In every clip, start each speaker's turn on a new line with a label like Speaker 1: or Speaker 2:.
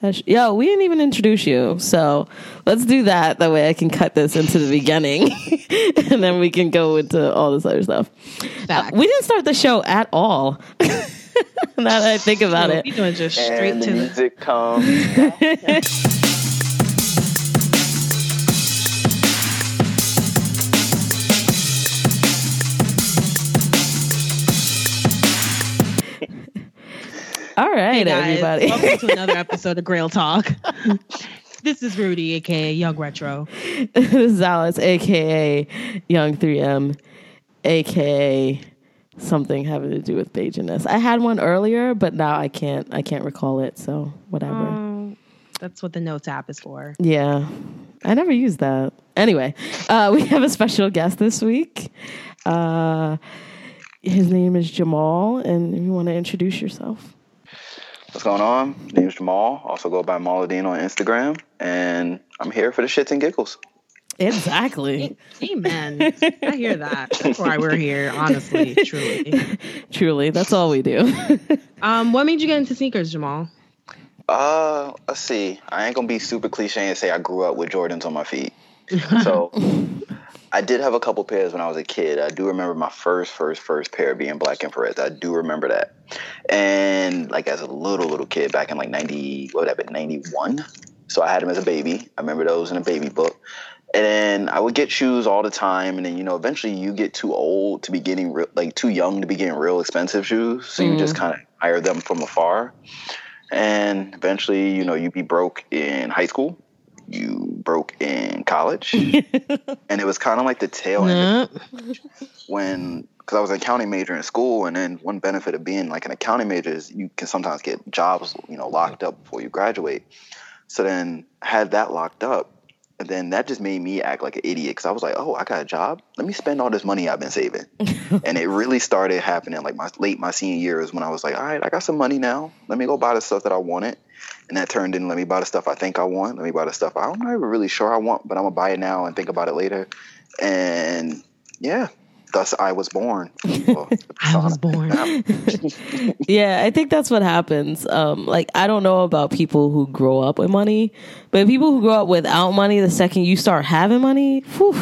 Speaker 1: That's- Yo, we didn't even introduce you. So let's do that. That way I can cut this into the beginning and then we can go into all this other stuff. Uh,
Speaker 2: Back.
Speaker 1: We didn't start the show at all. now that I think about it.
Speaker 2: We doing just straight
Speaker 3: and the
Speaker 2: to the
Speaker 3: music comes.
Speaker 1: All right,
Speaker 2: Hey, guys.
Speaker 1: everybody.
Speaker 2: Welcome to another episode of Grail Talk. this is Rudy, aka Young Retro.
Speaker 1: this is Alice, aka Young 3M, aka something having to do with Bajaness. I had one earlier, but now I can't I can't recall it, so whatever.
Speaker 2: That's what the notes app is for.
Speaker 1: Yeah. I never used that. Anyway, uh, we have a special guest this week. Uh, his name is Jamal, and if you want to introduce yourself.
Speaker 3: What's going on? My name's Jamal. Also go by Maladine on Instagram. And I'm here for the shits and giggles.
Speaker 1: Exactly.
Speaker 2: Amen. I hear that. That's why we're here, honestly, truly.
Speaker 1: Truly, that's all we do.
Speaker 2: Um, what made you get into sneakers, Jamal?
Speaker 3: Uh, let's see. I ain't gonna be super cliche and say I grew up with Jordans on my feet. So I did have a couple pairs when I was a kid. I do remember my first, first, first pair being black infrared. I do remember that. And like as a little, little kid back in like 90, what would that been, 91? So I had them as a baby. I remember those in a baby book. And then I would get shoes all the time. And then, you know, eventually you get too old to be getting, re- like too young to be getting real expensive shoes. So you just kind of hire them from afar and eventually you know you be broke in high school you broke in college and it was kind of like the tail end
Speaker 2: Nah.
Speaker 3: when because i was an accounting major in school and then one benefit of being like an accounting major is you can sometimes get jobs you know locked up before you graduate so then I had that locked up and then that just made me act like an idiot because i was like oh i got a job let me spend all this money i've been saving and it really started happening like my late my senior year is when i was like all right i got some money now let me go buy the stuff that i wanted and that turned in let me buy the stuff i think i want let me buy the stuff i'm not even really sure i want but i'm gonna buy it now and think about it later and yeah thus i was born Well,
Speaker 2: I was born.
Speaker 1: yeah, I think that's what happens. Um, like, I don't know about people who grow up with money, but people who grow up without money, the second you start having money, whew,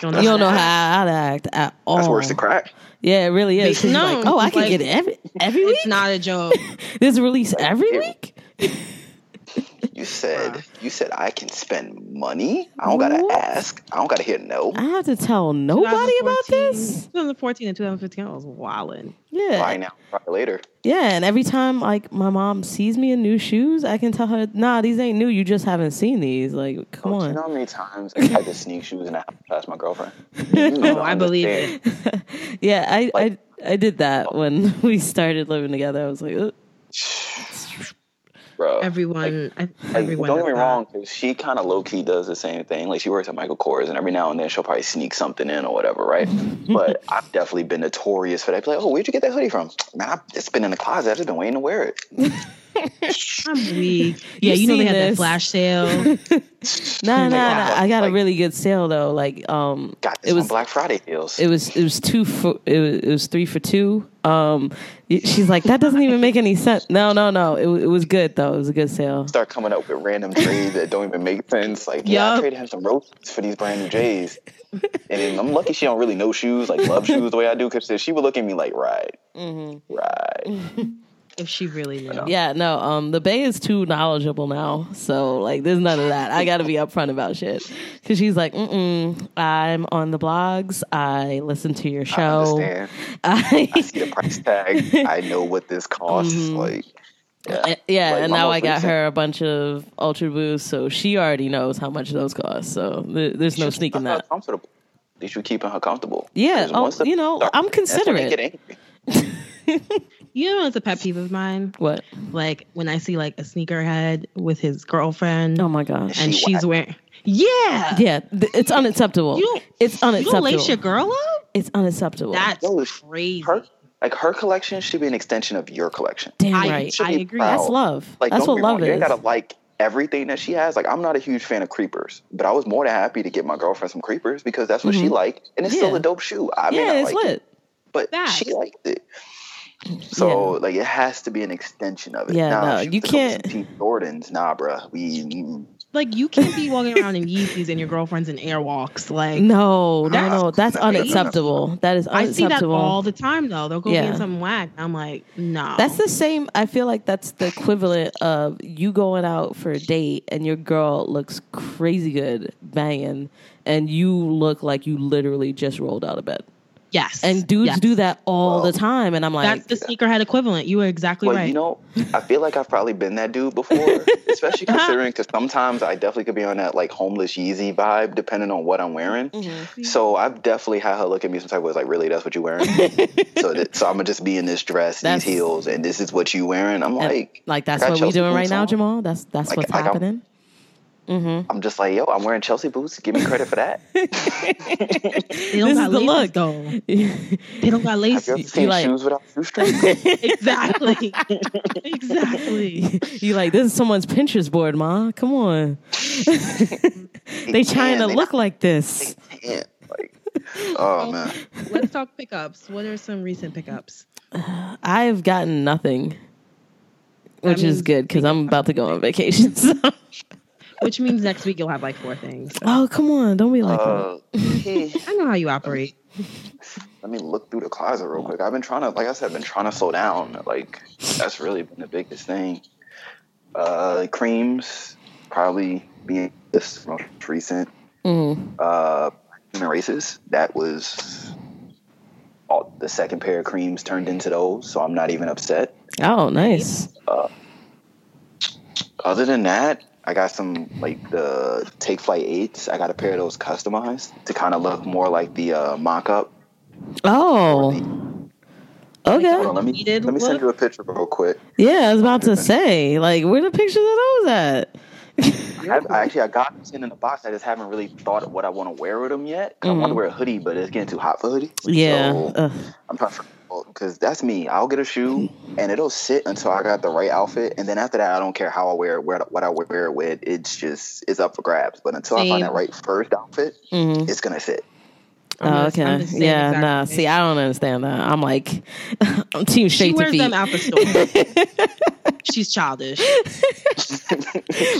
Speaker 2: Don't
Speaker 1: you don't know how to act at all.
Speaker 3: that's worse than crack
Speaker 1: Yeah, it really is. 'Cause you're like,
Speaker 2: No,
Speaker 1: oh, I can
Speaker 2: like-
Speaker 1: get it every, every week?
Speaker 2: It's not a joke.
Speaker 1: There's a release every week?
Speaker 3: you said you said i can spend money i don't gotta
Speaker 1: What?
Speaker 3: ask i don't gotta hear no
Speaker 1: I have to tell nobody about
Speaker 2: 2014
Speaker 1: this.
Speaker 2: 2014 and 2015, I was wildin'.
Speaker 1: Yeah.
Speaker 3: buy now buy later
Speaker 1: Yeah. And every time like my mom sees me in new shoes, I can tell her, nah, these ain't new. You just haven't seen these. Like, come
Speaker 3: Do
Speaker 1: on.
Speaker 3: you know how many times I tried to sneak shoes and I passed my girlfriend? You don't
Speaker 2: Oh,
Speaker 1: Oh,
Speaker 2: I believe
Speaker 3: understand.
Speaker 1: Yeah, I,
Speaker 3: Like-
Speaker 1: I I did that when we started living together. I was like, "Ugh."
Speaker 3: bro.
Speaker 2: Everyone, I
Speaker 3: Like,
Speaker 2: everyone.
Speaker 3: don't
Speaker 2: does
Speaker 3: get me
Speaker 2: that.
Speaker 3: wrong, 'cause she kind of low key does the same thing. Like she works at Michael Kors, and every now and then she'll probably sneak something in or whatever, right? but I've definitely been notorious for that. Be like, oh, where'd you get that hoodie from? Man, I've, it's been in the closet. I've just been waiting to wear it.
Speaker 2: I'm weak. Yeah, you know
Speaker 1: seen
Speaker 2: they had
Speaker 1: this.
Speaker 2: that flash sale.
Speaker 1: nah, nah, nah.
Speaker 3: wow.
Speaker 1: I got a
Speaker 3: Like-
Speaker 1: really good sale though. Like, um,
Speaker 3: Got this
Speaker 1: It was-
Speaker 3: on Black Friday heels.
Speaker 1: it was it was two for it was, it was three for two. Um, y- she's like, that doesn't even make any sense. No, no, no. It wa- it was good though. It was a good sale.
Speaker 3: Start coming up with random trades that don't even make sense. Like, yeah, I
Speaker 2: Yup.
Speaker 3: traded him some ropes for these brand new J's. And I'm lucky she don't really know shoes, like love shoes the way I do, because she would look at me like, right,
Speaker 1: Mm-hmm.
Speaker 3: right.
Speaker 2: if she really knew.
Speaker 1: Yeah, no. Um, the Bay is too knowledgeable now, so like, there's none of that. I got to be upfront about shit because she's like, Mm-mm, I'm on the blogs. I listen to your
Speaker 3: I
Speaker 1: show.
Speaker 3: understand.
Speaker 1: I-
Speaker 3: I see the price tag. I know what this costs.
Speaker 1: Mm-hmm.
Speaker 3: Like,
Speaker 1: Uh, yeah,
Speaker 3: Like,
Speaker 1: and
Speaker 3: my
Speaker 1: now
Speaker 3: most
Speaker 1: I got
Speaker 3: recent-
Speaker 1: her a bunch of Ultra Boosts, so she already knows how much those cost. So th- there's no sneaking
Speaker 3: That's
Speaker 1: that.
Speaker 3: not comfortable. At least you keeping her comfortable.
Speaker 1: Yeah,
Speaker 3: 'Cause
Speaker 1: oh,
Speaker 3: once the-
Speaker 1: you know, I'm
Speaker 3: that's when they
Speaker 1: considerate.
Speaker 3: get angry.
Speaker 2: You know, it's a pet peeve of mine.
Speaker 1: What?
Speaker 2: Like when I see like a sneakerhead with his girlfriend,
Speaker 1: Oh my gosh.
Speaker 2: and
Speaker 3: She
Speaker 2: she's
Speaker 3: whack.
Speaker 2: wearing. Yeah,
Speaker 1: Yeah, th- it's unacceptable.
Speaker 2: You don't-
Speaker 1: it's
Speaker 2: you don't lace your
Speaker 1: unacceptable.
Speaker 2: girl up.
Speaker 1: It's unacceptable.
Speaker 2: That's
Speaker 3: No, it's
Speaker 2: crazy.
Speaker 3: Her, like her collection should be an extension of your collection.
Speaker 1: Damn
Speaker 2: I-
Speaker 1: right.
Speaker 3: Should
Speaker 2: I
Speaker 3: be
Speaker 2: agree.
Speaker 3: proud.
Speaker 1: That's love.
Speaker 3: Like,
Speaker 1: That's
Speaker 3: don't
Speaker 1: what
Speaker 3: get me wrong,
Speaker 1: love
Speaker 3: You ain't
Speaker 1: is.
Speaker 3: gotta like everything that she has. Like, I'm not a huge fan of creepers, but I was more than happy to get my girlfriend some creepers because that's what she liked, and it's
Speaker 1: Mm-hmm. Yeah.
Speaker 3: still a dope shoe. I mean,
Speaker 1: yeah, it's
Speaker 3: like it,
Speaker 1: lit.
Speaker 3: but
Speaker 2: Facts.
Speaker 3: she liked it. So like it has to be an extension of it.
Speaker 1: Yeah,
Speaker 3: Nah,
Speaker 1: no,
Speaker 3: shoot,
Speaker 1: you
Speaker 3: the couple
Speaker 1: can't-
Speaker 3: Pete Jordans, nah, bruh. We mm,
Speaker 2: Like you can't be walking around in Yeezys and your girlfriend's in Airwalks. Like
Speaker 1: No, no,
Speaker 3: That's-
Speaker 1: no. That's
Speaker 3: that's enough.
Speaker 1: unacceptable. That is
Speaker 2: I see
Speaker 1: unacceptable.
Speaker 2: that all the time though. They'll go
Speaker 1: Yeah.
Speaker 2: get something whack. I'm like, no.
Speaker 1: That's the same. I feel like that's the equivalent of you going out for a date and your girl looks crazy good, banging, and you look like you literally just rolled out of bed.
Speaker 2: yes.
Speaker 1: And dudes
Speaker 2: Yes.
Speaker 1: do that all
Speaker 3: Well,
Speaker 1: the time. And I'm like,
Speaker 2: That's the sneakerhead equivalent. You are exactly
Speaker 3: well,
Speaker 2: right.
Speaker 3: you know, I feel like I've probably been that dude before, especially considering because sometimes I definitely could be on that like homeless Yeezy vibe, depending on what I'm wearing.
Speaker 1: Mm-hmm.
Speaker 3: So I've definitely had her look at me some type of way, like, really, that's what you're wearing.
Speaker 2: Mm-hmm.
Speaker 3: so, that, so I'm gonna just be in this dress,
Speaker 1: That's-
Speaker 3: these heels, and this is what you wearing. I'm
Speaker 1: And,
Speaker 3: like,
Speaker 1: like that's
Speaker 3: got
Speaker 1: what we
Speaker 3: Chelsea
Speaker 1: doing right
Speaker 3: boots
Speaker 1: now,
Speaker 3: on.
Speaker 1: Jamal. That's that's
Speaker 3: Like-
Speaker 1: what's
Speaker 3: like I'm-
Speaker 1: happening. Mm-hmm.
Speaker 3: I'm just like, yo, I'm wearing Chelsea boots. Give me credit for that.
Speaker 2: they don't
Speaker 1: this
Speaker 2: got
Speaker 1: is the
Speaker 2: laces
Speaker 1: look.
Speaker 2: though. They don't got
Speaker 3: Have you ever
Speaker 2: laces.
Speaker 3: seen
Speaker 1: like-
Speaker 3: shoes without shoestrings?
Speaker 2: exactly. exactly.
Speaker 1: you like this is someone's Pinterest board, ma. Come on, they trying to
Speaker 3: they
Speaker 1: look like this.
Speaker 3: Yeah, like, oh man.
Speaker 2: Let's talk pickups. What are some recent pickups?
Speaker 1: I've gotten nothing, which is
Speaker 2: means-
Speaker 1: good because I'm about to go on vacation. so-
Speaker 2: Which means next week you'll have like four things.
Speaker 1: oh come on, don't be like
Speaker 3: Uh, eh,
Speaker 2: I know how you operate.
Speaker 3: let me look through the closet real quick. I've been trying to, like I said, I've been trying to slow down. Like that's really been the biggest thing. Uh, creams probably being this most recent.
Speaker 1: that.
Speaker 2: Mm-hmm.
Speaker 1: Mm.
Speaker 3: Uh, human races. That was all, the second pair of creams turned into those, so I'm not even upset.
Speaker 1: Oh, nice.
Speaker 3: Other than that, I got some like the Take Flight Eights. I got a pair of those customized to kind of look more like the uh, mock-up.
Speaker 1: Oh,
Speaker 3: Hold
Speaker 1: okay.
Speaker 3: on, let me
Speaker 2: Needed
Speaker 3: let me send
Speaker 2: look?
Speaker 3: you a picture real quick.
Speaker 1: Yeah, I was about to say, like, where the pictures of those at?
Speaker 3: I, I actually I got them sitting in a box. I just haven't really thought of what I want to wear with them yet. 'Cause I want
Speaker 1: Mhm.
Speaker 3: to wear a hoodie, but it's getting too hot for hoodie.
Speaker 1: Yeah, Uh,
Speaker 3: so
Speaker 1: Ugh.
Speaker 3: I'm trying to because that's me. I'll get a shoe
Speaker 1: mm-hmm.
Speaker 3: and it'll sit until I got the right outfit, and then after that, I don't care how I wear it, where what I wear it with. It's just it's up for grabs. But until I
Speaker 2: Same.
Speaker 3: find that right first outfit,
Speaker 1: Mhm.
Speaker 3: it's gonna sit.
Speaker 1: Oh,
Speaker 2: just- I'm
Speaker 1: okay.
Speaker 2: the same
Speaker 1: Yeah,
Speaker 2: exact
Speaker 1: nah.
Speaker 2: way.
Speaker 1: See, I don't understand that. I'm like, I'm team
Speaker 2: She
Speaker 1: shade to
Speaker 2: wears
Speaker 1: feet.
Speaker 2: them out the store. She's childish. She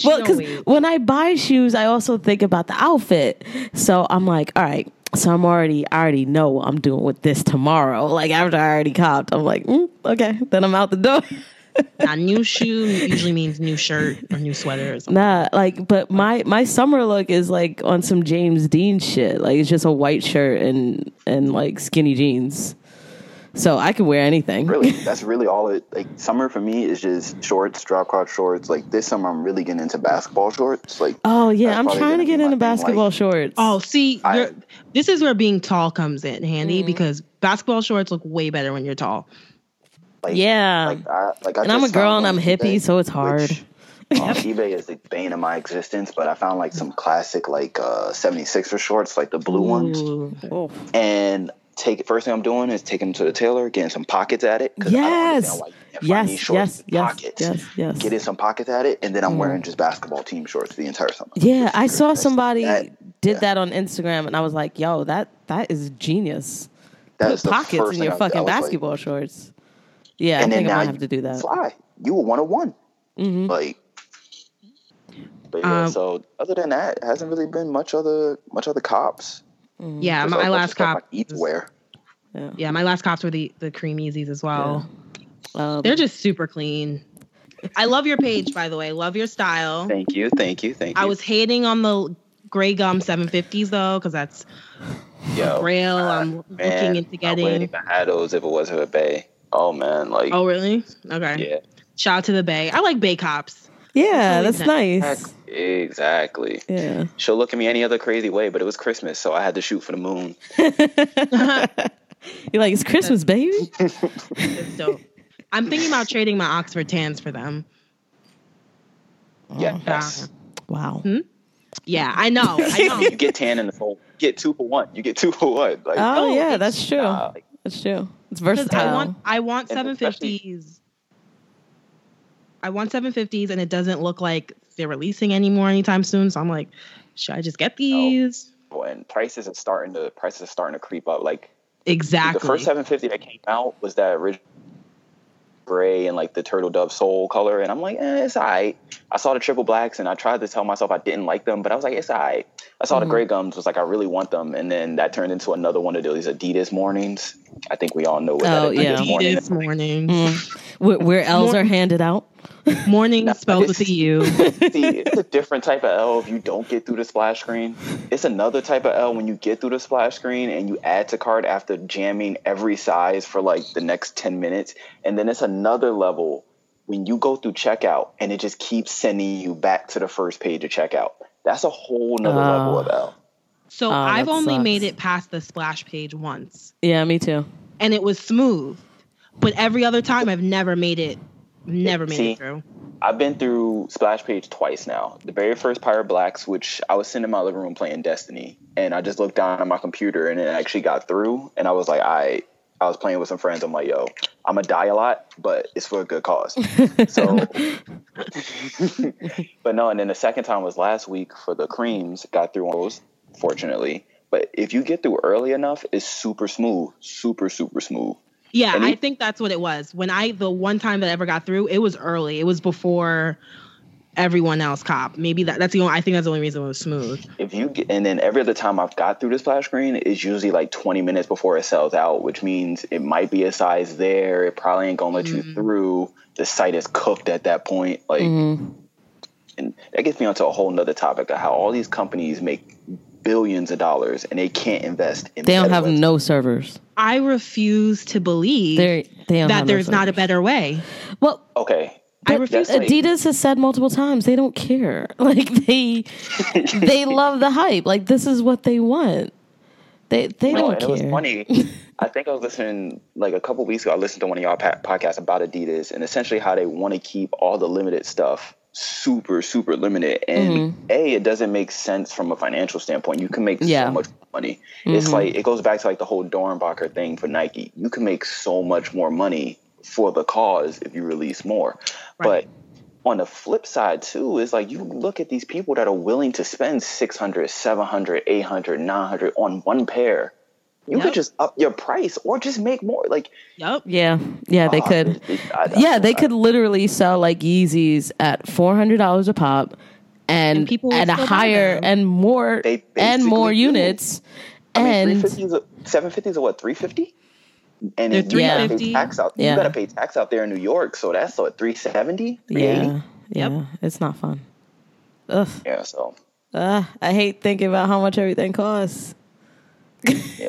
Speaker 1: well,
Speaker 2: don't
Speaker 1: because
Speaker 2: wait.
Speaker 1: when I buy shoes, I also think about the outfit. So I'm like, all right. So I'm already, I already know what I'm doing with this tomorrow. Like after I already copped, I'm like, mm, okay, then I'm out the door.
Speaker 2: Now, new shoe usually means new shirt or new sweater. Or something.
Speaker 1: nah, like, but my my summer look is like on some James Dean shit. Like it's just a white shirt and and like skinny jeans. So I could wear anything.
Speaker 3: Really, that's really all it. Like summer for me is just shorts, drop crotch shorts. Like this summer, I'm really getting into basketball shorts. Like
Speaker 1: Oh yeah,
Speaker 3: That's
Speaker 1: I'm
Speaker 3: probably
Speaker 1: trying to
Speaker 3: gonna be
Speaker 1: get
Speaker 3: my
Speaker 1: into
Speaker 3: thing,
Speaker 1: basketball
Speaker 3: like-
Speaker 1: shorts.
Speaker 2: Oh, see,
Speaker 3: I-
Speaker 2: you're, this is where being tall comes in handy because basketball shorts look way better when you're tall.
Speaker 3: like
Speaker 1: yeah.
Speaker 3: Like I, like I
Speaker 1: and I'm a
Speaker 3: just
Speaker 1: girl and
Speaker 3: found
Speaker 1: I'm
Speaker 3: on
Speaker 1: hippie,
Speaker 3: eBay,
Speaker 1: so it's hard.
Speaker 3: which, um, eBay is the bane of my existence, but I found like some classic like uh, 76er shorts, like the blue ones.
Speaker 2: Ooh.
Speaker 1: oh.
Speaker 3: And take first thing I'm doing is taking them to the tailor, getting some pockets at it. 'cause I don't
Speaker 1: Yes.
Speaker 3: understand why you can't find these
Speaker 1: Yes,
Speaker 3: shorts
Speaker 1: yes,
Speaker 3: with
Speaker 1: yes,
Speaker 3: pockets.
Speaker 1: yes, yes.
Speaker 3: Getting some pockets at it, and then I'm wearing just basketball team shorts the entire summer.
Speaker 1: Yeah, I saw somebody
Speaker 3: That-
Speaker 1: did
Speaker 3: yeah.
Speaker 1: that on Instagram, and I was like, "Yo, that that is genius."
Speaker 3: That is
Speaker 1: Put
Speaker 3: the
Speaker 1: pockets
Speaker 3: first
Speaker 1: in
Speaker 3: thing
Speaker 1: your
Speaker 3: I- I
Speaker 1: fucking
Speaker 3: was like,
Speaker 1: basketball shorts. Yeah, I
Speaker 3: and then
Speaker 1: think I'm
Speaker 3: now
Speaker 1: gonna
Speaker 3: you
Speaker 1: have to do that.
Speaker 3: Fly. You were one of one.
Speaker 1: Mhm.
Speaker 3: Like but yeah,
Speaker 2: Mm-hmm. Um,
Speaker 3: so other than that, it hasn't really been much other much other cops.
Speaker 2: Yeah,
Speaker 3: There's
Speaker 2: my
Speaker 3: a bunch of
Speaker 2: last
Speaker 3: stuff
Speaker 2: cop.
Speaker 3: I eat wear.
Speaker 1: Yeah.
Speaker 2: Yeah, my last cops were the the cream Yeezys as well.
Speaker 1: Um,
Speaker 2: They're just super clean. I love your page, by the way. Love your style.
Speaker 3: Thank you, thank you, thank you.
Speaker 2: I was hating on the gray gum 750s though, because that's
Speaker 3: Yo,
Speaker 2: grail. I'm
Speaker 3: uh,
Speaker 2: looking
Speaker 3: man,
Speaker 2: into
Speaker 3: I wouldn't
Speaker 2: getting.
Speaker 3: even have those if it wasn't for Bay. Oh man, like
Speaker 2: Oh, really? Okay.
Speaker 3: yeah,
Speaker 2: Shout out to the Bay. I like Bay cops.
Speaker 1: yeah, that's
Speaker 2: That's
Speaker 1: nice.
Speaker 3: exactly.
Speaker 1: Yeah.
Speaker 3: She'll look at me any other crazy way, but it was Christmas, so I had to shoot for the moon.
Speaker 1: You're like, it's Christmas, baby.
Speaker 2: That's dope. I'm thinking about trading my Oxford tans for them.
Speaker 3: Yeah,
Speaker 1: Wow.
Speaker 2: Yeah, I know. I know.
Speaker 3: you get tan in the fold. You get two for one. You get two for one. Like
Speaker 1: Oh
Speaker 2: no,
Speaker 1: yeah,
Speaker 2: it's-
Speaker 1: that's true.
Speaker 3: nah, like,
Speaker 1: That's true. It's
Speaker 2: Because
Speaker 1: versatile.
Speaker 2: I want I want
Speaker 3: And
Speaker 2: seven
Speaker 3: especially-
Speaker 2: fifties. I want seven fifties, and it doesn't look like they're releasing anymore anytime soon. So I'm like, should I just get these?
Speaker 3: when prices are starting to prices are starting to creep up. Like
Speaker 2: Exactly.
Speaker 3: the first 750 that came out was that original gray and like the turtle dove soul color, and I'm like, eh, it's alright. I saw the triple blacks, and I tried to tell myself I didn't like them, but I was like, it's alright. I saw
Speaker 1: Mm-hmm.
Speaker 3: the gray gums, was like, I really want them, and then that turned into another one of those Adidas mornings. I think we all know what
Speaker 1: Oh,
Speaker 3: that Adidas
Speaker 1: yeah. Mm.
Speaker 3: morning.
Speaker 2: Adidas morning.
Speaker 1: Where, where L's are handed out.
Speaker 2: Morning spelled with a U.
Speaker 3: See, it's a different type of L if you don't get through the splash screen. It's another type of L when you get through the splash screen and you add to cart after jamming every size for like the next 10 minutes. And then it's another level when you go through checkout and it just keeps sending you back to the first page of checkout. That's a whole nother
Speaker 1: Oh.
Speaker 3: level of L.
Speaker 2: So
Speaker 1: Oh,
Speaker 2: I've
Speaker 1: that
Speaker 2: only
Speaker 1: sucks.
Speaker 2: made it past the splash page once,
Speaker 1: Yeah, me too.
Speaker 2: and it was smooth. But every other time, I've never made it. Never made
Speaker 3: See?
Speaker 2: it through.
Speaker 3: I've been through Splash Page twice now. The very first Pirate Blacks, which I was sitting in my living room playing Destiny, and I just looked down at my computer and it actually got through. And I was like, I, I was playing with some friends. I'm like, yo, I'm gonna die a lot, but it's for a good cause. So, but no. And then the second time was last week for the creams. Got through on those, fortunately. But if you get through early enough, it's super smooth, super super smooth.
Speaker 2: Yeah,
Speaker 3: And
Speaker 2: I
Speaker 3: it-
Speaker 2: think that's what it was. When I the one time that I ever got through, it was early. It was before everyone else cop. Maybe that that's the only I think that's the only reason it was smooth.
Speaker 3: if you get, and then every other time I've got through the splash screen is usually like 20 minutes before it sells out, which means it might be a size there. It probably ain't gonna let
Speaker 1: Mm-hmm.
Speaker 3: you through. The site is cooked at that point. Like,
Speaker 1: Mm-hmm.
Speaker 3: and that gets me onto a whole nother topic of how all these companies make billions of dollars and they can't invest in
Speaker 1: They don't
Speaker 3: better
Speaker 1: have
Speaker 3: websites.
Speaker 1: no servers.
Speaker 2: I refuse to believe
Speaker 1: They they don't
Speaker 2: that
Speaker 1: have no
Speaker 2: there's not a
Speaker 1: servers.
Speaker 2: better way.
Speaker 1: Well,
Speaker 3: Okay.
Speaker 2: I
Speaker 1: But
Speaker 2: refuse
Speaker 3: to-
Speaker 1: Adidas has said multiple times they don't care. Like they they love the hype. Like this is what they want. They they
Speaker 3: No,
Speaker 1: don't
Speaker 3: and
Speaker 1: care.
Speaker 3: it was funny. I think I was listening like a couple weeks ago. I listened to one of y'all pa- podcasts about Adidas and essentially how they want to keep all the limited stuff super, super limited. And a, it doesn't make sense from a financial standpoint. You can make
Speaker 1: Mm-hmm. Yeah. Mm-hmm.
Speaker 3: so much money. It's like it goes back to like the whole Dornbacher thing for Nike. You can make so much more money for the cause if you release more.
Speaker 2: Right.
Speaker 3: But on the flip side too is like you look at these people that are willing to spend 600 700 800 900 on one pair you
Speaker 2: Yep.
Speaker 3: could just up your price or just make more like
Speaker 2: Yep.
Speaker 1: Yeah, yeah, they
Speaker 3: oh,
Speaker 1: could.
Speaker 3: it- I- I-
Speaker 1: Yeah, they could literally sell like Yeezys at four hundred dollars a pop, and
Speaker 2: And
Speaker 1: and,
Speaker 2: people would
Speaker 1: a
Speaker 2: still buy
Speaker 1: higher
Speaker 2: them.
Speaker 1: and more
Speaker 3: They
Speaker 1: and more
Speaker 3: basically do.
Speaker 1: units,
Speaker 3: I mean,
Speaker 1: and
Speaker 3: 350s or- 750s or what 350 and
Speaker 2: They're
Speaker 3: then you gotta
Speaker 2: 350.
Speaker 3: pay tax out
Speaker 1: Yeah.
Speaker 3: you gotta pay tax out there in new york so that's what 370
Speaker 1: yeah, yeah,
Speaker 2: Yep.
Speaker 1: it's not fun. Ugh,
Speaker 3: yeah so
Speaker 1: Ugh, I hate thinking about how much everything costs.
Speaker 3: yeah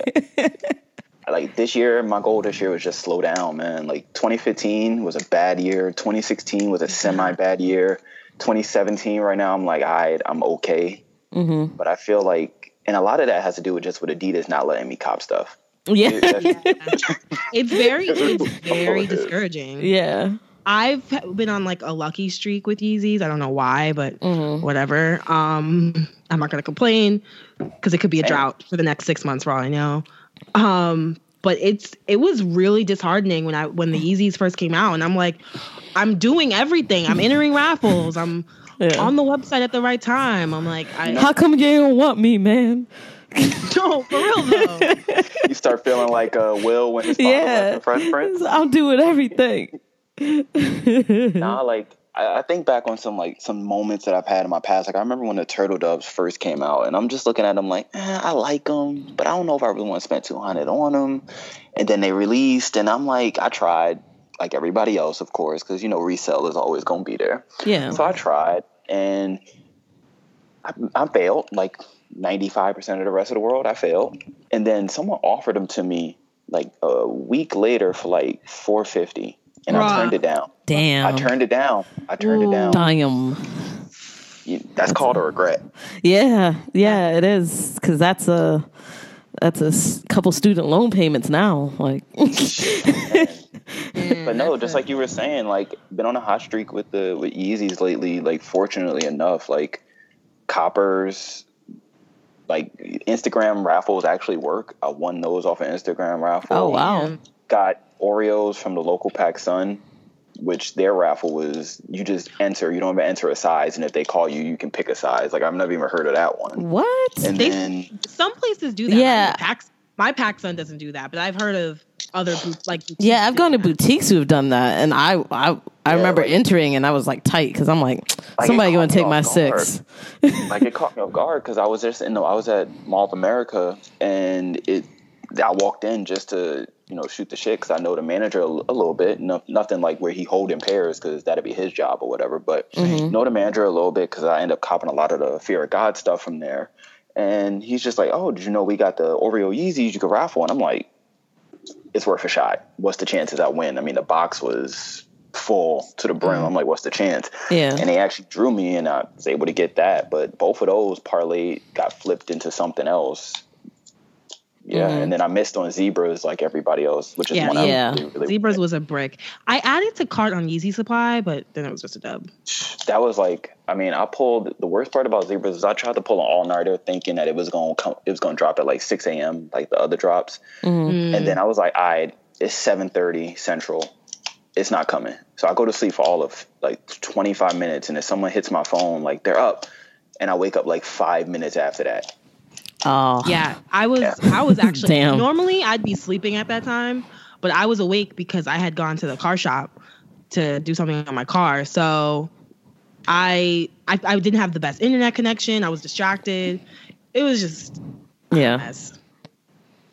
Speaker 3: like this year my goal this year was just slow down man like 2015 was a bad year 2016 was a semi bad year 2017 right now i'm like all right i'm okay
Speaker 1: Mm-hmm.
Speaker 3: but i feel like and a lot of that has to do with just with adidas not letting me cop stuff
Speaker 1: Yeah,
Speaker 2: It's very it's
Speaker 3: Oh,
Speaker 2: very
Speaker 3: it is.
Speaker 2: discouraging.
Speaker 1: yeah.
Speaker 2: I've been on like a lucky streak with Yeezys. I don't know why, but
Speaker 1: Mm.
Speaker 2: whatever. Um, I'm not gonna complain because it could be a drought for the next six months for all I know. Um, but it's it was really disheartening when I when the Yeezys first came out, and I'm like, I'm doing everything. I'm entering raffles. I'm
Speaker 1: Yeah.
Speaker 2: on the website at the right time. I'm like, I
Speaker 1: How come you don't want me, man?
Speaker 2: no for real though.
Speaker 3: you start feeling like uh, will when his father left
Speaker 1: Yeah,
Speaker 3: the fresh prince
Speaker 1: I'm doing everything.
Speaker 3: Nah, like I, I think back on some like some moments that I've had in my past. Like I remember when the Turtle Doves first came out, and I'm just looking at them like, eh, I like them, but I don't know if I really want to spend 200 on them. And then they released, and I'm like, I tried, like everybody else, of course, because you know resell is always gonna be there.
Speaker 1: Yeah,
Speaker 3: So I tried, and I, I failed. Like 95% of the rest of the world, I failed. And then someone offered them to me like a week later for like 450, and
Speaker 2: Bruh.
Speaker 3: I turned it down. I
Speaker 1: damn.
Speaker 3: turned it down. I turned it down.
Speaker 1: Damn.
Speaker 3: You- That's called a regret.
Speaker 1: Yeah, yeah, it is because that's a that's a s- couple student loan payments now. Like,
Speaker 3: But no, just like you were saying, like been on a hot streak with the with Yeezys lately. Like fortunately enough, like coppers, like Instagram raffles actually work. I won those off an Instagram raffle.
Speaker 1: oh wow,
Speaker 3: Got Oreos from the local Pac Sun, which their raffle was you just enter. You don't even enter a size, and if they call you, you can pick a size. Like I've never even heard of that one.
Speaker 1: what?
Speaker 3: And
Speaker 2: They
Speaker 3: then
Speaker 2: some places do that.
Speaker 1: Yeah.
Speaker 2: Like, Pax, my Paxson doesn't do that, but I've heard of other boot like
Speaker 1: Yeah, I've gone to boutiques who've done that, and I I, I remember entering and I was like tight because I'm like
Speaker 3: it
Speaker 1: somebody
Speaker 3: caught
Speaker 1: gonna
Speaker 3: me
Speaker 1: take
Speaker 3: off
Speaker 1: my
Speaker 3: guard.
Speaker 1: six.
Speaker 3: like it caught me off guard because I was just in the I was at Mall of America and it I walked in just to you know shoot the shit because I know the manager a, l- a little bit no, nothing like where he holding pairs because that'd be his job or whatever but know the manager a little bit because I end up copping a lot of the fear of God stuff from there and he's just like oh did you know we got the Oreo Yeezys you could raffle and I'm like it's worth a shot what's the chances I win I mean the box was full to the brim I'm like what's the chance
Speaker 1: Yeah.
Speaker 3: and they actually drew me and I was able to get that. But both of those parlayed got flipped into something else. Yeah, and then I missed on zebras like everybody else, which is
Speaker 2: Mm-hmm. Yeah.
Speaker 3: one I
Speaker 1: Yeah.
Speaker 3: really, really
Speaker 2: Zebras was a brick. I added to cart on Yeezy Supply, but then it was just a dub.
Speaker 3: that was like I mean I pulled the worst part about zebras is I tried to pull an all nighter thinking that it was gonna come it was gonna drop at like six a.m. like the other drops,
Speaker 1: Mm-hmm.
Speaker 2: Mm.
Speaker 3: and
Speaker 1: Mm.
Speaker 3: then I was like, all right, it's seven thirty central. It's not coming. So I go to sleep for all of like 25 minutes, and if someone hits my phone, like they're up, and I wake up like five minutes after that.
Speaker 1: Oh
Speaker 2: Yeah, I was. I was actually.
Speaker 1: Damn.
Speaker 2: Normally, I'd be sleeping at that time, but I was awake because I had gone to the car shop to do something on my car. So, I I, I didn't have the best internet connection. I was distracted. It was just a
Speaker 1: yeah.
Speaker 2: mess.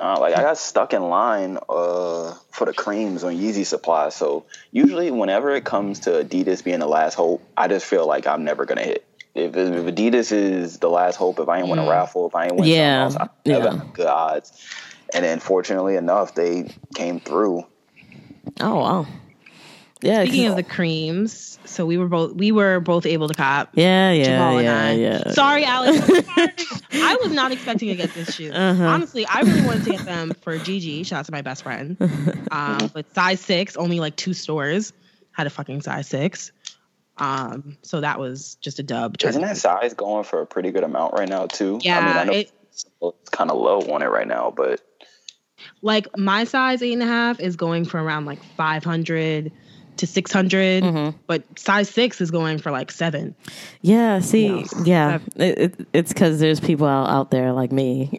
Speaker 3: Uh, like I got stuck in line uh, for the creams on Yeezy Supply. So usually, whenever it comes to Adidas being the last hope, I just feel like I'm never gonna hit. If, if Adidas is the last hope, if I ain't win a raffle, if I ain't win
Speaker 1: Mm. Yeah.
Speaker 3: something else, I never
Speaker 1: Yeah.
Speaker 3: have good odds. And then, fortunately enough, they came through.
Speaker 1: Oh wow. Yeah. 'cause-
Speaker 2: Speaking of the creams, so we were both we were both able to cop.
Speaker 1: yeah, yeah,
Speaker 2: Jamal
Speaker 1: yeah,
Speaker 2: and
Speaker 1: yeah.
Speaker 2: I. Sorry, Alex. I was not expecting to get this shoe.
Speaker 1: Uh-huh.
Speaker 2: Honestly, I really wanted to get them for Gigi. Shout out to my best friend. Um, but size six, only like two stores had a fucking size six. Um, so that was just a dub.
Speaker 3: Isn't that size going for a pretty good amount right now too?
Speaker 2: Yeah,
Speaker 3: I mean, I know
Speaker 2: it-
Speaker 3: it's kind of low on it right now, but
Speaker 2: like my size eight and a half is going for around like five hundred to six
Speaker 1: Mm-hmm.
Speaker 2: but size six is going for like seven.
Speaker 1: Yeah, see,
Speaker 2: know,
Speaker 1: yeah, it, it, it's because there's people out, out there like me,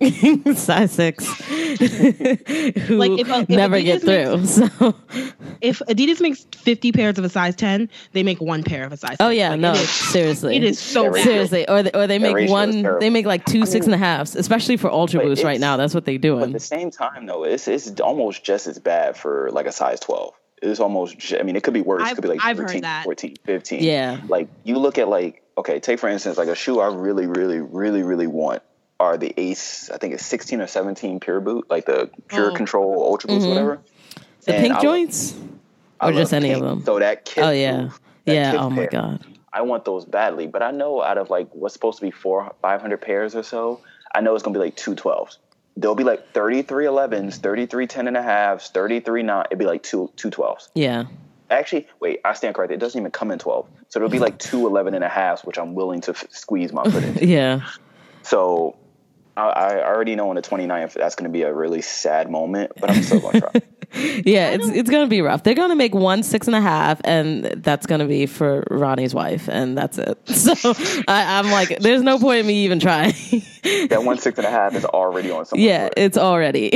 Speaker 1: size six, who
Speaker 2: Like, if a- if
Speaker 1: never
Speaker 2: Adidas
Speaker 1: get through.
Speaker 2: makes-
Speaker 1: so,
Speaker 2: If Adidas makes fifty pairs of a size ten, they make one pair of a size.
Speaker 1: oh
Speaker 2: six.
Speaker 1: yeah,
Speaker 2: Like,
Speaker 1: no,
Speaker 2: it is-
Speaker 1: seriously,
Speaker 2: it is so bad.
Speaker 1: seriously, or they, or they make
Speaker 3: ratio is
Speaker 1: one,
Speaker 3: terrible.
Speaker 1: they make like two six and a halves, especially for Ultra
Speaker 3: but
Speaker 1: Boost right
Speaker 3: it's-
Speaker 1: now. That's what they're
Speaker 3: At
Speaker 1: doing.
Speaker 3: the same time, though, it's it's almost just as bad for like a size twelve. It's almost. ju- I mean, it could be worse.
Speaker 2: I've-
Speaker 3: it could be like
Speaker 2: I've heard
Speaker 3: 13,
Speaker 2: that.
Speaker 3: 14, 15.
Speaker 1: Yeah.
Speaker 3: Like you look at like okay, take for instance like a shoe I really, really, really, really want are the Ace. I think it's sixteen or seventeen Pure Boot, like the Pure
Speaker 2: Oh.
Speaker 3: Control Ultra Boots, whatever.
Speaker 1: Mm-hmm. The
Speaker 3: And
Speaker 1: pink
Speaker 3: I-
Speaker 1: joints,
Speaker 3: I
Speaker 1: or just
Speaker 3: love
Speaker 1: any of
Speaker 3: pink.
Speaker 1: them.
Speaker 3: So that kid.
Speaker 1: Oh yeah,
Speaker 3: that
Speaker 1: yeah.
Speaker 3: kid
Speaker 1: Oh my
Speaker 3: pair.
Speaker 1: god.
Speaker 3: I want those badly, but I know out of like what's supposed to be four, five hundred pairs or so, I know it's gonna be like two twelves. There'll be like 33 11s, 33 10 and a halves, 33 9. It'd be like two two 12s.
Speaker 1: Yeah,
Speaker 3: Actually, wait, I stand corrected. It doesn't even come in 12. So it'll be like two 11 and a halves, which I'm willing to f- squeeze my foot in.
Speaker 1: yeah,
Speaker 3: So I, I already know on the 29th that's going to be a really sad moment, but I'm still going to try.
Speaker 1: yeah. It's it's gonna be rough. They're gonna make one six and a half, and that's gonna be for Ronnie's wife, and that's it. So I, I'm like, there's no point in me even trying.
Speaker 3: that one six and a half is already on someone's
Speaker 1: yeah,
Speaker 3: foot.
Speaker 1: it's already.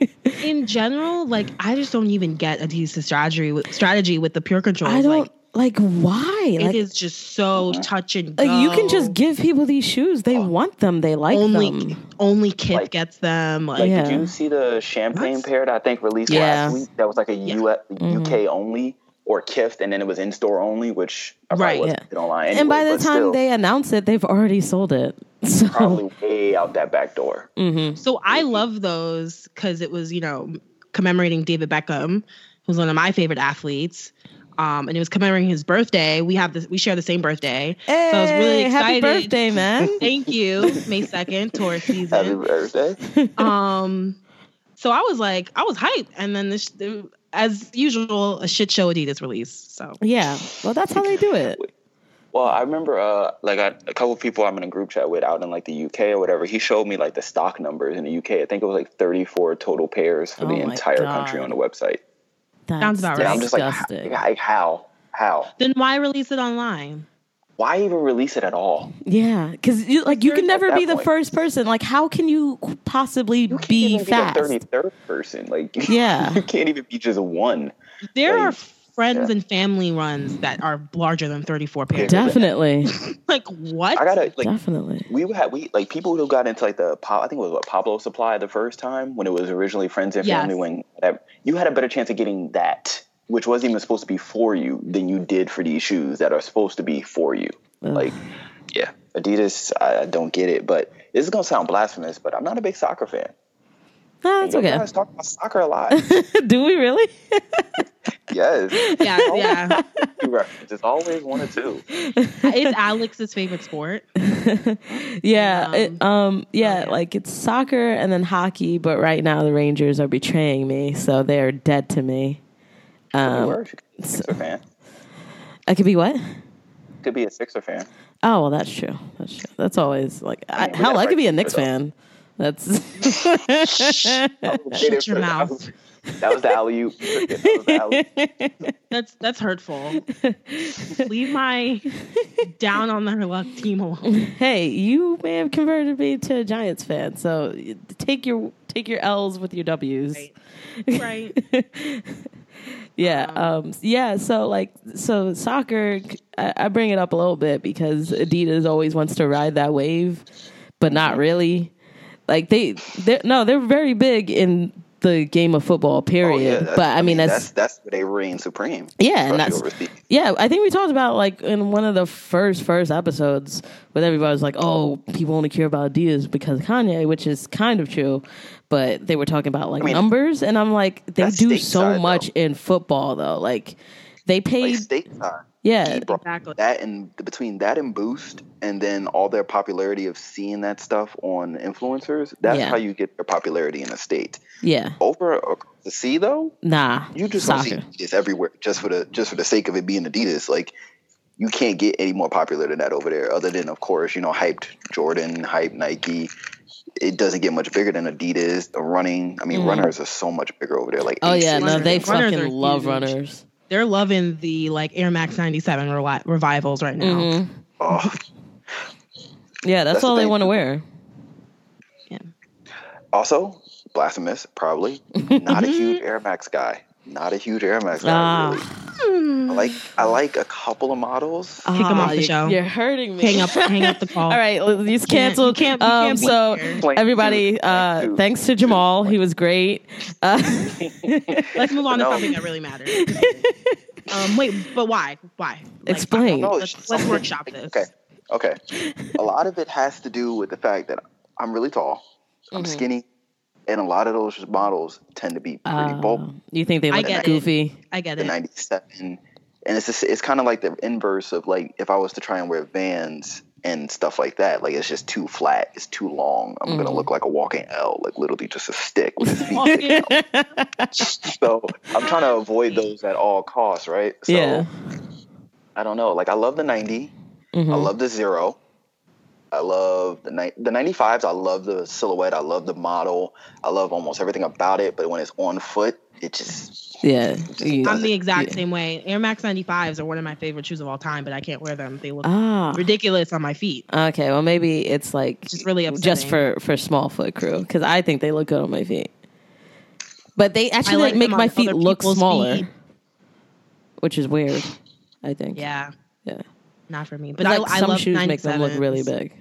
Speaker 2: in general, like I just don't even get Adidas' strategy with strategy with the pure controls.
Speaker 1: I
Speaker 2: like
Speaker 1: don't like, why.
Speaker 2: it
Speaker 1: Like, Uh-huh.
Speaker 2: is just so touch and go.
Speaker 1: like, you can just give people these shoes. They want them. They like
Speaker 2: only
Speaker 1: them.
Speaker 2: only Kip
Speaker 3: Like-
Speaker 2: gets them. Like,
Speaker 3: Like,
Speaker 1: Yeah.
Speaker 3: did you see the champagne
Speaker 2: What?
Speaker 3: pair that I think released
Speaker 1: Yeah. Mm-hmm.
Speaker 3: last week? That was like a U- UK only or Kift, and then it was in store only, which I probably
Speaker 2: Right.
Speaker 3: wasn't
Speaker 1: Yeah.
Speaker 3: online. Anyway,
Speaker 1: And by the
Speaker 3: but
Speaker 1: time
Speaker 3: still,
Speaker 1: they announce it, they've already sold it. So mm-hmm.
Speaker 3: probably way out that back door.
Speaker 2: so I love those because it was you know commemorating David Beckham, who's one of my favorite athletes. Um, and it was commemorating his birthday. We have this. We share the same birthday, so I was really
Speaker 1: Hey, happy
Speaker 2: excited.
Speaker 1: birthday, man.
Speaker 2: Thank you, May second, tour season.
Speaker 3: Happy birthday!
Speaker 2: um so i was like i was hyped and then this as usual a shit show adidas release so
Speaker 1: yeah. Well, that's how they do it.
Speaker 3: Well, I remember uh, like I, a couple people I'm in a group chat with out in like the UK or whatever. He showed me like the stock numbers in the UK. I think it was like 34 total pairs for
Speaker 1: Oh
Speaker 3: the
Speaker 1: my
Speaker 3: entire country
Speaker 1: God.
Speaker 3: on the website.
Speaker 1: That's
Speaker 2: Sounds about right.
Speaker 3: And I'm just like,
Speaker 1: disgusting.
Speaker 3: h- like, how, how?
Speaker 2: then why release it online
Speaker 3: why even release it at all?
Speaker 1: Yeah, because you like you can never
Speaker 3: that
Speaker 1: be the
Speaker 3: point.
Speaker 1: first person. Like, how can you possibly
Speaker 3: You can't
Speaker 1: be
Speaker 3: even
Speaker 1: fast?
Speaker 3: be the thirty third person. Like
Speaker 1: Yeah.
Speaker 3: you can't even be just one.
Speaker 2: There
Speaker 3: Like,
Speaker 2: are friends and family runs that are larger than 34 pairs.
Speaker 1: definitely,
Speaker 2: Like what?
Speaker 3: I gotta like
Speaker 1: definitely.
Speaker 3: we had we like people who got into like the Pa- I think it was what Pablo Supply the first time when it was originally Friends and
Speaker 2: Yes.
Speaker 3: Family when that you had a better chance of getting that which wasn't even supposed to be for you than you did for these shoes that are supposed to be for you.
Speaker 1: Ugh.
Speaker 3: Like yeah, Adidas I, I don't get it, but this is gonna sound blasphemous, but I'm not a big soccer fan.
Speaker 1: No, it's
Speaker 3: You
Speaker 1: okay.
Speaker 3: guys talk about soccer a lot.
Speaker 1: Do we really?
Speaker 3: yes,
Speaker 2: yeah, yeah.
Speaker 3: you reference. It's always one or two.
Speaker 2: It's Alex's favorite sport.
Speaker 1: Yeah,
Speaker 2: Um,
Speaker 1: it, um, yeah,
Speaker 2: okay.
Speaker 1: like it's soccer and then hockey, but right now the Rangers are betraying me, so they are dead to me.
Speaker 3: You
Speaker 1: Um,
Speaker 3: were a Sixer fan.
Speaker 1: I could be what?
Speaker 3: Could be a Sixer fan.
Speaker 1: Oh well, that's true. That's true. That's always like I,
Speaker 3: mean, we
Speaker 1: hell.
Speaker 3: got
Speaker 1: I could be a
Speaker 3: Rangers,
Speaker 1: Knicks
Speaker 3: though.
Speaker 1: fan. That's
Speaker 2: Shut your
Speaker 3: That was-
Speaker 2: mouth.
Speaker 3: That was the alley oop. That was the alley
Speaker 2: That's that's hurtful. Leave my down on their luck team alone.
Speaker 1: hey, you may have converted me to a Giants fan, so take your take your L's with your W's.
Speaker 2: Right. Right.
Speaker 1: Yeah. Um, yeah. So like, so soccer, I, I bring it up a little bit because Adidas always wants to ride that wave, but not really. Like they, they're, no, they're very big in the game of football. Period.
Speaker 3: Oh, that's-
Speaker 1: but I mean, Oh, that's,
Speaker 3: that's that's where they reign supreme.
Speaker 1: Yeah, and
Speaker 3: Especially
Speaker 1: that's-
Speaker 3: overseas.
Speaker 1: yeah. I think we talked about like in one of the first first episodes when everybody was like, "Oh, people only care about Adidas because of Kanye," which is kind of true. But they were talking about like
Speaker 3: mean,
Speaker 1: numbers, and I'm like, they
Speaker 3: that's
Speaker 1: do
Speaker 3: stateside,
Speaker 1: so
Speaker 3: though.
Speaker 1: much in football though. Like they
Speaker 3: like
Speaker 1: paid.
Speaker 3: stateside.
Speaker 1: Yeah.
Speaker 3: He brought
Speaker 2: Exactly.
Speaker 3: That and between that and Boost, and then all their popularity of seeing that stuff on influencers, that's
Speaker 1: Yeah.
Speaker 3: how you get your popularity in the state.
Speaker 1: Yeah.
Speaker 3: Over across the sea, though,
Speaker 1: Nah.
Speaker 3: you just don't see
Speaker 1: soccer.
Speaker 3: Adidas everywhere just for the just for the sake of it being Adidas. Like you can't get any more popular than that over there, other than of course, you know, hyped Jordan, hyped Nike. It doesn't get much bigger than Adidas. The running, I mean,
Speaker 1: Mhm.
Speaker 3: runners are so much bigger over there. Like
Speaker 1: Oh yeah, no,
Speaker 2: Runners-
Speaker 1: they
Speaker 2: runners
Speaker 1: fucking
Speaker 2: are
Speaker 1: love
Speaker 2: huge.
Speaker 1: runners.
Speaker 2: They're loving the like Air Max 97 revi- revivals right now.
Speaker 1: Mhm.
Speaker 3: oh,
Speaker 1: Yeah, that's,
Speaker 3: That's the
Speaker 1: all they
Speaker 3: thing.
Speaker 1: want to wear.
Speaker 3: Also, blasphemous, probably not a huge Air Max guy. Not a huge Air Max guy.
Speaker 1: Ah.
Speaker 3: Really. I like I like a couple of models.
Speaker 1: Pick
Speaker 2: 'em off
Speaker 1: Ah,
Speaker 2: the
Speaker 1: you,
Speaker 2: show.
Speaker 1: You're hurting me.
Speaker 2: Hang up hang up the call.
Speaker 1: All right, l- he's
Speaker 2: can't-
Speaker 1: canceled.
Speaker 2: you can't- you
Speaker 1: um,
Speaker 2: can't be
Speaker 1: so
Speaker 2: here.
Speaker 3: Point
Speaker 1: everybody,
Speaker 3: two,
Speaker 1: uh,
Speaker 3: point two.
Speaker 1: thanks to Jamal, he was great. Uh,
Speaker 2: Let's move on to
Speaker 3: No.
Speaker 2: something that really matters. um, wait, but why? Why? Like,
Speaker 1: Explain. Oh,
Speaker 3: No,
Speaker 2: Let's,
Speaker 3: it's
Speaker 2: let's
Speaker 3: something-
Speaker 2: workshop this.
Speaker 3: Okay, okay. A lot of it has to do with the fact that I'm really tall, I'm
Speaker 2: Mm-hmm.
Speaker 3: skinny, and a lot of those models tend to be pretty bulky.
Speaker 1: uh, you think they
Speaker 2: I
Speaker 1: look
Speaker 2: get it.
Speaker 1: goofy?
Speaker 2: I get
Speaker 3: the
Speaker 2: Oh, it.
Speaker 3: '97, and it's just, it's kind of like the inverse of like if I was to try and wear Vans and stuff like that, like it's just too flat, it's too long. I'm
Speaker 2: Mm-hmm.
Speaker 3: gonna look like a walking L, like literally just a stick with his feet. sticking out. so I'm trying to avoid those at all costs, right? So
Speaker 1: Yeah.
Speaker 3: I don't know. Like I love the '90,
Speaker 1: Mm-hmm.
Speaker 3: I love the zero. I love the ni- the 95s. I love the silhouette. I love the model. I love almost everything about it. But when it's on foot, it just
Speaker 1: Yeah. You-
Speaker 2: I'm the exact
Speaker 1: Yeah.
Speaker 2: same way. Air Max 95s are one of my favorite shoes of all time, but I can't wear them. They look
Speaker 1: Ah.
Speaker 2: ridiculous on my feet.
Speaker 1: Okay. Well, maybe it's like
Speaker 2: Ah. Just really
Speaker 1: just
Speaker 2: upsetting.
Speaker 1: for for small foot crew because I think they look good on my feet. But they actually like,
Speaker 2: like
Speaker 1: make
Speaker 2: them
Speaker 1: my
Speaker 2: on
Speaker 1: feet
Speaker 2: other
Speaker 1: look
Speaker 2: people's
Speaker 1: smaller,
Speaker 2: feet.
Speaker 1: which is weird. I think.
Speaker 2: Yeah,
Speaker 1: Yeah.
Speaker 2: not for me. But
Speaker 1: like
Speaker 2: I, I
Speaker 1: some
Speaker 2: love
Speaker 1: shoes make them look really
Speaker 2: 97s.
Speaker 1: big.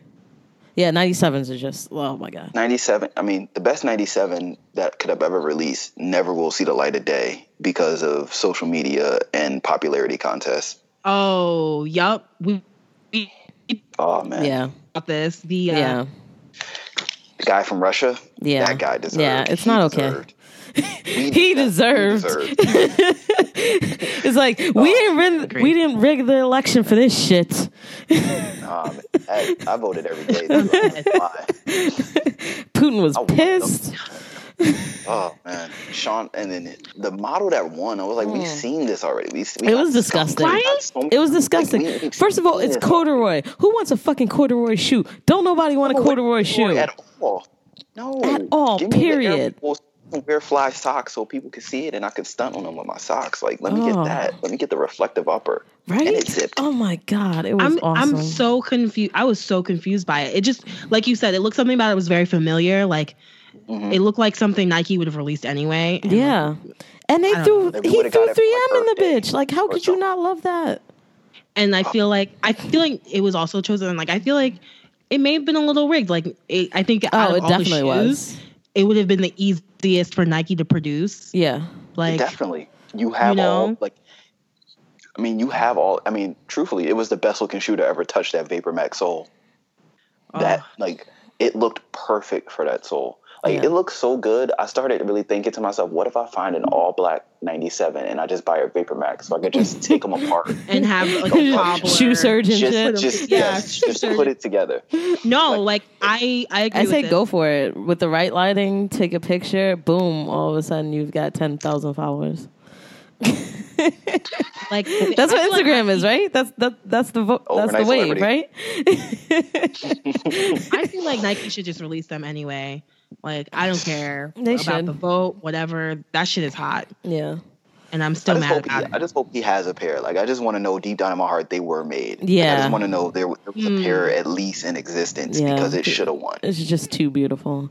Speaker 1: Yeah, 97s are just oh my god.
Speaker 3: 97 i mean the best 97 that could have ever released never will see the light of day because of social media and popularity contests
Speaker 2: Oh, yup. We, we
Speaker 3: oh man
Speaker 1: Yeah.
Speaker 2: about this. The uh,
Speaker 1: Yeah.
Speaker 3: the guy from russia
Speaker 1: Yeah.
Speaker 3: that guy deserved
Speaker 1: Yeah, it's not okay.
Speaker 3: okay
Speaker 1: He deserved. it's like
Speaker 3: Oh,
Speaker 1: we didn't rig, we didn't rig the election for this shit.
Speaker 3: um, I, I voted every day Why?
Speaker 1: Putin was
Speaker 3: I want
Speaker 1: pissed.
Speaker 3: oh man sean and then the model that won i was like we've seen this already we, we
Speaker 1: Hmm. It
Speaker 3: got
Speaker 1: was disgusting.
Speaker 3: we got so many-
Speaker 1: It was disgusting.
Speaker 3: Like, we- we've
Speaker 1: First of all,
Speaker 3: seen
Speaker 1: it's
Speaker 3: this
Speaker 1: corduroy. Who wants a fucking corduroy shoe? Don't nobody want a
Speaker 3: No,
Speaker 1: corduroy shoe.
Speaker 3: at all. No.
Speaker 1: At all,
Speaker 3: Give me the Air
Speaker 1: period.
Speaker 3: Force wear fly socks so people could see it and I could stunt on them with my socks. Like, let me get
Speaker 1: Oh.
Speaker 3: that. Let me get the reflective upper.
Speaker 1: Right?
Speaker 3: And it zipped.
Speaker 1: Oh my god, it was
Speaker 2: I'm
Speaker 1: awesome.
Speaker 2: I'm so confused. I was so confused by it. It just like you said, it looked something about it was very familiar. Like
Speaker 3: Mhm.
Speaker 2: it looked like something Nike would have released anyway. And, like,
Speaker 1: yeah. And they
Speaker 2: I
Speaker 1: threw
Speaker 3: know. They
Speaker 1: he
Speaker 3: would've
Speaker 1: threw
Speaker 3: got it for,
Speaker 1: 3M
Speaker 3: like,
Speaker 1: in the
Speaker 3: Earth Day
Speaker 1: bitch. Like how
Speaker 3: or
Speaker 1: could you
Speaker 3: something.
Speaker 1: not love that?
Speaker 2: and I feel like I feel like it was also chosen. Like I feel like it may have been a little rigged. Like it, I think out
Speaker 1: Oh,
Speaker 2: of
Speaker 1: it
Speaker 2: all the
Speaker 1: definitely
Speaker 2: shoes,
Speaker 1: was.
Speaker 2: It would have been the easiest for Nike to produce.
Speaker 1: Yeah.
Speaker 2: Like
Speaker 3: Definitely. You have
Speaker 2: you
Speaker 3: all
Speaker 2: know?
Speaker 3: like I mean, you have all I mean, truthfully, it was the best looking shoe to ever touch that Vapor Max sole. That
Speaker 2: oh,
Speaker 3: like it looked perfect for that sole. Like
Speaker 1: Ah. Yeah.
Speaker 3: it looked so good. I started really thinking to myself, what if I find an all black 97 and I just buy a Vapor Max so I could just take them apart.
Speaker 2: and have like a cobbler.
Speaker 1: Shoe surgeon
Speaker 3: Just,
Speaker 1: shit.
Speaker 3: just,
Speaker 2: Yeah,
Speaker 3: yes,
Speaker 2: shoe
Speaker 3: just
Speaker 2: surgeon.
Speaker 3: put it together.
Speaker 2: No, like, I I agree.
Speaker 1: I say
Speaker 2: with
Speaker 1: go
Speaker 2: It.
Speaker 1: for it. With the right lighting, take a picture, boom, all of a sudden you've got 10,000 followers.
Speaker 2: Like
Speaker 1: That's
Speaker 2: I
Speaker 1: what
Speaker 2: feel like
Speaker 1: Instagram is, right? That's that that's the vo- that's the
Speaker 3: Overnight
Speaker 1: wave,
Speaker 3: celebrity.
Speaker 1: right?
Speaker 2: I feel like Nike should just release them anyway. Like I don't care
Speaker 1: They
Speaker 2: about
Speaker 1: should.
Speaker 2: the vote, whatever. That shit is hot,
Speaker 1: yeah.
Speaker 2: and I'm
Speaker 3: I
Speaker 2: still
Speaker 3: just,
Speaker 2: mad
Speaker 3: hope he,
Speaker 2: about it.
Speaker 3: I just hope he has a pair. Like I just want to know deep down in my heart they were made. Like, I
Speaker 1: Yeah. Hmm.
Speaker 3: just want to know there, there was
Speaker 2: Mm.
Speaker 3: a pair at least in existence
Speaker 1: Yeah.
Speaker 3: because it should have won.
Speaker 1: It's just too beautiful.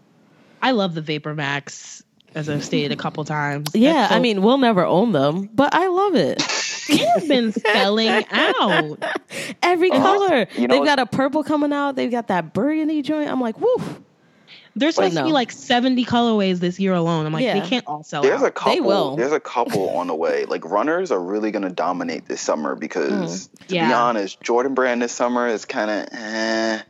Speaker 2: I love the Vapor Max, as I've stated a couple times.
Speaker 1: Yeah,
Speaker 2: That's so-
Speaker 1: I mean, we'll never own them, but I love it.
Speaker 2: they've been selling out.
Speaker 1: Every color.
Speaker 3: Oh, you know
Speaker 1: They've
Speaker 3: what-
Speaker 1: got a purple coming out. They've got that burgundy joint. I'm like, woof.
Speaker 2: There's supposed
Speaker 1: no.
Speaker 2: to be like 70 colorways this year alone. I'm like,
Speaker 1: Yeah.
Speaker 2: they can't all sell
Speaker 3: There's a
Speaker 2: out.
Speaker 3: couple.
Speaker 1: will.
Speaker 3: There's a couple on the way. Like runners are really going to dominate this summer because, to be
Speaker 2: Yeah.
Speaker 3: honest, Jordan Brand this summer is kind of, eh.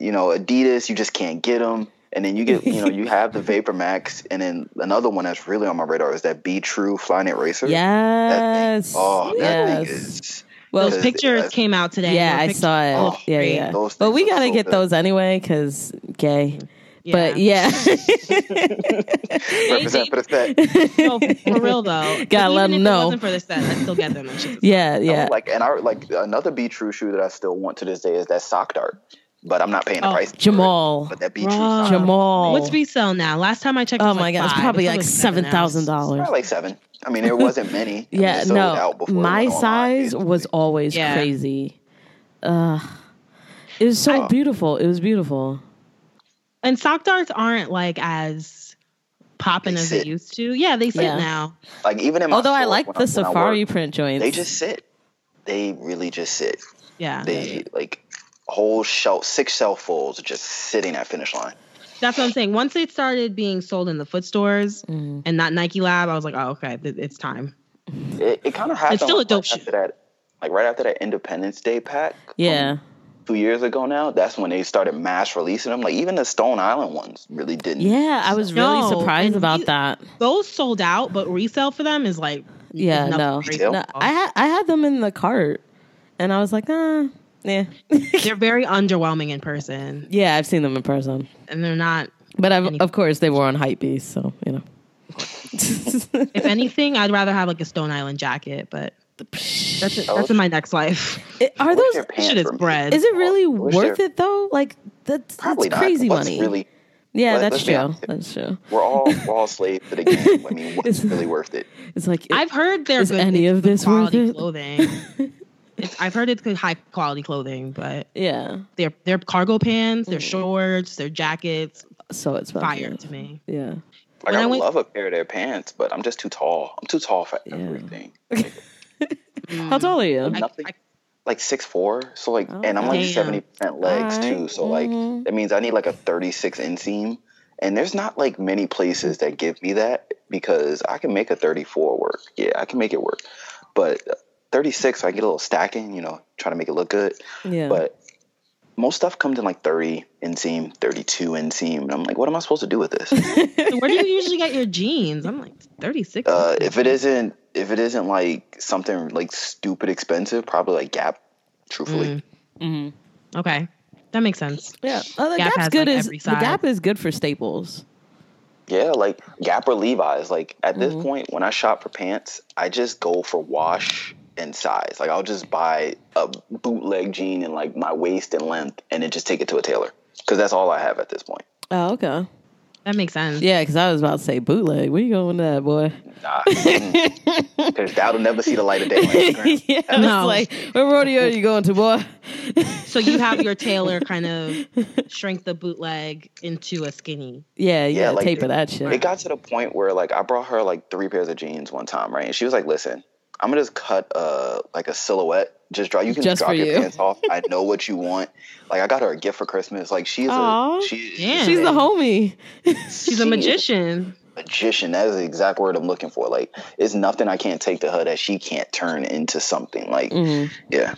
Speaker 3: you know, Adidas. You just can't get them. And then you get, you know, you have the Vapor Max, and then another one that's really on my radar is that Be True Flyknit Racer. That
Speaker 1: Yes.
Speaker 3: thing, oh, that
Speaker 1: yes.
Speaker 3: thing is.
Speaker 1: well,
Speaker 2: Those pictures
Speaker 3: Yes.
Speaker 2: came out today.
Speaker 1: yeah,
Speaker 2: Those
Speaker 1: I
Speaker 2: pictures-
Speaker 1: saw it.
Speaker 3: Oh,
Speaker 1: yeah,
Speaker 2: great.
Speaker 1: yeah.
Speaker 3: Those
Speaker 1: But
Speaker 3: things
Speaker 1: we
Speaker 3: look
Speaker 1: gotta
Speaker 3: so
Speaker 1: get
Speaker 3: good.
Speaker 1: those anyway because gay.
Speaker 2: Yeah.
Speaker 1: But yeah,
Speaker 3: Represent for the set.
Speaker 2: no, for real though.
Speaker 1: Gotta let 'em
Speaker 2: Even if it
Speaker 1: know.
Speaker 2: wasn't for the set, I still get them. That shit's-
Speaker 1: yeah,
Speaker 3: No,
Speaker 1: yeah.
Speaker 3: Like and I like another be true shoe that I still want to this day is that sock dart, but I'm not paying the
Speaker 2: Oh,
Speaker 3: price. for it.
Speaker 1: Jamal,
Speaker 3: But that be true
Speaker 2: Bruh.
Speaker 3: sock.
Speaker 1: Jamal.
Speaker 2: What's resale now? Last time I checked, it
Speaker 1: oh
Speaker 2: was,
Speaker 1: my
Speaker 2: like,
Speaker 1: god, it's
Speaker 2: five.
Speaker 1: probably
Speaker 2: It's
Speaker 1: like
Speaker 2: seven
Speaker 1: seven
Speaker 2: now.
Speaker 1: thousand dollars.
Speaker 3: Probably like seven. I mean, there wasn't many. I mean,
Speaker 1: Yeah,
Speaker 3: it sold
Speaker 1: no.
Speaker 3: out before it
Speaker 1: My
Speaker 3: went online,
Speaker 1: size was
Speaker 3: basically.
Speaker 1: always
Speaker 2: Yeah.
Speaker 1: crazy. Ugh. It was so beautiful. It was beautiful.
Speaker 2: And sock darts aren't like as popping
Speaker 3: They
Speaker 2: as
Speaker 3: sit.
Speaker 2: they used to. Yeah, they sit
Speaker 1: Yeah.
Speaker 2: now.
Speaker 3: like even in my
Speaker 1: Although I
Speaker 3: store
Speaker 1: like
Speaker 3: when
Speaker 1: the
Speaker 3: when I
Speaker 1: safari
Speaker 3: work,
Speaker 1: print joints.
Speaker 3: they just sit. They really just sit.
Speaker 2: Yeah.
Speaker 3: They like whole shelf, six shelf fulls, just sitting at finish line.
Speaker 2: That's what I'm saying. Once it started being sold in the foot stores
Speaker 1: Mm.
Speaker 2: and not Nike Lab, I was like, oh, okay, th- it's time.
Speaker 3: It, it kind of happened.
Speaker 2: still a
Speaker 3: like,
Speaker 2: dope
Speaker 3: right
Speaker 2: shoe.
Speaker 3: after that, like right after that Independence Day pack.
Speaker 1: yeah.
Speaker 3: two years ago now, that's when they started mass releasing them. Like even the Stone Island ones really didn't.
Speaker 1: yeah, I was really
Speaker 2: No,
Speaker 1: surprised
Speaker 2: and
Speaker 1: about
Speaker 2: you-
Speaker 1: that.
Speaker 2: Those sold out, but resale for them is like,
Speaker 1: Yeah,
Speaker 2: is nothing
Speaker 1: no.
Speaker 2: crazy.
Speaker 3: Retail?
Speaker 1: No, I had I had them in the cart and I was like, ah, yeah.
Speaker 2: They're very underwhelming in person,
Speaker 1: yeah, I've seen them in person.
Speaker 2: and they're not.
Speaker 1: But I've, of course they were on Hypebeast, so you know.
Speaker 2: If anything, I'd rather have like a Stone Island jacket, but that's
Speaker 3: Oh.
Speaker 2: that's in my next life.
Speaker 1: It- are
Speaker 3: Where's
Speaker 1: those
Speaker 3: your pants
Speaker 2: Shit is
Speaker 3: for me?
Speaker 2: bread.
Speaker 1: is it really
Speaker 3: Where's
Speaker 1: worth
Speaker 3: your-
Speaker 1: it though? Like that's, that's
Speaker 3: Probably not.
Speaker 1: crazy
Speaker 3: What's
Speaker 1: money.
Speaker 3: Really,
Speaker 1: yeah,
Speaker 3: let-
Speaker 1: that's
Speaker 3: let's be
Speaker 1: true.
Speaker 3: honest.
Speaker 1: That's true.
Speaker 3: we're all we're all slaves to the game. I mean, what's
Speaker 1: It's-
Speaker 3: really worth it?
Speaker 1: It's like
Speaker 2: I've heard they're
Speaker 1: Is
Speaker 2: good,
Speaker 1: any
Speaker 2: it's
Speaker 1: of
Speaker 2: good
Speaker 1: this worth
Speaker 2: quality
Speaker 1: it?
Speaker 2: clothing. it's, I've heard it's good high quality clothing, but
Speaker 1: yeah,
Speaker 2: their their cargo pants, their
Speaker 3: Mm-hmm.
Speaker 2: shorts, their jackets,
Speaker 1: so it's
Speaker 2: fire to me.
Speaker 1: Yeah,
Speaker 3: Like
Speaker 2: When
Speaker 3: I,
Speaker 2: I
Speaker 3: would
Speaker 2: went-
Speaker 3: love a pair of their pants, but I'm just too tall. I'm too tall for
Speaker 1: Yeah.
Speaker 3: everything. Mm.
Speaker 1: how tall are you?
Speaker 2: I-
Speaker 3: Nothing.
Speaker 2: I-
Speaker 3: like six four, so like, and I'm like
Speaker 2: Damn.
Speaker 3: seventy percent legs
Speaker 1: Alright.
Speaker 3: too. So like,
Speaker 1: Mhm.
Speaker 3: that means I need like a thirty six inseam, and there's not like many places that give me that because I can make a thirty four work. Yeah, I can make it work, but thirty six, I get a little stacking, you know, trying to make it look good.
Speaker 1: Yeah,
Speaker 3: But most stuff comes in like thirty inseam, thirty two inseam, and I'm like, what am I supposed to do with this?
Speaker 2: So Where do you usually get your jeans? I'm like 36.
Speaker 3: uh, if it isn't if it isn't like something like stupid expensive, probably like Gap. Truthfully,
Speaker 2: okay, that makes sense.
Speaker 1: Mm-hmm. yeah. Oh, the
Speaker 2: Gap
Speaker 1: gap's
Speaker 2: has,
Speaker 1: good
Speaker 2: like,
Speaker 1: is
Speaker 2: every
Speaker 1: the
Speaker 2: size.
Speaker 1: gap is good for staples.
Speaker 3: Yeah, like Gap or Levi's. Like at this point, when I shop for pants, I just go for wash and size. Like I'll just buy a bootleg jean and like my waist and length, and then just take it to a tailor because that's all I have at this point.
Speaker 1: Oh, okay.
Speaker 2: That makes sense.
Speaker 1: Yeah, because I was about to say bootleg. Where you going with that, boy?
Speaker 3: Nah, because that'll never see the light of day. on Instagram.
Speaker 1: yeah, I
Speaker 2: No.
Speaker 1: was like, what rodeo are you going to, boy?
Speaker 2: So you have your tailor kind of shrink the bootleg into a skinny.
Speaker 1: Yeah, you
Speaker 3: Yeah,
Speaker 1: gotta
Speaker 3: like,
Speaker 1: taper that
Speaker 3: It
Speaker 1: shit.
Speaker 3: got to the point where like I brought her like three pairs of jeans one time, right? And she was like, "Listen, I'm gonna just cut uh like a silhouette. Just draw. You can
Speaker 1: Just
Speaker 3: drop
Speaker 1: for
Speaker 3: your
Speaker 1: you."
Speaker 3: pants off. I know what you want. Like I got her a gift for Christmas. Like she's
Speaker 1: Aw.
Speaker 3: a she,
Speaker 2: Damn.
Speaker 1: She's the homie.
Speaker 2: She's a magician.
Speaker 3: magician. That is the exact word I'm looking for. Like it's nothing I can't take to her that she can't turn into something. Like
Speaker 1: Mm,
Speaker 3: yeah,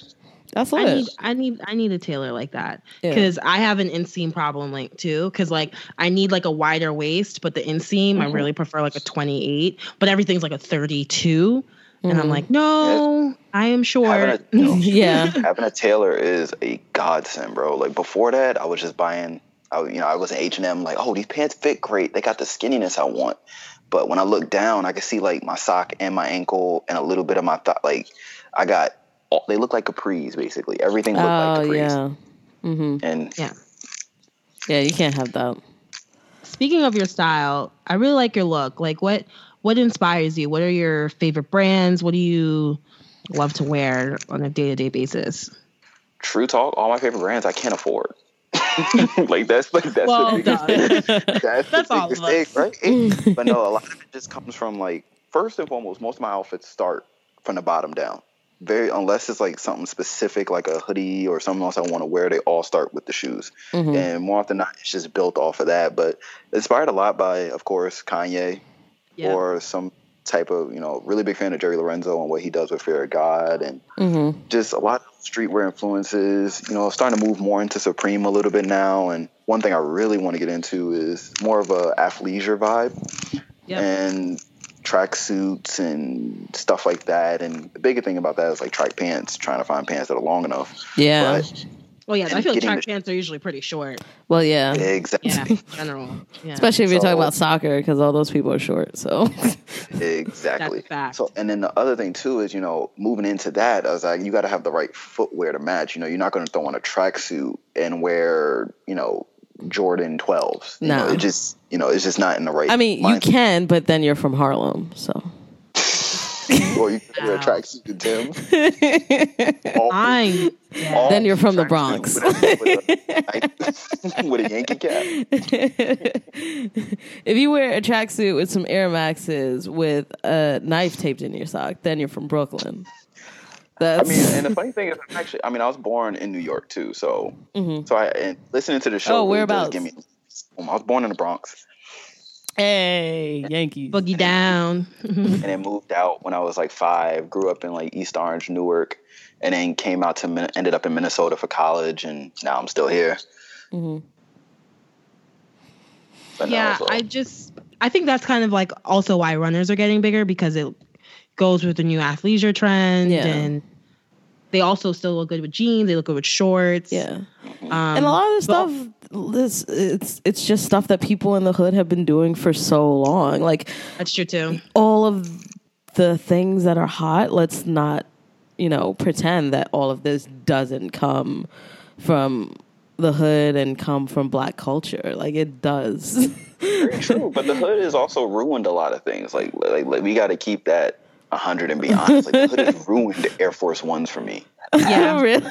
Speaker 1: that's
Speaker 2: Mm-hmm. I need,
Speaker 1: lit.
Speaker 2: I need, I need a tailor like that
Speaker 1: Yeah.
Speaker 2: because I have an inseam problem, like too. Because like I need like a wider waist, but the inseam I
Speaker 1: Mm-hmm.
Speaker 3: Mhm.
Speaker 2: really prefer like a twenty-eight, but everything's like a thirty-two, and I'm
Speaker 1: Mhm.
Speaker 2: like, no, I am short.
Speaker 3: having a, you know,
Speaker 1: yeah.
Speaker 3: having a tailor is a godsend, bro. Like before that, I was just buying. I, you know, I was an H and M. Like, oh, these pants fit great. They got the skinniness I want. But when I look down, I can see like my sock and my ankle and a little bit of my thigh. Like, I got. all- They look like capris, basically. Everything looked
Speaker 1: Oh
Speaker 3: like capris.
Speaker 1: yeah. hmm
Speaker 3: And
Speaker 2: Yeah.
Speaker 1: Yeah, you can't have that.
Speaker 2: Speaking of your style, I really like your look. Like what, what inspires you? What are your favorite brands? What do you love to wear on a day-to-day basis?
Speaker 3: true talk, all my favorite brands I can't afford. like that's like that's
Speaker 2: Well
Speaker 3: the biggest
Speaker 2: done.
Speaker 3: thing. That's,
Speaker 2: That's
Speaker 3: the
Speaker 2: all
Speaker 3: biggest
Speaker 2: of us.
Speaker 3: thing, right? but no, a lot of it just comes from like first and foremost, most of my outfits start from the bottom down. Very unless it's like something specific, like a hoodie or something else I want to wear, they all start with the shoes.
Speaker 1: Mhm.
Speaker 3: And more often than not, it's just built off of that. But inspired a lot by, of course, Kanye
Speaker 2: Yeah.
Speaker 3: or some type of, you know, really big fan of Jerry Lorenzo and what he does with Fear of God and
Speaker 1: Mm-hmm.
Speaker 3: just a lot of streetwear influences. You know, I'm starting to move more into Supreme a little bit now. And one thing I really want to get into is more of a athleisure vibe
Speaker 2: Yep.
Speaker 3: and tracksuits and stuff like that. And the bigger thing about that is like track pants, trying to find pants that are long enough.
Speaker 1: Yeah.
Speaker 3: But
Speaker 2: Well, Oh, yeah, I
Speaker 3: and
Speaker 2: feel like
Speaker 3: getting
Speaker 2: track
Speaker 3: the-
Speaker 2: pants are usually pretty short.
Speaker 1: Well, yeah.
Speaker 3: exactly,
Speaker 2: Yeah, in general. Yeah.
Speaker 1: Especially if you're talking
Speaker 3: So-
Speaker 1: about soccer, because all those people are short. So
Speaker 2: That's
Speaker 3: exactly.
Speaker 2: a fact.
Speaker 3: So, and then the other thing too is you know moving into that, I was like, you got to have the right footwear to match. You know, you're not going to throw on a tracksuit and wear you know Jordan 12s. You know,
Speaker 1: No.
Speaker 3: it just you know it's just not in the right.
Speaker 1: I mean, you
Speaker 3: mindset.
Speaker 1: can, but then you're from Harlem, so
Speaker 3: or you can wear a
Speaker 2: Wow.
Speaker 3: tracksuit to Tim. all,
Speaker 2: I'm
Speaker 3: all
Speaker 1: Then you're from the
Speaker 3: tracksuit
Speaker 1: Bronx.
Speaker 3: With a, with a- with a Yankee cap.
Speaker 1: if you wear a tracksuit with some Air Maxes with a knife taped in your sock, then you're from Brooklyn.
Speaker 3: I
Speaker 1: That's
Speaker 3: mean, and the funny thing is, I'm actually, I mean, I was born in New York too, so so I and listening to the show.
Speaker 1: Mm-hmm. Oh,
Speaker 3: really
Speaker 1: whereabouts?
Speaker 3: does give me. I was born in the Bronx.
Speaker 1: hey Yankees.
Speaker 2: boogie down.
Speaker 3: and then moved out when I was like five. Grew up in like East Orange, Newark, and then came out to Min- ended up in Minnesota for college, and now I'm still here.
Speaker 1: Mhm.
Speaker 3: But no,
Speaker 2: yeah,
Speaker 3: so-
Speaker 2: I just I think that's kind of like also why runners are getting bigger because it goes with the new athleisure trend
Speaker 1: Yeah.
Speaker 2: and they also still look good with jeans, they look good with shorts.
Speaker 1: Yeah,
Speaker 2: Um,
Speaker 1: and a lot of
Speaker 2: but-
Speaker 1: stuff. This it's it's just stuff that people in the hood have been doing for so long. Like
Speaker 2: That's true too.
Speaker 1: all of the things that are hot, let's not, you know, pretend that all of this doesn't come from the hood and come from black culture. Like it does.
Speaker 3: true, but the hood has also ruined a lot of things. Like like, like we got to keep that hundred and be honest. Like the hood has ruined Air Force Ones for me.
Speaker 2: Yeah.
Speaker 1: really?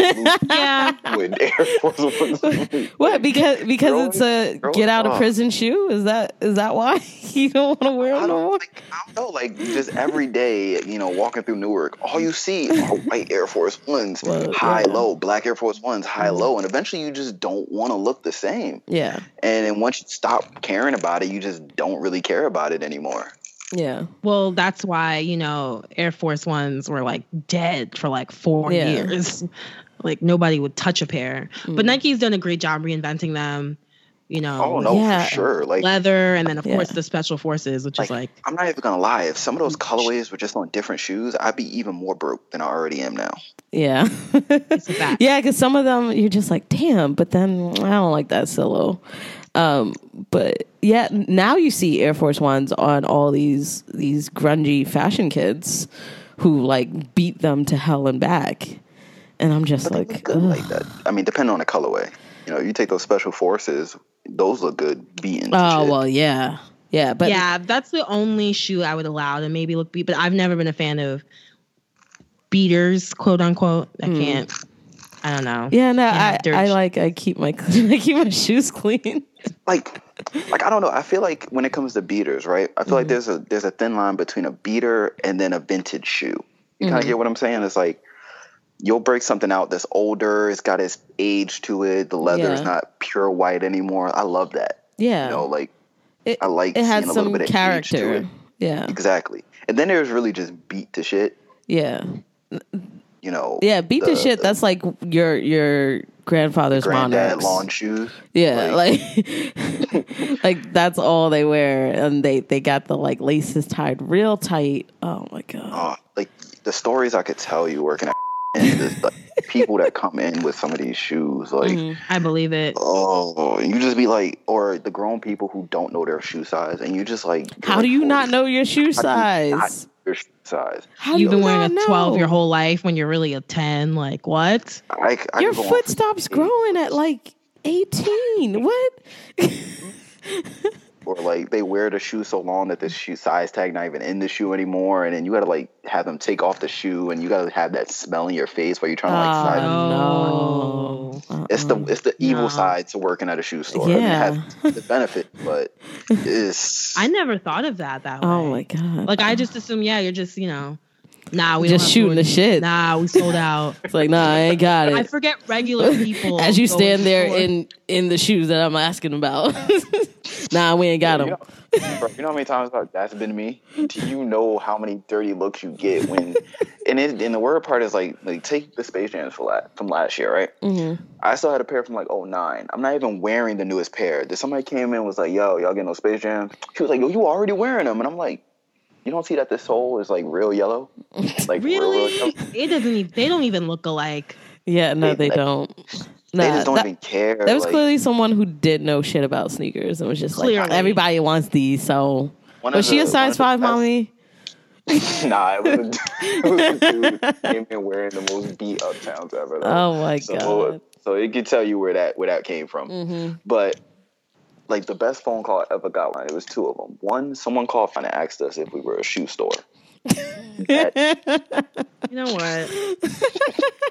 Speaker 2: yeah.
Speaker 3: Ruined Air Force Ones. For me.
Speaker 1: What? Because because it's a
Speaker 3: Growing-
Speaker 1: get out of
Speaker 3: growing up.
Speaker 1: prison shoe? Is that is that why you don't want to wear
Speaker 3: I
Speaker 1: them no
Speaker 3: don't,
Speaker 1: more?
Speaker 3: like, I don't know. Like just every day, you know, walking through Newark, all you see are white Air Force Ones,
Speaker 1: Well,
Speaker 3: high
Speaker 1: yeah.
Speaker 3: low, black Air Force Ones,
Speaker 1: Mm-hmm.
Speaker 3: high low, and eventually you just don't want to look the same.
Speaker 1: Yeah.
Speaker 3: And then once you stop caring about it, you just don't really care about it anymore.
Speaker 1: Yeah.
Speaker 2: Well, that's why, you know, Air Force Ones were like dead for like four
Speaker 1: Yeah. Mm.
Speaker 2: years. Like nobody would touch a pair. But Nike's done a great job reinventing them, you know.
Speaker 3: Oh no,
Speaker 1: Yeah.
Speaker 3: for sure. Like
Speaker 2: leather, and then of
Speaker 1: Yeah.
Speaker 2: course the special forces, which is like
Speaker 3: I'm not even gonna lie. If some of those
Speaker 1: Mm-hmm.
Speaker 3: colorways were just on different shoes, I'd be even more broke than I already am now.
Speaker 1: Yeah.
Speaker 2: a fact.
Speaker 1: yeah, because some of them you're just like, damn, but then I don't like that solo. Um, but yeah, now you see Air Force Ones on all these these grungy fashion kids who like beat them to hell and back. And I'm just
Speaker 3: But they look
Speaker 1: like,
Speaker 3: good
Speaker 1: ugh.
Speaker 3: like that. I mean, depending on the colorway. You know, you take those special forces. those look good beaten.
Speaker 1: Oh well, yeah, yeah, but
Speaker 2: yeah, that's the only shoe I would allow to maybe look beat. But I've never been a fan of beaters, quote unquote. I can't. I don't know.
Speaker 1: Hmm. yeah, no,
Speaker 2: Yeah, dirt
Speaker 1: I, I
Speaker 2: sh-
Speaker 1: like I keep my I keep my shoes clean.
Speaker 3: like like I don't know. I feel like when it comes to beaters, right? I
Speaker 1: Mm-hmm.
Speaker 3: feel like there's a there's a thin line between a beater and then a vintage shoe. You kind of
Speaker 1: Mm-hmm.
Speaker 3: get what I'm saying? It's like you'll break something out that's older. It's got its age to it. The leather's
Speaker 1: Yeah.
Speaker 3: not pure white anymore. I love that.
Speaker 1: Yeah,
Speaker 3: You know, like
Speaker 1: it,
Speaker 3: I like
Speaker 1: it
Speaker 3: seeing
Speaker 1: has
Speaker 3: a little
Speaker 1: some
Speaker 3: bit of age to
Speaker 1: character.
Speaker 3: it.
Speaker 1: Yeah,
Speaker 3: exactly. And then there's really just beat to shit.
Speaker 1: yeah,
Speaker 3: You know,
Speaker 1: yeah. Beat the,
Speaker 3: the-
Speaker 1: shit. That's like your your grandfather's
Speaker 3: uh, granddad
Speaker 1: monarchs.
Speaker 3: lawn shoes.
Speaker 1: Yeah, like like that's all they wear, and they they got the like laces tied real tight. Oh my god.
Speaker 3: Oh, like the stories I could tell you working at and just like people that come in with some of these shoes, like
Speaker 1: Mm-hmm.
Speaker 2: I believe it.
Speaker 3: oh, and you just be like, or the grown people who don't know their shoe size, and you just like,
Speaker 1: How do you not know your shoe
Speaker 3: How do you not
Speaker 1: size?
Speaker 3: know your shoe size?
Speaker 1: How do
Speaker 2: You've been
Speaker 1: you
Speaker 2: wearing
Speaker 1: not
Speaker 2: a 12
Speaker 1: know?
Speaker 2: your whole life when you're really a 10. Like, what?
Speaker 3: I, I
Speaker 1: Your
Speaker 3: could go on
Speaker 1: foot
Speaker 3: for-
Speaker 1: stops growing at like 18. What?
Speaker 3: or like they wear the shoe so long that the shoe size tag not even in the shoe anymore, and then you gotta like have them take off the shoe, and you gotta have that smell in your face while you're trying to like size.
Speaker 2: Oh.
Speaker 1: no.
Speaker 3: It's
Speaker 1: Uh-uh.
Speaker 3: the it's the evil
Speaker 2: No.
Speaker 3: side to working at a shoe store. I mean, it
Speaker 1: Yeah.
Speaker 3: has the benefit, but it's
Speaker 2: I never thought of that that way.
Speaker 1: Oh my god.
Speaker 2: Like, I just assume, yeah, you're just, you know, nah, we
Speaker 1: Just
Speaker 2: don't have
Speaker 1: shooting the
Speaker 2: Jordans.
Speaker 1: shit.
Speaker 2: Nah, we sold out.
Speaker 1: it's like, nah, I ain't got
Speaker 2: I
Speaker 1: it.
Speaker 2: forget regular people.
Speaker 1: As you
Speaker 2: go
Speaker 1: stand
Speaker 2: the
Speaker 1: there
Speaker 2: store.
Speaker 1: in in the shoes that I'm asking about. nah, we ain't got
Speaker 3: You
Speaker 1: them.
Speaker 3: know, bro, you know how many times like, that's been me? Do you know how many dirty looks you get when? and it, and the word part is like like take the Space Jams for la- from last year, right?
Speaker 1: Mm-hmm.
Speaker 3: I still had a pair from like '09. I'm not even wearing the newest pair. Then somebody came in and was like, "Yo, y'all getting those Space Jams?" She was like, "Yo, you already wearing them?" And I'm like, "You don't see that the sole is like real yellow, like real, real
Speaker 2: Really?
Speaker 3: yellow?
Speaker 2: It doesn't even, they don't even look alike.
Speaker 1: Yeah, no, they
Speaker 3: They-
Speaker 1: don't. Nah,
Speaker 3: They just don't
Speaker 1: that,
Speaker 3: even care."
Speaker 1: that was
Speaker 3: like,
Speaker 1: clearly someone who did know shit about sneakers and was just like,
Speaker 2: Clearly.
Speaker 1: everybody wants these, so.
Speaker 3: one
Speaker 1: Was
Speaker 3: of
Speaker 1: she
Speaker 3: the-
Speaker 1: a
Speaker 3: one
Speaker 1: size
Speaker 3: of the
Speaker 1: five,
Speaker 3: best-
Speaker 1: mommy?
Speaker 3: Nah, it was a, it was a dude who came in wearing the most beat up towns ever. though.
Speaker 1: Oh my
Speaker 3: so,
Speaker 1: god. Mm-hmm.
Speaker 3: So it could tell you where that where that came from. But like the best phone call I ever got, it was two of them. One, someone called and asked us if we were a shoe store.
Speaker 2: You know what?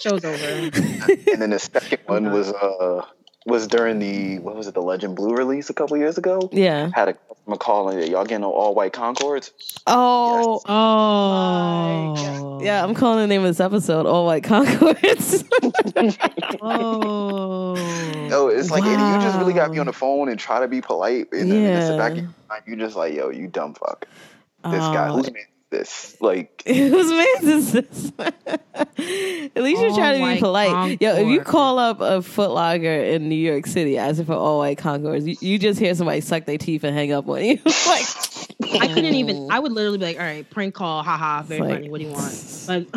Speaker 2: Show's over.
Speaker 3: And then the second one was uh was during the what was it the Legend Blue release a couple years ago.
Speaker 1: Yeah.
Speaker 3: Had a customer call and y'all getting all white Concords?
Speaker 1: Oh,
Speaker 2: Oh.
Speaker 1: yeah. I'm calling the name of this episode All White Concords.
Speaker 2: Oh.
Speaker 3: No, it's like Andy, you just really got me
Speaker 1: Wow.
Speaker 3: on the phone and try to be polite, and then in the back of
Speaker 1: Yeah.
Speaker 3: your mind, you just like, yo, you dumb fuck. This guy,
Speaker 1: Oh.
Speaker 3: who's man is this? Like,
Speaker 1: Whose man's is this? At least
Speaker 3: Oh
Speaker 1: you're
Speaker 2: All
Speaker 1: trying to be
Speaker 2: white
Speaker 1: polite. Yo, if you
Speaker 2: Concord.
Speaker 1: call up a Foot Locker in New York City asking for all white Concords, you, you just hear somebody suck their teeth and hang up on you. like,
Speaker 2: I couldn't even. I would literally be like, "All right, prank call, haha, very
Speaker 1: It's like-
Speaker 2: funny. What do you want?" Like,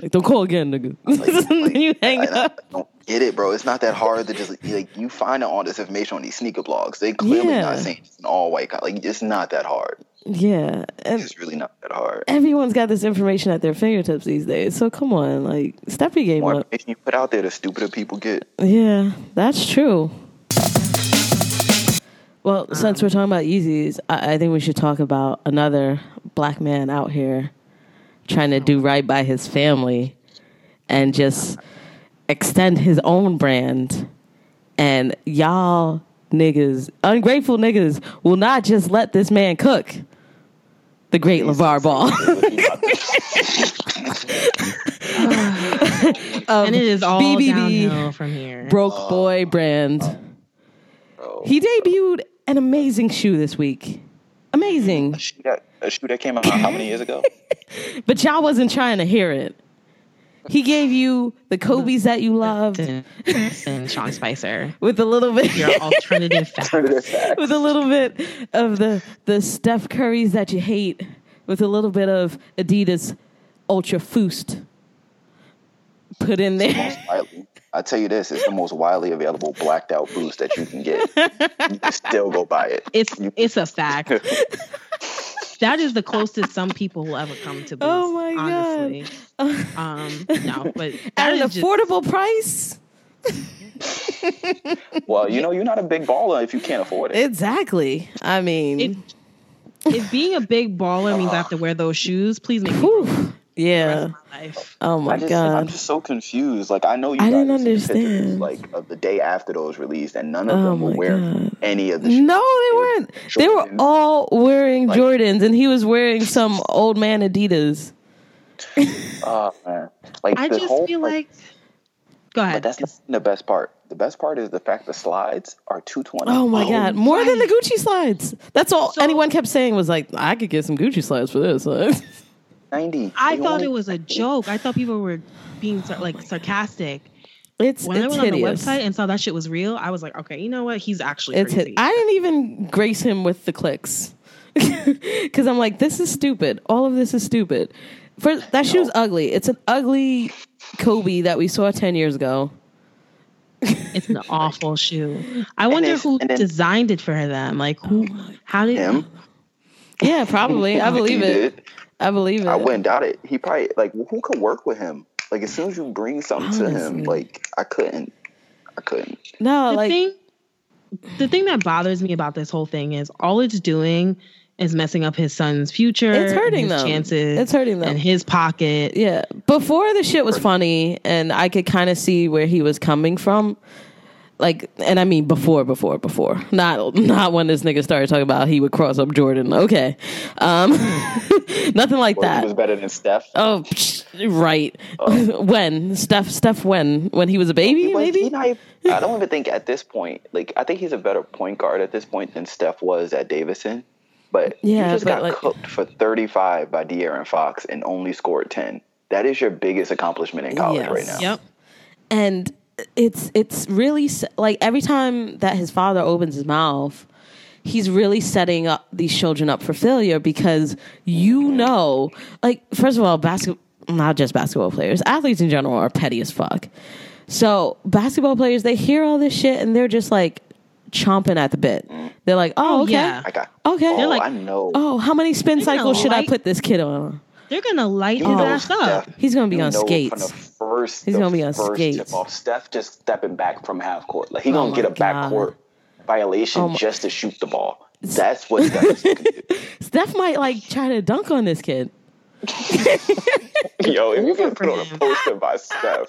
Speaker 1: like, don't call again, nigga.
Speaker 3: like,
Speaker 1: you hang
Speaker 3: I, I
Speaker 1: up.
Speaker 3: don't get it, bro. It's not that hard to just like you find out all this information on these sneaker blogs. They clearly
Speaker 1: Yeah.
Speaker 3: not saying it's an all white guy. Like it's not that hard.
Speaker 1: Yeah, and
Speaker 3: It's really not that hard.
Speaker 1: everyone's got this information at their fingertips these days. So come on, like, step your game
Speaker 3: More
Speaker 1: up.
Speaker 3: information you put out there, the stupider people get.
Speaker 1: Yeah, that's true. Well, since we're talking about Yeezys, I, I think we should talk about another black man out here trying to do right by his family and just extend his own brand. And y'all niggas, ungrateful niggas, will not just let this man cook. The great LeVar Ball. Um,
Speaker 2: and it is all
Speaker 1: BBB.
Speaker 2: downhill from here.
Speaker 1: broke boy brand. He debuted an amazing shoe this week. Amazing.
Speaker 3: A shoe that a shoe that came out how many years ago?
Speaker 1: But y'all wasn't trying to hear it. He gave you the Kobe's that you loved
Speaker 2: and Sean Spicer,
Speaker 1: with a little bit
Speaker 2: your alternative fact.
Speaker 1: with a little bit of the the Steph Curry's that you hate with a little bit of Adidas Ultra Foost put in there.
Speaker 3: Wiley. I tell you this, it's the most widely available blacked out boost that you can get. You can still go buy it.
Speaker 2: It's it's a fact. that is the closest some people will ever come to. Boost,
Speaker 1: Oh my God.
Speaker 2: honestly. Um, no, but
Speaker 1: At
Speaker 2: that
Speaker 1: an
Speaker 2: is just-
Speaker 1: affordable price.
Speaker 3: well, you know, you're not a big baller if you can't afford it.
Speaker 1: Exactly. I mean,
Speaker 2: It- if being a big baller means I have to wear those shoes, please make me broke
Speaker 1: whew.
Speaker 2: the rest
Speaker 1: yeah.
Speaker 2: of my life.
Speaker 1: Oh
Speaker 3: I
Speaker 1: my
Speaker 3: just, I'm
Speaker 1: god.
Speaker 3: just so confused. Like I know you.
Speaker 1: I
Speaker 3: guys
Speaker 1: didn't
Speaker 3: have seen pictures,
Speaker 1: understand.
Speaker 3: like of the day after those released, and none of
Speaker 1: Oh
Speaker 3: them were
Speaker 1: my
Speaker 3: wearing
Speaker 1: God.
Speaker 3: any of the. shoes.
Speaker 1: No, they weren't. They were
Speaker 3: Jordan.
Speaker 1: all wearing
Speaker 3: Like-
Speaker 1: Jordans, and he was wearing some old man Adidas.
Speaker 3: Oh, man. Like
Speaker 2: I
Speaker 3: the
Speaker 2: just
Speaker 3: whole,
Speaker 2: feel like, go
Speaker 3: But
Speaker 2: ahead.
Speaker 3: that's not the best part. The best part is the fact the slides are two twenty.
Speaker 1: Oh my god, more than the
Speaker 2: right.
Speaker 1: Gucci slides. That's all
Speaker 2: So-
Speaker 1: anyone kept saying was like, I could get some Gucci slides for this.
Speaker 3: Ninety.
Speaker 2: I
Speaker 3: They
Speaker 2: thought
Speaker 3: only-
Speaker 2: it was a joke. I thought people were being sar- like sarcastic.
Speaker 1: it's
Speaker 2: When I
Speaker 1: it's
Speaker 2: went
Speaker 1: hideous.
Speaker 2: on the website and saw that shit was real, I was like, okay, you know what? He's actually
Speaker 1: It's
Speaker 2: crazy.
Speaker 1: hit. I didn't even grace him with the clicks because I'm like, this is stupid. All of this is stupid. First, that shoe's ugly. It's an ugly Kobe that we saw ten years ago.
Speaker 2: It's an awful shoe. I wonder
Speaker 3: it's-
Speaker 2: who
Speaker 3: and then- Oh
Speaker 2: designed it for them. Like who? How did?
Speaker 3: him.
Speaker 1: Yeah, probably. I believe
Speaker 3: He
Speaker 1: it.
Speaker 3: did.
Speaker 1: I believe it.
Speaker 3: I wouldn't doubt it. He probably like who could work with him? Like as soon as you bring something to
Speaker 1: Honestly.
Speaker 3: him, like I couldn't. I couldn't.
Speaker 1: No,
Speaker 2: The
Speaker 1: like
Speaker 2: thing, the thing that bothers me about this whole thing is all it's doing is messing up his son's future.
Speaker 1: It's hurting
Speaker 2: and his
Speaker 1: them.
Speaker 2: chances.
Speaker 1: It's hurting them.
Speaker 2: and his pocket.
Speaker 1: yeah. Before the shit was funny, and I could kind of see where he was coming from. Like, and I mean before, before, before. Not, not when this nigga started talking about he would cross up Jordan. Okay, um, nothing like
Speaker 3: Well,
Speaker 1: that.
Speaker 3: he was better than Steph.
Speaker 1: Oh, psh, right. when Steph, Steph, when when he was a baby,
Speaker 3: He was-
Speaker 1: maybe.
Speaker 3: he not even- I don't even think at this point. Like I think he's a better point guard at this point than Steph was at Davidson. But
Speaker 1: Yeah,
Speaker 3: you just
Speaker 1: but,
Speaker 3: got
Speaker 1: like-
Speaker 3: cooked for 35 by De'Aaron Fox and only scored 10. That is your biggest accomplishment in college
Speaker 1: Yes.
Speaker 3: right now.
Speaker 2: Yep.
Speaker 1: and it's it's really s- like every time that his father opens his mouth he's really setting up these children up for failure because you know like first of all basketball not just basketball players athletes in general are petty as fuck so basketball players they hear all this shit and they're just like chomping at the bit they're like oh
Speaker 2: Oh,
Speaker 1: okay
Speaker 2: yeah.
Speaker 3: I got.
Speaker 1: okay
Speaker 3: Oh,
Speaker 1: they're like
Speaker 3: I know.
Speaker 1: oh how many spin
Speaker 2: gonna
Speaker 1: cycles should i
Speaker 2: like-
Speaker 1: put this kid on
Speaker 2: They're gonna light
Speaker 3: You
Speaker 2: his
Speaker 1: Oh,
Speaker 3: know
Speaker 2: ass up.
Speaker 3: Steph-
Speaker 1: He's gonna be
Speaker 3: you
Speaker 1: on
Speaker 3: know From
Speaker 1: skates.
Speaker 3: the first,
Speaker 1: He's
Speaker 3: the
Speaker 1: gonna be on
Speaker 3: first
Speaker 1: skates.
Speaker 3: Tip off. Steph just stepping back from half court. Like he
Speaker 1: Oh
Speaker 3: gonna
Speaker 1: my
Speaker 3: get a back
Speaker 1: God. Oh
Speaker 3: court violation
Speaker 1: my-
Speaker 3: just to shoot the ball. That's what Steph is gonna do.
Speaker 1: steph might like try to dunk on this kid
Speaker 3: Yo, if you
Speaker 2: Over
Speaker 3: get put
Speaker 2: for
Speaker 3: on a
Speaker 2: him.
Speaker 3: poster by Steph,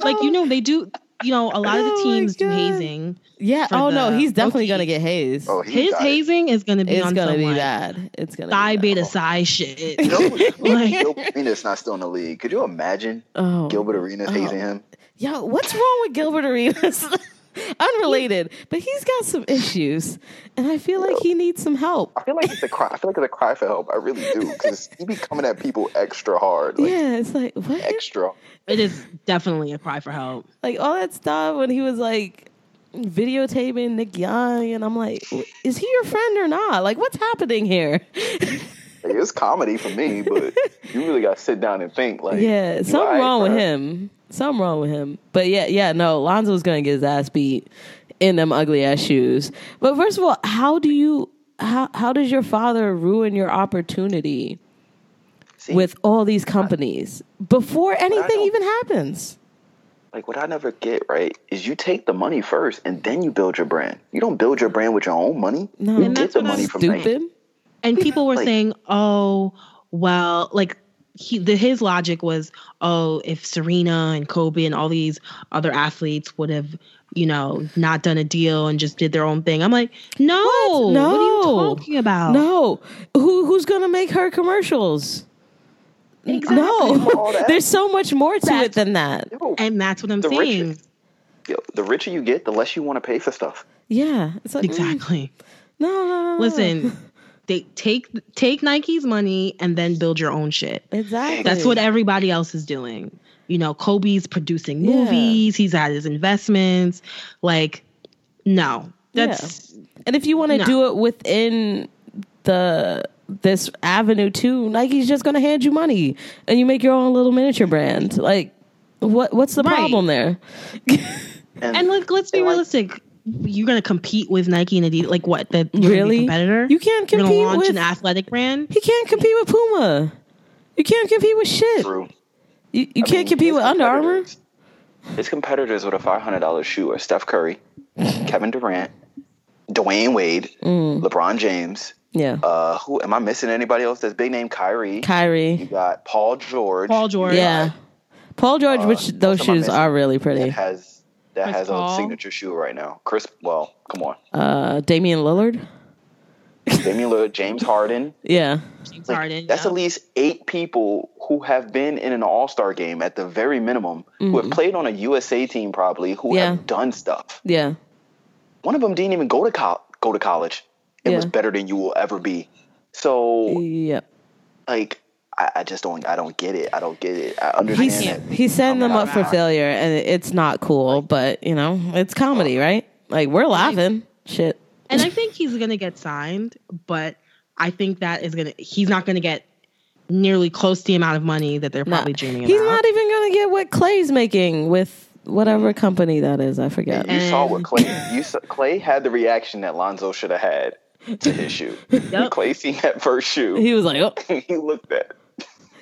Speaker 2: Like you know, they do. You know, a lot of
Speaker 1: Oh my
Speaker 2: the teams do
Speaker 1: God.
Speaker 2: hazing.
Speaker 1: yeah
Speaker 2: For
Speaker 1: oh no
Speaker 2: the
Speaker 1: he's definitely
Speaker 2: rookie.
Speaker 1: gonna get hazed
Speaker 3: oh, he
Speaker 2: His
Speaker 3: got it.
Speaker 2: hazing is gonna be
Speaker 1: It's
Speaker 2: on
Speaker 1: gonna
Speaker 2: some
Speaker 1: be
Speaker 2: like,
Speaker 1: that. Oh. It's gonna
Speaker 2: Thigh
Speaker 1: be that.
Speaker 2: beta psi shit.
Speaker 3: Gilbert,
Speaker 2: Like-
Speaker 3: Gilbert Arenas not still in the league. Could you imagine
Speaker 1: Oh,
Speaker 3: Gilbert Arenas hazing him?
Speaker 1: yo, what's wrong with Gilbert Arenas? Unrelated, but he's got some issues, and I feel like he needs some help.
Speaker 3: I feel like it's a cry. I feel like it's a cry for help. I really do because he be coming at people extra hard, like
Speaker 1: yeah, it's like what?
Speaker 3: extra.
Speaker 2: It is definitely a cry for help.
Speaker 1: Like all that stuff when he was like videotaping Nick Young, and I'm like, w- is he your friend or not? Like, what's happening here?
Speaker 3: Like, it's comedy for me, but you really got to sit down and think. Like,
Speaker 1: yeah,
Speaker 3: you
Speaker 1: something
Speaker 3: all right,
Speaker 1: wrong with
Speaker 3: bruh?
Speaker 1: him. Something wrong with him. But yeah, yeah, no, Lonzo's gonna get his ass beat in them ugly ass shoes. But first of all, how do you how how does your father ruin your opportunity
Speaker 3: See,
Speaker 1: with all these companies before anything
Speaker 3: don't-
Speaker 1: even happens?
Speaker 3: like what I never get right is you take the money first and then you build your brand. You don't build your brand with your own money.
Speaker 1: No.
Speaker 3: you
Speaker 1: And
Speaker 3: get
Speaker 2: that's
Speaker 3: the
Speaker 2: what I'm
Speaker 3: money from Nike.
Speaker 1: Stupid.
Speaker 2: And people were
Speaker 3: Like-
Speaker 2: saying, "Oh, well, like he, the, his logic was, oh, if Serena and Kobe and all these other athletes would have, you know, not done a deal and just did their own thing." I'm like, "No, what,
Speaker 1: No.
Speaker 2: are you talking about?
Speaker 1: No. Who who's gonna make her commercials?
Speaker 2: Exactly.
Speaker 3: All
Speaker 1: No.
Speaker 3: that.
Speaker 1: There's so much more to it
Speaker 2: That's-
Speaker 1: than that.
Speaker 3: Yo,
Speaker 2: And that's what I'm
Speaker 3: The
Speaker 2: saying.
Speaker 3: richest. yo, the richer you get, the less you want to pay for stuff.
Speaker 1: Yeah. It's like mm,
Speaker 2: Exactly.
Speaker 1: no, no, no, no.
Speaker 2: Listen, they take take Nike's money and then build your own shit.
Speaker 1: Exactly.
Speaker 2: That's what everybody else is doing. You know, Kobe's producing movies, he's had his investments. Like, no. That's
Speaker 1: And if you want to
Speaker 2: No.
Speaker 1: do it within the this avenue too, Nike's just going to hand you money and you make your own little miniature brand. Like what what's the
Speaker 2: Right.
Speaker 1: problem there?
Speaker 2: and like let's be
Speaker 3: and, like-
Speaker 2: realistic. You're gonna compete with Nike and Adidas like what? That you're gonna be a
Speaker 1: Really?
Speaker 2: competitor?
Speaker 1: You can't
Speaker 2: You're gonna
Speaker 1: compete
Speaker 2: launch
Speaker 1: with
Speaker 2: an athletic brand?
Speaker 1: He can't compete with Puma. You can't compete with shit.
Speaker 3: True.
Speaker 1: You, you
Speaker 3: I
Speaker 1: can't
Speaker 3: mean,
Speaker 1: compete
Speaker 3: his
Speaker 1: with Under Armour.
Speaker 3: competitors- His competitors with a five hundred dollar shoe are Steph Curry, Kevin Durant, Dwayne Wade,
Speaker 1: Mm.
Speaker 3: LeBron James.
Speaker 1: Yeah.
Speaker 3: Uh, who am I missing? Anybody else that's big name? Kyrie. you
Speaker 1: Kyrie.
Speaker 3: got Paul George.
Speaker 2: Paul George.
Speaker 1: Yeah. Paul George,
Speaker 3: Uh,
Speaker 1: which those
Speaker 3: what's my
Speaker 1: shoes
Speaker 3: missing?
Speaker 1: are really
Speaker 3: that
Speaker 1: pretty.
Speaker 3: has that
Speaker 2: Chris
Speaker 3: has
Speaker 2: Paul.
Speaker 3: a signature shoe right now. Chris. Well, come on.
Speaker 1: Uh, Damian Lillard.
Speaker 3: Damian Lillard, James Harden.
Speaker 1: Yeah.
Speaker 2: James
Speaker 3: Like,
Speaker 2: Harden.
Speaker 3: that's
Speaker 2: yeah.
Speaker 3: at least eight people who have been in an All Star game at the very minimum, who have played on a USA team probably, who
Speaker 1: Mm-hmm. Yeah.
Speaker 3: have done stuff.
Speaker 1: Yeah.
Speaker 3: One of them didn't even go to col- go to college and was
Speaker 1: Yeah.
Speaker 3: better than you will ever be. So
Speaker 1: Yep.
Speaker 3: like, I, I just don't. I don't get it. I don't get it. I understand.
Speaker 1: He's
Speaker 3: that-
Speaker 1: he's setting
Speaker 3: I'm
Speaker 1: them
Speaker 3: not
Speaker 1: up for
Speaker 3: mad.
Speaker 1: failure, and it's not cool. But you know, it's comedy, right? Like we're laughing. Shit.
Speaker 2: and I think he's gonna get signed, but I think that is gonna he's not gonna get nearly close to the amount of money that they're
Speaker 1: Nah.
Speaker 2: probably dreaming
Speaker 1: He's
Speaker 2: about.
Speaker 1: not even gonna get what Clay's making with whatever company that is. I forget.
Speaker 3: You saw what
Speaker 2: And-
Speaker 3: Clay. You saw, Clay had the reaction that Lonzo should have had to his shoe. When Clay seen that first shoe.
Speaker 1: He was like, oh.
Speaker 3: he looked at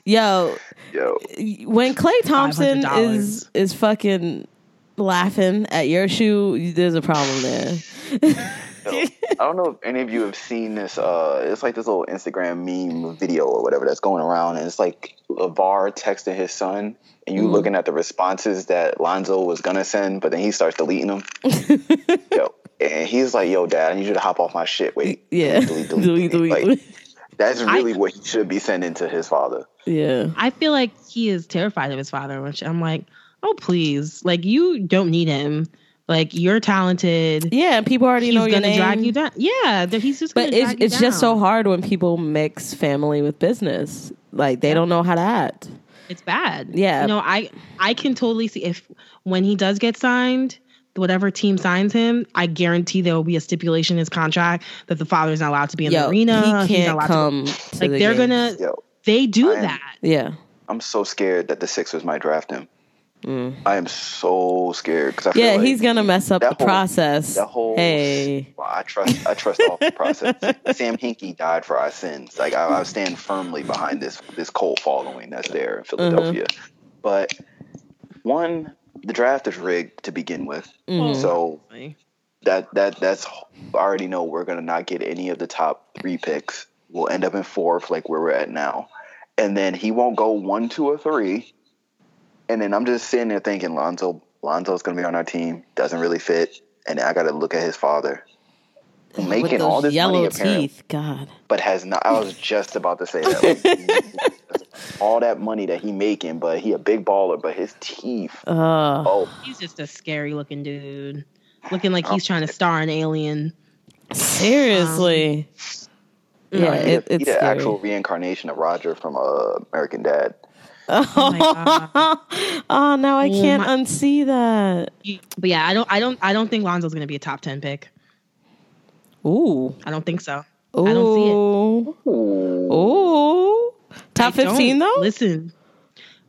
Speaker 1: "Yo,
Speaker 3: yo.
Speaker 1: when Clay Thompson is
Speaker 2: $500.
Speaker 1: is fucking laughing at your shoe, there's a problem there."
Speaker 3: yo. I don't know if any of you have seen this. Uh, it's like this little Instagram meme video or whatever that's going around, and it's like Lavar texting his son, and you looking at the responses that Lonzo was gonna send, but then he starts deleting them. yo, and he's like, "Yo, Dad, I need you to hop off my shit. Wait,
Speaker 1: Yeah,
Speaker 3: delete, delete, delete, Like, that's really what he should be sending to his father."
Speaker 1: yeah.
Speaker 2: I feel like he is terrified of his father, which I'm like, oh please, like you don't need him. Like you're talented.
Speaker 1: Yeah, and people already
Speaker 2: He's
Speaker 1: know your
Speaker 2: gonna
Speaker 1: name.
Speaker 2: drag you down. Yeah, th- he's just.
Speaker 1: But
Speaker 2: gonna
Speaker 1: it's
Speaker 2: drag you
Speaker 1: it's just so
Speaker 2: down.
Speaker 1: hard when people mix family with business. Like they don't know how to act.
Speaker 2: It's bad.
Speaker 1: Yeah.
Speaker 2: You know, I I can totally see if when he does get signed, whatever team signs him, I guarantee there will be a stipulation in his contract that the father's not allowed to be in
Speaker 1: Yo,
Speaker 2: the arena.
Speaker 1: he
Speaker 2: he's not
Speaker 1: can't
Speaker 2: allowed
Speaker 1: come.
Speaker 2: To,
Speaker 1: To
Speaker 2: like
Speaker 1: the
Speaker 2: they're
Speaker 1: games.
Speaker 2: gonna
Speaker 3: Yo,
Speaker 2: they do
Speaker 3: I am-
Speaker 2: that.
Speaker 1: Yeah.
Speaker 3: I'm so scared that the Sixers might draft him. I am so scared because I feel
Speaker 1: Mm. Yeah,
Speaker 3: like
Speaker 1: he's gonna mess up the
Speaker 3: that whole-
Speaker 1: process.
Speaker 3: the whole.
Speaker 1: hey.
Speaker 3: Well, I trust. I trust all the process. Sam Hinkie died for our sins. Like I, I stand firmly behind this this cult following that's there in Philadelphia. But one, the draft is rigged to begin with,
Speaker 1: Mm. Mm-hmm.
Speaker 3: so that that that's I already know we're gonna not get any of the top three picks. We'll end up in fourth, like where we're at now, and then he won't go one, two, or three. And then I'm just sitting there thinking, Lonzo, Lonzo's gonna be on our team. Doesn't really fit, and I got to look at his father, who
Speaker 1: With
Speaker 3: making
Speaker 1: those
Speaker 3: all this
Speaker 1: yellow
Speaker 3: money apparently,
Speaker 1: teeth. God.
Speaker 3: but has not. I was just about to say that. Like, all that money that he making, but he a big baller, but his teeth.
Speaker 1: Uh,
Speaker 3: Oh,
Speaker 2: He's just a scary looking dude. Looking like he's trying to star an alien.
Speaker 1: seriously. yeah,
Speaker 3: he
Speaker 1: it,
Speaker 3: the-
Speaker 1: it's
Speaker 3: he the
Speaker 1: scary.
Speaker 3: actual reincarnation of Roger from uh, American Dad.
Speaker 2: Oh my God.
Speaker 1: oh, now I
Speaker 2: Oh
Speaker 1: can't
Speaker 2: my-
Speaker 1: unsee that.
Speaker 2: But yeah, I don't I don't I don't think Lonzo's gonna be a top ten pick.
Speaker 1: Ooh.
Speaker 2: I don't think so.
Speaker 1: Ooh.
Speaker 2: I don't see it.
Speaker 1: Ooh. Top
Speaker 2: I don't.
Speaker 1: 15 though?
Speaker 2: Listen,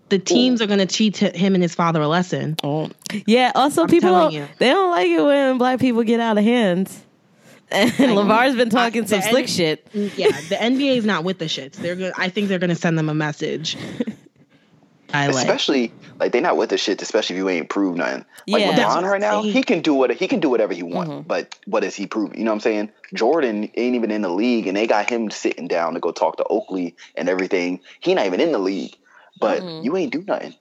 Speaker 2: the teams are going to teach hi- him and his father a lesson.
Speaker 1: Oh. Yeah, also people don't-
Speaker 2: telling you.
Speaker 1: they don't like it when black people get out of hands. And LeVar's been talking
Speaker 2: I-
Speaker 1: some
Speaker 2: the
Speaker 1: slick
Speaker 2: N-
Speaker 1: shit.
Speaker 2: Yeah, the NBA is not with the shits. They're going I think they're going to send them a message. I like.
Speaker 3: especially like they not with the shit. Especially if you ain't proved nothing. Like
Speaker 1: Yeah.
Speaker 3: LeBron right now,
Speaker 2: That's- Mm-hmm.
Speaker 3: he can do what he can do whatever he want. But what is he proving? You know what I'm saying? Jordan ain't even in the league, and they got him sitting down to go talk to Oakley and everything. He not even in the league, but
Speaker 2: Mm-hmm.
Speaker 3: you ain't do nothing.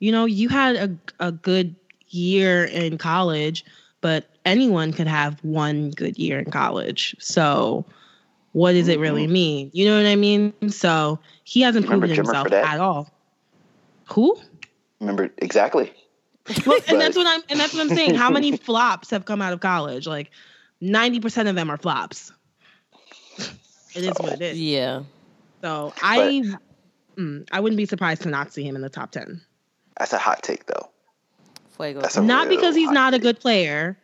Speaker 2: You know, you had a a good year in college, but anyone could have one good year in college. So, what does it really mean? You know what I mean? So, he hasn't
Speaker 3: Remember
Speaker 2: proven
Speaker 3: Jimmer
Speaker 2: himself
Speaker 3: Fredette?
Speaker 2: at all. Who?
Speaker 3: Remember exactly?
Speaker 2: Well,
Speaker 3: But-
Speaker 2: and that's what I'm and that's what I'm saying. How many flops have come out of college? Like ninety percent of them are flops. It is what it is.
Speaker 1: Yeah.
Speaker 2: So I, mm, I wouldn't be surprised to not see him in the top ten.
Speaker 3: That's a hot take though.
Speaker 1: Fuego.
Speaker 3: That's a
Speaker 2: Not
Speaker 3: real
Speaker 2: because he's
Speaker 3: hot
Speaker 2: not a
Speaker 3: take.
Speaker 2: good player,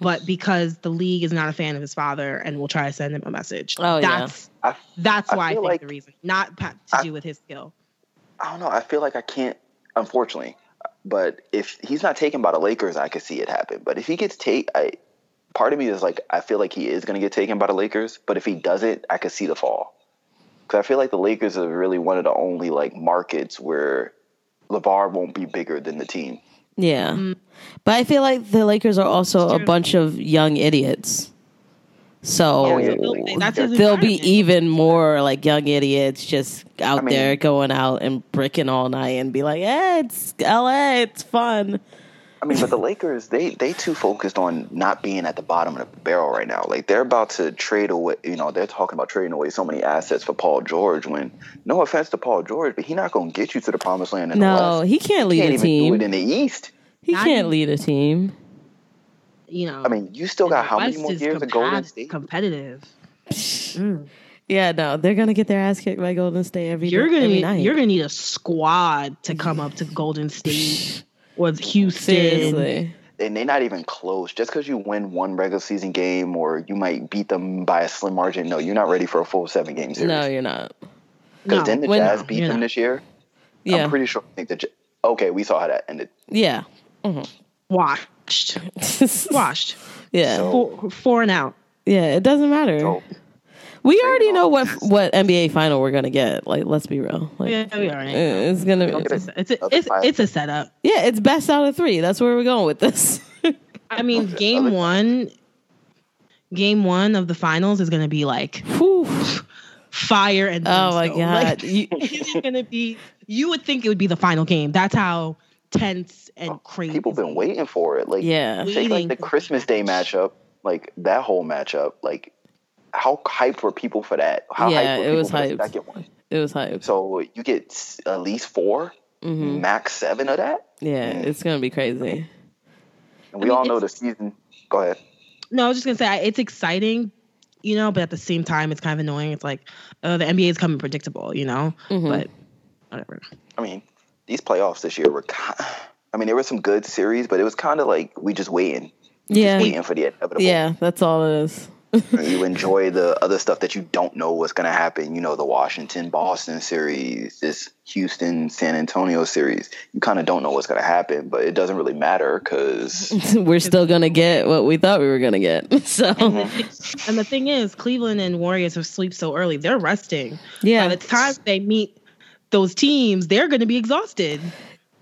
Speaker 2: but because the league is not a fan of his father and will try to send him a message.
Speaker 1: Oh, yeah.
Speaker 2: that's
Speaker 3: I-
Speaker 2: that's
Speaker 3: I
Speaker 2: why I,
Speaker 3: feel
Speaker 2: think
Speaker 3: like-
Speaker 2: the reason, not pa- to
Speaker 3: I-
Speaker 2: do with his skill.
Speaker 3: I don't know. I feel like I can't, unfortunately. But if he's not taken by the Lakers, I could see it happen. But if he gets take, I part of me is like, I feel like he is going to get taken by the Lakers. But if he doesn't, I could see the fall. Because I feel like the Lakers are really one of the only like markets where LeVar won't be bigger than the team.
Speaker 1: Yeah. But I feel like the Lakers are also a
Speaker 2: Mm. true.
Speaker 1: bunch of young idiots. So
Speaker 3: Oh, Yeah,
Speaker 2: They'll- that's his
Speaker 1: they'll be
Speaker 2: environment.
Speaker 1: even more like young idiots just out
Speaker 3: I mean-
Speaker 1: there going out and bricking all night and be like, yeah, it's LA, it's fun.
Speaker 3: I mean, but the Lakers, they they too focused on not being at the bottom of the barrel right now. Like they're about to trade away. You know, they're talking about trading away so many assets for Paul George. When no offense to Paul George, but he's not going to get you to the promised land in
Speaker 1: No,
Speaker 3: the West.
Speaker 1: he can't lead
Speaker 3: can't
Speaker 1: a
Speaker 3: even do it
Speaker 1: team.
Speaker 3: in the East.
Speaker 1: He
Speaker 2: Not
Speaker 1: can't
Speaker 2: even-
Speaker 1: lead a team.
Speaker 2: You know,
Speaker 3: I mean, you still got how many more years of Golden State?
Speaker 2: Competitive.
Speaker 1: Mm.
Speaker 2: Mm.
Speaker 1: Yeah, no, they're gonna get their ass kicked by Golden State every
Speaker 2: You're
Speaker 1: day-
Speaker 2: gonna
Speaker 1: every
Speaker 2: need,
Speaker 1: night.
Speaker 2: you're gonna need a squad to come up to Golden State with Houston.
Speaker 1: seriously.
Speaker 3: and they're not even close. Just because you win one regular season game or you might beat them by a slim margin, no, you're not ready for a full seven game
Speaker 1: No,
Speaker 3: series.
Speaker 1: you're not.
Speaker 3: Because
Speaker 2: No,
Speaker 3: then the
Speaker 1: when-
Speaker 3: Jazz beat
Speaker 2: you're
Speaker 3: them
Speaker 2: not.
Speaker 3: this year.
Speaker 1: Yeah,
Speaker 3: I'm pretty sure. I think the J- okay, we saw how that ended.
Speaker 1: yeah,
Speaker 2: Washed. Washed.
Speaker 1: yeah,
Speaker 2: Four, four and out.
Speaker 1: yeah. It doesn't matter.
Speaker 3: So
Speaker 1: we already know what what NBA final we're gonna get. Like, let's be real. Like,
Speaker 2: Yeah, we already know.
Speaker 1: it- It's gonna
Speaker 3: don't get
Speaker 1: be
Speaker 3: it.
Speaker 2: It's a, it's, it's a setup.
Speaker 1: yeah. It's best out of three. That's where we're going with this.
Speaker 2: I mean, game
Speaker 3: like that.
Speaker 2: one, game one of the finals is going to be like
Speaker 1: Whew.
Speaker 2: fire and
Speaker 1: Oh my
Speaker 2: brimstone. Like,
Speaker 1: god. You-
Speaker 2: it is going to be. You would think it would be the final game. That's how tense and crazy.
Speaker 3: Oh, people been waiting for it. Like,
Speaker 1: yeah.
Speaker 3: take like
Speaker 2: waiting
Speaker 3: the
Speaker 2: for the
Speaker 3: Christmas Day
Speaker 2: match.
Speaker 3: matchup, like that whole matchup. Like, how hyped were people for that? How
Speaker 1: Yeah,
Speaker 3: hyped were
Speaker 1: it
Speaker 3: people
Speaker 1: was
Speaker 3: for the
Speaker 1: hyped.
Speaker 3: second one?
Speaker 1: It was hype.
Speaker 3: So you get s- at least 4
Speaker 1: Mhm.
Speaker 3: max seven of that,
Speaker 1: Yeah, it's gonna be crazy.
Speaker 3: and we
Speaker 2: mean,
Speaker 3: all know the season. Go ahead.
Speaker 2: No, I was just going to say I- it's exciting, you know, but at the same time, it's kind of annoying. It's like, oh, the NBA is coming predictable, you know,
Speaker 1: Mm-hmm.
Speaker 2: but whatever.
Speaker 3: I mean, these playoffs this year were. ki I mean, there were some good series, but it was kind of like we just waiting,
Speaker 1: Yeah,
Speaker 3: waiting for the inevitable.
Speaker 1: yeah. That's all it is.
Speaker 3: You enjoy the other stuff that you don't know what's going to happen. You know, the Washington Boston series, this Houston San Antonio series. You kind of don't know what's going to happen, but it doesn't really matter because
Speaker 1: we're still gonna get what we thought we were gonna get. So
Speaker 3: Mm-hmm.
Speaker 2: And the thing is, Cleveland and Warriors have sleep so early. They're resting.
Speaker 1: yeah,
Speaker 2: by the time they meet those teams, they're going to be exhausted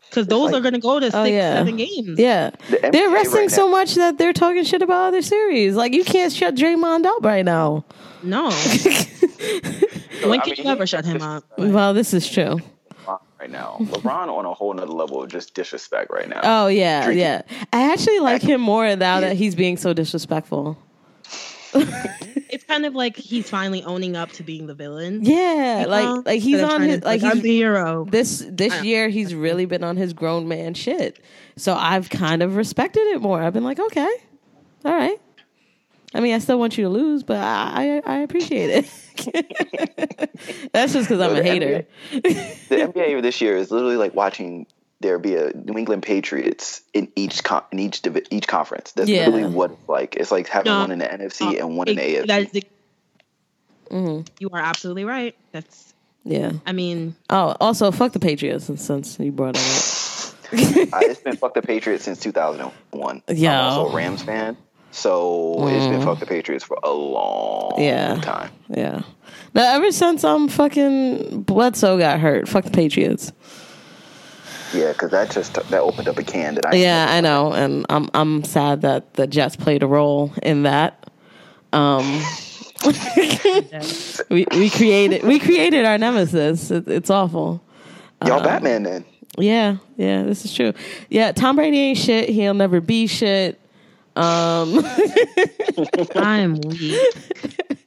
Speaker 2: because those
Speaker 3: like-
Speaker 2: are going to go to six,
Speaker 1: oh, yeah.
Speaker 2: seven games.
Speaker 1: yeah.
Speaker 3: The NBA
Speaker 1: They're resting
Speaker 3: right
Speaker 1: so
Speaker 3: now-
Speaker 1: much that they're talking shit about other series. Like you can't shut Draymond up right now.
Speaker 2: No,
Speaker 3: I
Speaker 2: when can
Speaker 3: mean,
Speaker 2: you ever shut him up?
Speaker 1: well, this is true.
Speaker 3: right now. LeBron on a whole nother level of just disrespect right now.
Speaker 1: Oh yeah, yeah. I actually like him more now that
Speaker 3: Yeah.
Speaker 1: he's being so disrespectful.
Speaker 2: It's kind of like he's finally owning up to being the villain.
Speaker 1: Yeah,
Speaker 2: know?
Speaker 1: like like he's
Speaker 2: uh-huh. Instead of
Speaker 1: on
Speaker 2: trying
Speaker 1: his
Speaker 2: to-
Speaker 1: like
Speaker 2: I'm Uh-huh. the
Speaker 1: he's
Speaker 2: hero.
Speaker 1: this this year he's really been on his grown man shit. So I've kind of respected it more. I've been like, okay, all right. I mean, I still want you to lose, but I I, I appreciate it. That's just because I'm
Speaker 3: No,
Speaker 1: a
Speaker 3: the
Speaker 1: hater.
Speaker 3: the NBA this year is literally like watching there be a New England Patriots in each con- in each divi- each conference. That's
Speaker 1: Yeah. Oh,
Speaker 3: literally what it's like. It's like having
Speaker 2: No.
Speaker 3: one in the NFC and one in the AFC.
Speaker 2: That is the-
Speaker 1: Mm-hmm.
Speaker 2: You are absolutely right. That's.
Speaker 1: Yeah.
Speaker 2: I mean,
Speaker 1: Oh, also, fuck the Patriots since- since you brought it up.
Speaker 3: I, it's been fuck the Patriots since 2001.
Speaker 1: Yeah. Mm.
Speaker 3: I'm also a Rams fan, so it's been fuck the Patriots for a long
Speaker 1: Yeah.
Speaker 3: time.
Speaker 1: Yeah. Now, ever since um fucking Bledsoe got hurt, fuck the Patriots.
Speaker 3: Yeah, because that just that opened up a can that I
Speaker 1: Yeah, I know, and I'm I'm sad that the Jets played a role in that. Um, we we created we created our nemesis. It, it's awful.
Speaker 3: y'all
Speaker 1: Uh-huh.
Speaker 3: Batman then.
Speaker 1: Yeah, yeah, this is true. Yeah, Tom Brady ain't shit. He'll never be shit. Um,
Speaker 2: I'm weak.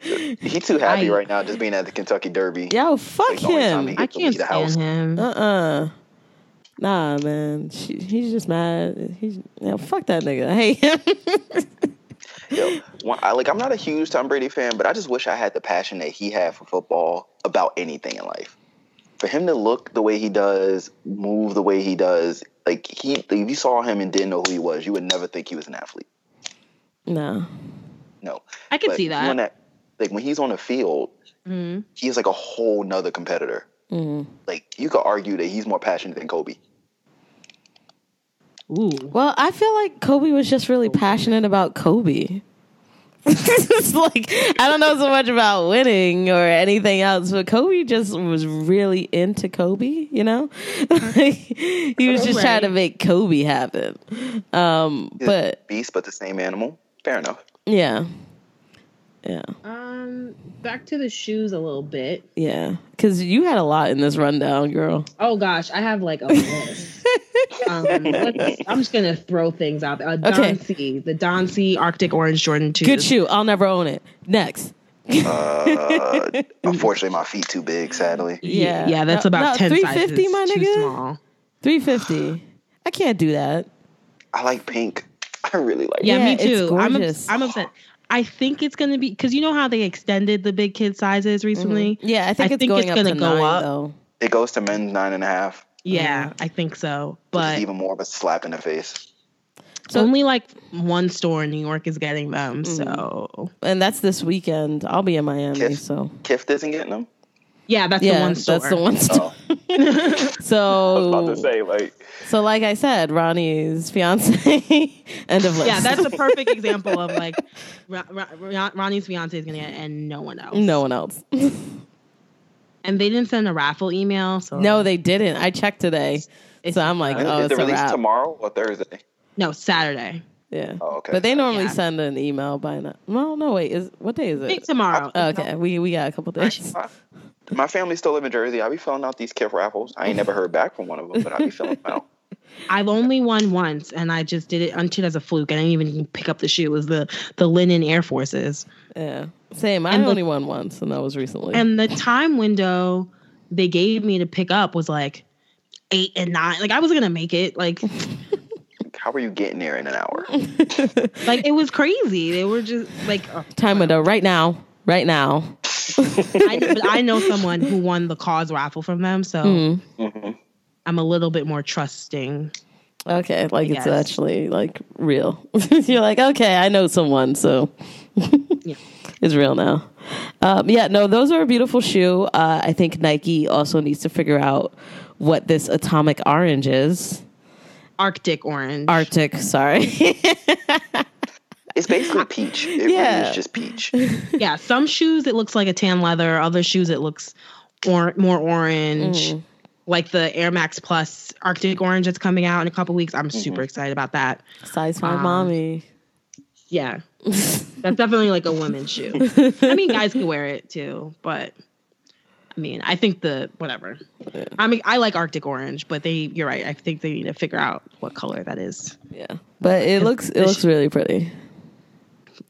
Speaker 3: He too happy
Speaker 2: I-
Speaker 3: right now just being at the Kentucky Derby.
Speaker 1: Yo, fuck
Speaker 3: It's the only
Speaker 1: him.
Speaker 3: time he
Speaker 2: I
Speaker 3: gets to
Speaker 2: can't
Speaker 3: leave the house.
Speaker 2: stand him.
Speaker 1: uh-uh nah man she, he's just mad he's yeah, fuck that nigga i hate him
Speaker 3: Yo, one, I, like I'm not a huge Tom Brady fan, but I just wish I had the passion that he had for football about anything in life. For him to look the way he does, move the way he does, like he if you saw him and didn't know who he was, you would never think he was an athlete.
Speaker 1: no
Speaker 3: No.
Speaker 2: I can
Speaker 3: But
Speaker 2: see
Speaker 3: if you on
Speaker 2: that.
Speaker 3: Like when he's on the field,
Speaker 1: Mm-hmm.
Speaker 2: Mhm.
Speaker 3: he's like a whole nother competitor. Like you could argue that he's more passionate than Kobe.
Speaker 2: Ooh,
Speaker 1: well i feel like kobe was just really passionate about kobe it's like I don't know so much about winning or anything else, but Kobe just was really into Kobe. You know, Like, he was just trying to make Kobe happen. Um,
Speaker 3: He's a
Speaker 1: but
Speaker 3: beast, but the same animal. Fair enough.
Speaker 1: yeah, yeah,
Speaker 2: Um, back to the shoes a little bit.
Speaker 1: yeah, because you had a lot in this rundown, girl.
Speaker 2: Oh gosh, I have like a list. um, let's- I'm just gonna throw things out. there. Uh, Don
Speaker 1: Okay.
Speaker 2: C, the Don C Arctic Orange Jordan two.
Speaker 1: Good shoe. I'll never own it. Next.
Speaker 3: Uh, unfortunately, my feet too big. Sadly,
Speaker 1: Yeah.
Speaker 2: Yeah, yeah, that's
Speaker 1: No,
Speaker 2: about
Speaker 1: no,
Speaker 2: ten
Speaker 1: 350,
Speaker 2: sizes
Speaker 1: my
Speaker 2: too
Speaker 1: nigga.
Speaker 2: small.
Speaker 1: Three fifty. I can't do that.
Speaker 3: I like pink. I really like.
Speaker 2: Yeah,
Speaker 1: Yeah,
Speaker 2: me
Speaker 1: it's
Speaker 2: too. I'm
Speaker 1: gorgeous.
Speaker 2: ups- I'm upset. I think it's gonna be because you know how they extended the big kid sizes
Speaker 1: Mm-hmm.
Speaker 2: recently.
Speaker 1: Yeah, I think
Speaker 2: I
Speaker 1: it's
Speaker 2: think
Speaker 1: going
Speaker 2: it's
Speaker 1: up to
Speaker 2: gonna go
Speaker 1: nine
Speaker 2: up.
Speaker 1: though.
Speaker 3: It goes to men's nine and a half,
Speaker 2: Yeah, I think so.
Speaker 3: which
Speaker 2: But
Speaker 3: is even more of a slap in the face.
Speaker 1: So- Mm-hmm.
Speaker 2: only like one store in New York is getting them. So
Speaker 1: And that's this weekend. I'll be in Miami,
Speaker 3: Kiss.
Speaker 1: so
Speaker 3: Kift isn't getting them.
Speaker 2: yeah, that's
Speaker 1: yeah,
Speaker 2: the one store.
Speaker 1: that's the one store.
Speaker 3: Oh, I was about
Speaker 1: So,
Speaker 3: to say like
Speaker 1: so like I said, Ronnie's fiance. end of list.
Speaker 2: Yeah, that's a perfect example of like Ron- Ron- Ronnie's fiance is gonna get it and no one else.
Speaker 1: no one else.
Speaker 3: Oh.
Speaker 2: and they didn't send a raffle email. So
Speaker 1: no, they didn't. I checked today,
Speaker 2: It's-
Speaker 1: so I'm like,
Speaker 3: Is-
Speaker 1: oh,
Speaker 3: is the
Speaker 1: it's a
Speaker 3: release
Speaker 1: wrap.
Speaker 3: tomorrow or Thursday?
Speaker 2: no Saturday.
Speaker 1: Yeah,
Speaker 3: Oh, okay.
Speaker 1: but they normally
Speaker 2: Yeah.
Speaker 1: send an email by now. Well, no, wait, is what day is
Speaker 2: I think
Speaker 1: it?
Speaker 2: tomorrow.
Speaker 1: Okay, we we got a couple days.
Speaker 3: My- My family still live in Jersey. I be filling out these Kiff raffles. I ain't never heard back from one of them, but I be filling them out.
Speaker 2: I've only won once, and I just did it until as a fluke. I didn't even pick up the shoe. It was the the linen Air Forces,
Speaker 1: Yeah, same. I
Speaker 2: And the-
Speaker 1: only won once, and that was recently.
Speaker 2: and the time window they gave me to pick up was like eight and nine. Like I was gonna make it. Like
Speaker 3: How are you getting there in an hour?
Speaker 2: like it was crazy. They were just like. uh,
Speaker 1: Time window right now, right now.
Speaker 2: I, but I know someone who won the cause raffle from them, so
Speaker 1: Mm.
Speaker 3: Mhm.
Speaker 2: I'm a little bit more trusting.
Speaker 1: Okay, like it's
Speaker 2: guess.
Speaker 1: actually like real. You're like, okay, I know someone, so
Speaker 2: Yeah.
Speaker 1: it's real now. Um, yeah, no, those are a beautiful shoe. Uh, I think Nike also needs to figure out what this atomic orange is.
Speaker 2: Arctic orange.
Speaker 1: Arctic, sorry.
Speaker 3: It's basically peach. It really
Speaker 1: Yeah.
Speaker 3: is just peach.
Speaker 2: yeah, some shoes it looks like a tan leather. Other shoes it looks or- more orange. Like the Air Max Plus Arctic Orange that's coming out in a couple weeks. I'm super excited about that.
Speaker 1: Size five,
Speaker 2: Um,
Speaker 1: mommy.
Speaker 2: Yeah, that's definitely like a women's shoe. I mean, guys could wear it too, but I mean, I think the whatever. I mean, I like Arctic Orange, but they, you're right. I think they need to figure out what color that is.
Speaker 1: Yeah, but it looks it looks really pretty.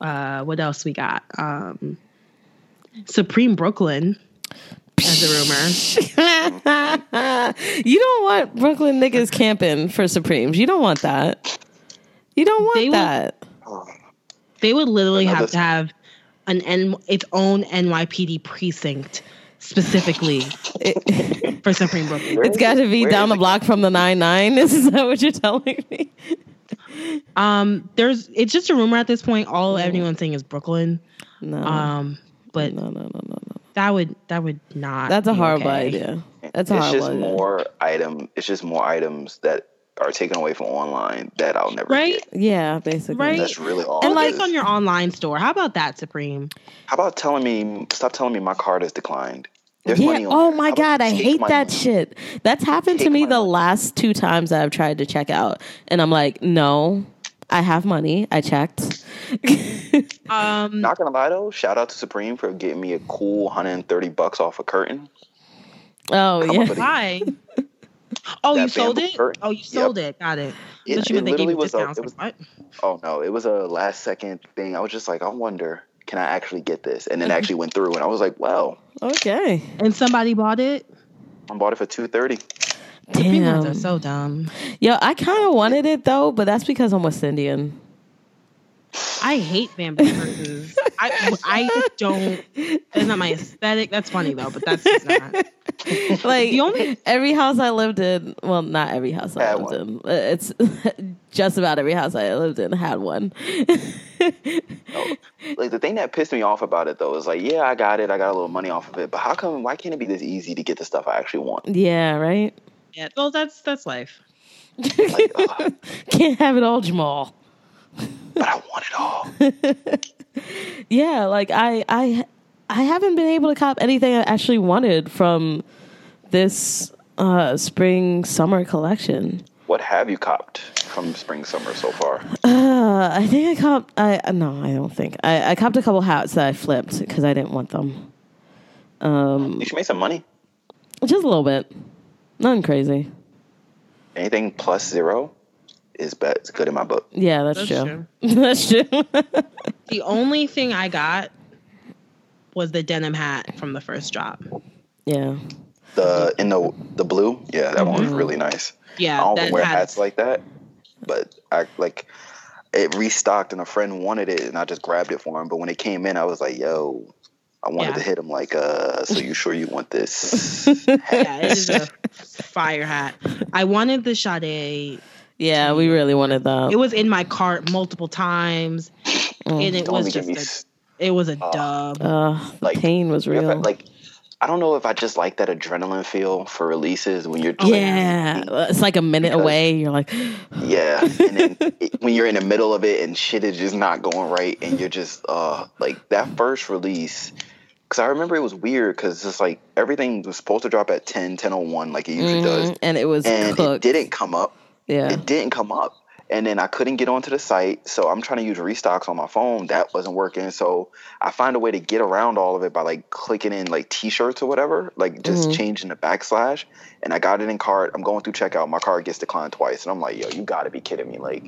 Speaker 2: Uh, what else we got? Um, Supreme Brooklyn, as a rumor.
Speaker 1: You don't want Brooklyn niggas camping for Supremes. You don't want that. You don't want
Speaker 2: They will-
Speaker 1: that.
Speaker 2: They would literally
Speaker 3: Another-
Speaker 2: have to have an N, its own NYPD precinct specifically for Supreme Brooklyn.
Speaker 1: It's got to be
Speaker 3: Where
Speaker 1: down
Speaker 3: is
Speaker 1: the
Speaker 3: it?
Speaker 1: block from the nine nine. Is that what you're telling me?
Speaker 2: Um, there's it's just a rumor at this point. All anyone's saying is Brooklyn.
Speaker 1: No,
Speaker 2: Um, but
Speaker 1: no, no, no, no, no.
Speaker 2: that would that would not.
Speaker 1: That's a
Speaker 2: be
Speaker 1: horrible
Speaker 2: okay.
Speaker 1: idea. That's a
Speaker 3: it's
Speaker 1: horrible
Speaker 3: just
Speaker 1: idea.
Speaker 3: more item. It's just more items that are taken away from online that I'll never
Speaker 2: Right?
Speaker 3: get.
Speaker 1: yeah, basically.
Speaker 2: Right?
Speaker 3: That's really all.
Speaker 2: And
Speaker 3: it
Speaker 2: like
Speaker 3: is.
Speaker 2: on your online store, how about that, Supreme?
Speaker 3: How about telling me? Stop telling me my card is declined. There's
Speaker 1: yeah.
Speaker 3: money on
Speaker 1: Oh
Speaker 3: there.
Speaker 1: my
Speaker 3: How about
Speaker 1: god,
Speaker 3: you
Speaker 1: I
Speaker 3: take
Speaker 1: hate
Speaker 3: my
Speaker 1: that
Speaker 3: money?
Speaker 1: shit. That's happened to
Speaker 3: Take
Speaker 1: me
Speaker 3: my
Speaker 1: the
Speaker 3: money.
Speaker 1: last two times that I've tried to check out, and I'm like, no, I have money. I checked.
Speaker 2: Um,
Speaker 3: Not gonna lie though, shout out to Supreme for getting me a cool 130 bucks off a curtain.
Speaker 1: Oh
Speaker 3: Come
Speaker 1: yeah.
Speaker 3: up with
Speaker 2: why? Oh,
Speaker 3: That
Speaker 2: you sold
Speaker 3: bamboo
Speaker 2: it.
Speaker 3: curtain.
Speaker 2: Oh, you sold it. Got it.
Speaker 3: It-
Speaker 2: But you
Speaker 3: it
Speaker 2: meant they gave
Speaker 3: literally
Speaker 2: you
Speaker 3: was a-
Speaker 2: discounts.
Speaker 3: it was-
Speaker 2: Like, what?
Speaker 3: Oh no, it was a last second thing. I was just like, I wonder, can I actually get this?
Speaker 2: Mm-hmm.
Speaker 3: And then it actually went through, and I was like, wow,
Speaker 1: Okay.
Speaker 2: And somebody bought it.
Speaker 3: I bought it for 230.
Speaker 2: Supreme ones
Speaker 1: Damn.
Speaker 2: are so dumb.
Speaker 1: Yo, I kind of wanted it though, but that's because I'm West Indian.
Speaker 2: I hate bamboo curtains. I I don't. That's not my aesthetic. That's funny though, but that's just not.
Speaker 1: like
Speaker 2: The only-
Speaker 1: every house I lived in, well, not every house I
Speaker 3: Had
Speaker 1: lived
Speaker 3: one.
Speaker 1: in. Uh, It's just about every house I lived in had one.
Speaker 3: Like the thing that pissed me off about it though is like, yeah, I got it, I got a little money off of it, but how come? Why can't it be this easy to get the stuff I actually want?
Speaker 1: yeah, right.
Speaker 2: Yeah, well, that's that's life.
Speaker 3: Like, ugh.
Speaker 1: Can't have it all, Jamal.
Speaker 3: but I want it all.
Speaker 1: yeah, like I I I haven't been able to cop anything I actually wanted from this uh spring summer collection.
Speaker 3: What have you copped from spring summer so far?
Speaker 1: Uh, I think I copped. I uh, no, I don't think I, I copped a couple hats that I flipped because I didn't want them. Um,
Speaker 3: You should make some money.
Speaker 1: just a little bit, nothing crazy.
Speaker 3: Anything plus zero is bet is good in my book.
Speaker 1: Yeah, that's,
Speaker 2: That's
Speaker 1: true. that's true.
Speaker 2: The only thing I got was the denim hat from the first drop.
Speaker 1: yeah,
Speaker 3: The in the the blue, yeah, that one was really nice.
Speaker 2: Yeah,
Speaker 3: I don't
Speaker 2: that
Speaker 3: wear
Speaker 2: hat-
Speaker 3: hats like that, but I like it restocked and a friend wanted it and I just grabbed it for him. But when it came in, I was like, "Yo, I wanted
Speaker 2: Yeah.
Speaker 3: to hit him like, uh, so you sure you want this?"
Speaker 2: Yeah, it is a fire hat. I wanted the Sade.
Speaker 1: yeah, we really wanted that.
Speaker 2: It was in my cart multiple times, and it
Speaker 3: Don't
Speaker 2: was
Speaker 3: be
Speaker 2: just
Speaker 3: giving me
Speaker 2: a,
Speaker 3: s-
Speaker 2: it was a dub.
Speaker 1: uh, the
Speaker 3: like-
Speaker 1: pain was
Speaker 3: if I-
Speaker 1: real.
Speaker 3: like I don't know if I just like that adrenaline feel for releases when you're
Speaker 2: Oh,
Speaker 1: yeah, it's like a minute
Speaker 3: Because-
Speaker 1: away. You're like,
Speaker 3: yeah, and then it, when you're in the middle of it and shit is just not going right and you're just uh like that first release because I remember it was weird because just like everything was supposed to drop at 10, 10.01 like it usually does
Speaker 1: "Mm," and it was
Speaker 3: and
Speaker 1: cooked.
Speaker 3: it didn't come up.
Speaker 1: yeah,
Speaker 3: It didn't come up. And then I couldn't get onto the site, so I'm trying to use restocks on my phone. That wasn't working, so I find a way to get around all of it by like clicking in like T-shirts or whatever, like just changing the backslash. And I got it in card. I'm going through checkout. My card gets declined twice, and I'm like, "Yo, you got to be kidding me!" Like,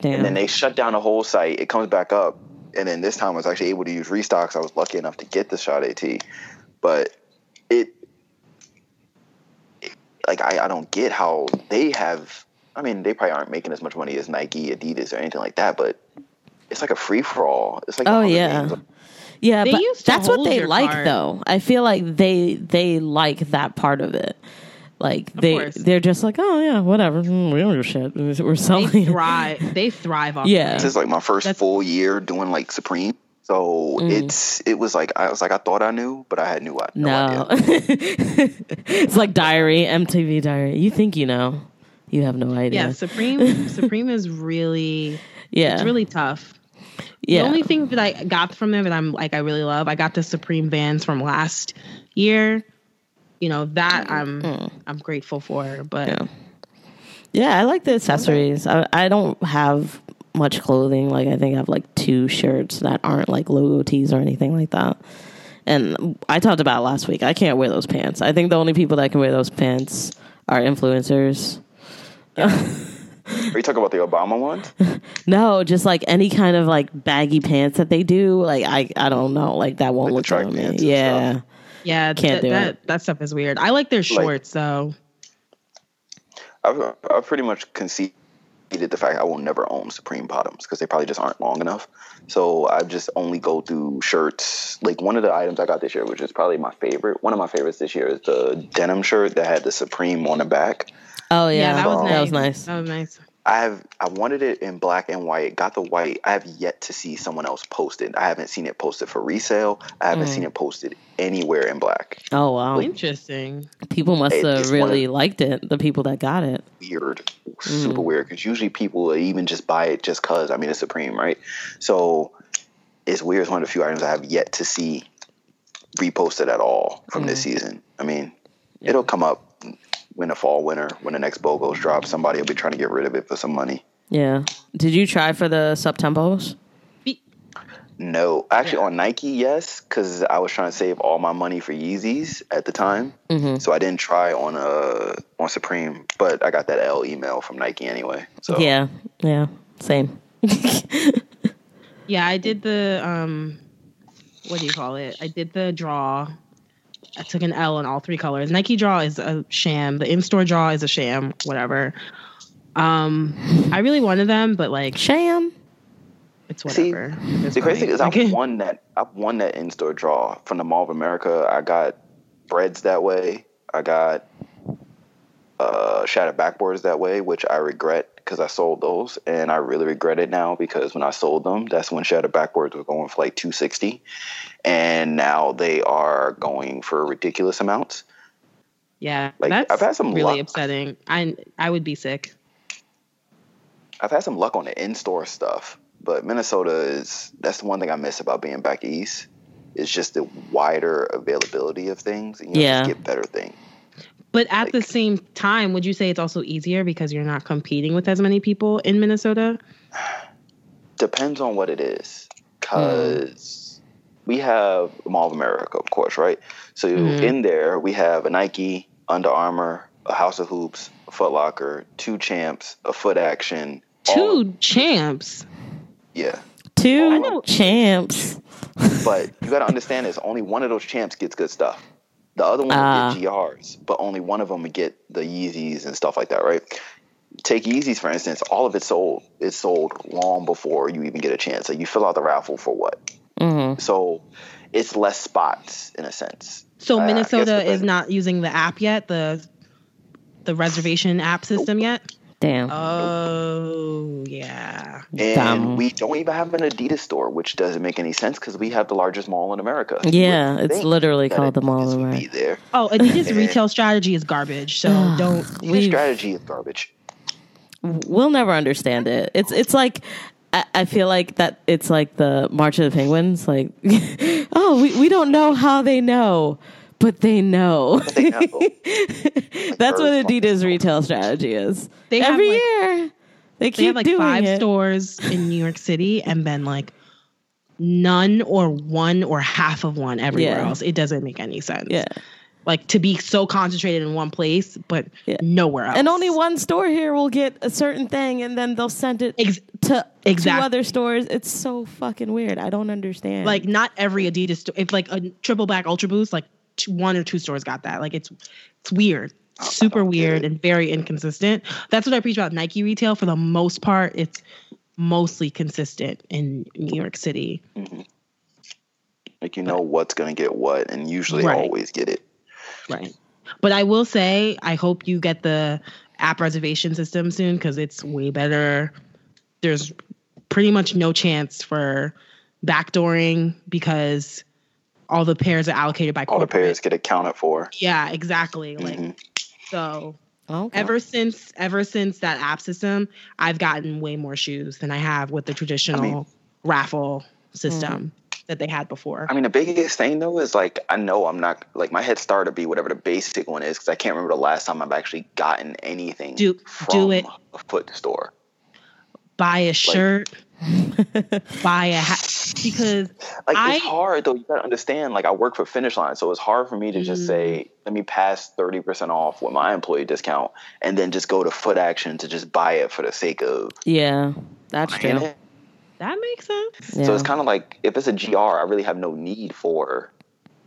Speaker 1: damn.
Speaker 3: and then they shut down the whole site. It comes back up, and then this time I was actually able to use restocks. I was lucky enough to get the shot AT, but it, it- like I, I don't get how they have. I mean, they probably aren't making as much money as Nike, Adidas, or anything like that, but it's like a free for all. It's like the
Speaker 1: Oh,
Speaker 3: Hunger
Speaker 1: yeah.
Speaker 3: Games.
Speaker 1: Yeah,
Speaker 2: They
Speaker 1: but
Speaker 2: used to
Speaker 1: that's what
Speaker 2: hold
Speaker 1: they
Speaker 2: your
Speaker 1: like
Speaker 2: card.
Speaker 1: though. I feel like they they like that part of it. Like they
Speaker 2: course.
Speaker 1: they're just like, "Oh yeah, whatever. Mm, We don't give a shit. We're
Speaker 2: They
Speaker 1: selling."
Speaker 2: thrive. They thrive off.
Speaker 1: uh, Yeah.
Speaker 3: This is like my first
Speaker 2: That's-
Speaker 3: full year doing like Supreme. So it's it was like I was like I thought I knew, but I had new I, no,
Speaker 1: No.
Speaker 3: idea.
Speaker 1: it's like diary, MTV diary. You think you know. You have no idea.
Speaker 2: Yeah, Supreme Supreme is really
Speaker 1: yeah.
Speaker 2: it's really tough.
Speaker 1: yeah.
Speaker 2: The only thing that I got from them that I'm like I really love, I got the Supreme Vans from last year. You know that I'm I'm grateful for, but
Speaker 1: Yeah. Yeah, I like the accessories. I, I don't have much clothing. Like I think I have like two shirts that aren't like logo tees or anything like that. And I talked about it last week. I can't wear those pants. I think the only people that can wear those pants are influencers.
Speaker 3: Are you talking about the Obama ones?
Speaker 1: No, just like any kind of like baggy pants that they do. Like I, I don't know. Like that won't
Speaker 3: the
Speaker 1: look
Speaker 3: track
Speaker 1: good on me.
Speaker 3: pants and
Speaker 1: Yeah,
Speaker 3: stuff.
Speaker 2: yeah,
Speaker 1: Can't
Speaker 2: that,
Speaker 1: do
Speaker 2: that,
Speaker 1: it.
Speaker 2: that stuff is weird. I like their shorts though.
Speaker 3: I've, I've pretty much conceded the fact I will never own Supreme bottoms because they probably just aren't long enough. So I just only go through shirts. Like one of the items I got this year, which is probably my favorite, one of my favorites this year is the denim shirt that had the Supreme on the back.
Speaker 1: Oh yeah,
Speaker 2: Yeah, that was nice.
Speaker 1: That was nice.
Speaker 2: That was nice.
Speaker 3: I have I wanted it in black and white. Got the white. I have yet to see someone else post it. I haven't seen it posted for resale. I haven't seen it posted anywhere in black.
Speaker 1: Oh wow,
Speaker 2: Interesting.
Speaker 1: people must
Speaker 3: It-
Speaker 1: have
Speaker 3: it's one of-
Speaker 1: really liked it. The people that got it.
Speaker 3: weird, super weird. Because usually people will even just buy it just cause. I mean, it's Supreme, right? So it's weird. It's one of the few items I have yet to see reposted at all from this season. I mean, it'll come up when the fall, winter, when the next BOGOs drop. Somebody will be trying to get rid of it for some money.
Speaker 1: Yeah. Did you try for the Septembos?
Speaker 2: Be-
Speaker 3: No, actually, on Nike, yes, because I was trying to save all my money for Yeezys at the time, so I didn't try on uh on Supreme. But I got that L email from Nike anyway. So
Speaker 1: Yeah. Yeah. Same.
Speaker 2: Yeah, I did the um what do you call it? I did the draw. I took an L on all three colors. Nike draw is a sham. The in-store draw is a sham, whatever. Um I really wanted them, but like
Speaker 1: Sham.
Speaker 2: it's
Speaker 3: See,
Speaker 2: whatever. It's
Speaker 3: The crazy
Speaker 2: fine.
Speaker 3: thing is,
Speaker 2: Like,
Speaker 3: I won that. I won that in store draw from the Mall of America. I got breads that way. I got uh, shattered backboards that way, which I regret because I sold those, and I really regret it now because when I sold them, that's when shattered backboards were going for like two sixty, and now they are going for ridiculous amounts.
Speaker 2: Yeah,
Speaker 3: Like,
Speaker 2: that's
Speaker 3: I've had some
Speaker 2: really
Speaker 3: luck.
Speaker 2: upsetting. I I would be sick.
Speaker 3: I've had some luck on the in store stuff, But Minnesota is that's the one thing I miss about being back east. It's just the wider availability of things. And you
Speaker 1: Yeah.
Speaker 3: just get better things.
Speaker 2: But at the same time, would you say it's also easier because you're not competing with as many people in Minnesota?
Speaker 3: Depends on what it is, because we have Mall of America, of course, right? So
Speaker 2: Mhm.
Speaker 3: in there we have a Nike, Under Armour, a House of Hoops, a Foot Locker, two champs, a Foot Action. all-
Speaker 2: Two champs.
Speaker 3: yeah.
Speaker 2: Oh,
Speaker 3: I
Speaker 1: Two
Speaker 3: know-
Speaker 1: champs.
Speaker 3: But you got to understand this: only one of those champs gets good stuff. The other one
Speaker 1: Ah.
Speaker 3: will get GRs, but only one of them would get the Yeezys and stuff like that, right? Take Yeezys for instance; all of it's sold. It's sold long before you even get a chance. So you fill out the raffle for what?
Speaker 1: Mhm.
Speaker 3: So it's less spots in a sense.
Speaker 2: So
Speaker 3: I- I guess
Speaker 2: Minnesota
Speaker 3: the-
Speaker 2: is not using the app yet, the the reservation app system yet.
Speaker 1: Damn.
Speaker 2: Um, Oh yeah.
Speaker 3: And
Speaker 1: Dumb.
Speaker 3: we don't even have an Adidas store, which doesn't make any sense because we have the largest mall in America. You
Speaker 1: yeah,
Speaker 3: would
Speaker 1: it's
Speaker 3: think
Speaker 1: literally
Speaker 3: that
Speaker 1: called the Mall
Speaker 3: Adidas
Speaker 1: of
Speaker 3: would
Speaker 1: America.
Speaker 3: Be there.
Speaker 2: Oh, Adidas retail strategy is garbage. So don't.
Speaker 3: Your strategy is garbage.
Speaker 1: we'll never understand it. It's it's like I, I feel like that it's like the March of the Penguins. Like, oh, we we don't know how they know, but they know.
Speaker 3: They know.
Speaker 1: That's
Speaker 3: very
Speaker 1: what
Speaker 3: fucking
Speaker 1: Adidas
Speaker 3: know.
Speaker 1: retail strategy is.
Speaker 2: They have,
Speaker 1: Every
Speaker 2: like-
Speaker 1: year, they keep
Speaker 2: They have like
Speaker 1: doing
Speaker 2: five
Speaker 1: it.
Speaker 2: stores in New York City, and then like none or one or half of one everywhere
Speaker 1: Yeah.
Speaker 2: else. It doesn't make any sense.
Speaker 1: Yeah,
Speaker 2: Like to be so concentrated in one place, but
Speaker 1: Yeah.
Speaker 2: nowhere else.
Speaker 1: and only one store here will get a certain thing, and then they'll send it
Speaker 2: Ex-
Speaker 1: to
Speaker 2: exact-
Speaker 1: two other stores. It's so fucking weird. I don't understand.
Speaker 2: like not every Adidas store. If like a triple black Ultra Boost, like two, one or two stores got that. Like it's it's weird,
Speaker 3: Oh,
Speaker 2: super
Speaker 3: don't get
Speaker 2: weird,
Speaker 3: it.
Speaker 2: and very inconsistent. That's what I preach about Nike retail. For the most part, it's mostly consistent in New York City.
Speaker 3: Like you know what's gonna get what, and usually
Speaker 2: Right.
Speaker 3: always get it.
Speaker 2: Right. But I will say, I hope you get the app reservation system soon because it's way better. There's pretty much no chance for backdooring because all the pairs are allocated by
Speaker 3: All the
Speaker 2: corporate.
Speaker 3: pairs get accounted for.
Speaker 2: Yeah, exactly. Like
Speaker 3: Mhm.
Speaker 2: so.
Speaker 1: Okay.
Speaker 2: Ever since ever since that app system, I've gotten way more shoes than I have with the traditional raffle system that they had before.
Speaker 3: I mean, the biggest thing though is like I know I'm not like my head start to be whatever the basic one is because I can't remember the last time I've actually gotten anything
Speaker 2: Do- do
Speaker 3: from
Speaker 2: it.
Speaker 3: a foot store.
Speaker 2: buy a shirt, buy a hat because
Speaker 3: like
Speaker 2: I-
Speaker 3: it's hard though. You gotta understand. Like I work for Finish Line, so it's hard for me to just say,
Speaker 2: Mm.
Speaker 3: "Let me pass thirty percent off with my employee discount," and then just go to Foot Action to just buy it for the sake of.
Speaker 1: yeah, that's
Speaker 3: buying
Speaker 1: true.
Speaker 3: it.
Speaker 2: that makes sense.
Speaker 1: Yeah.
Speaker 3: So it's kind of like if it's a GR, I really have no need for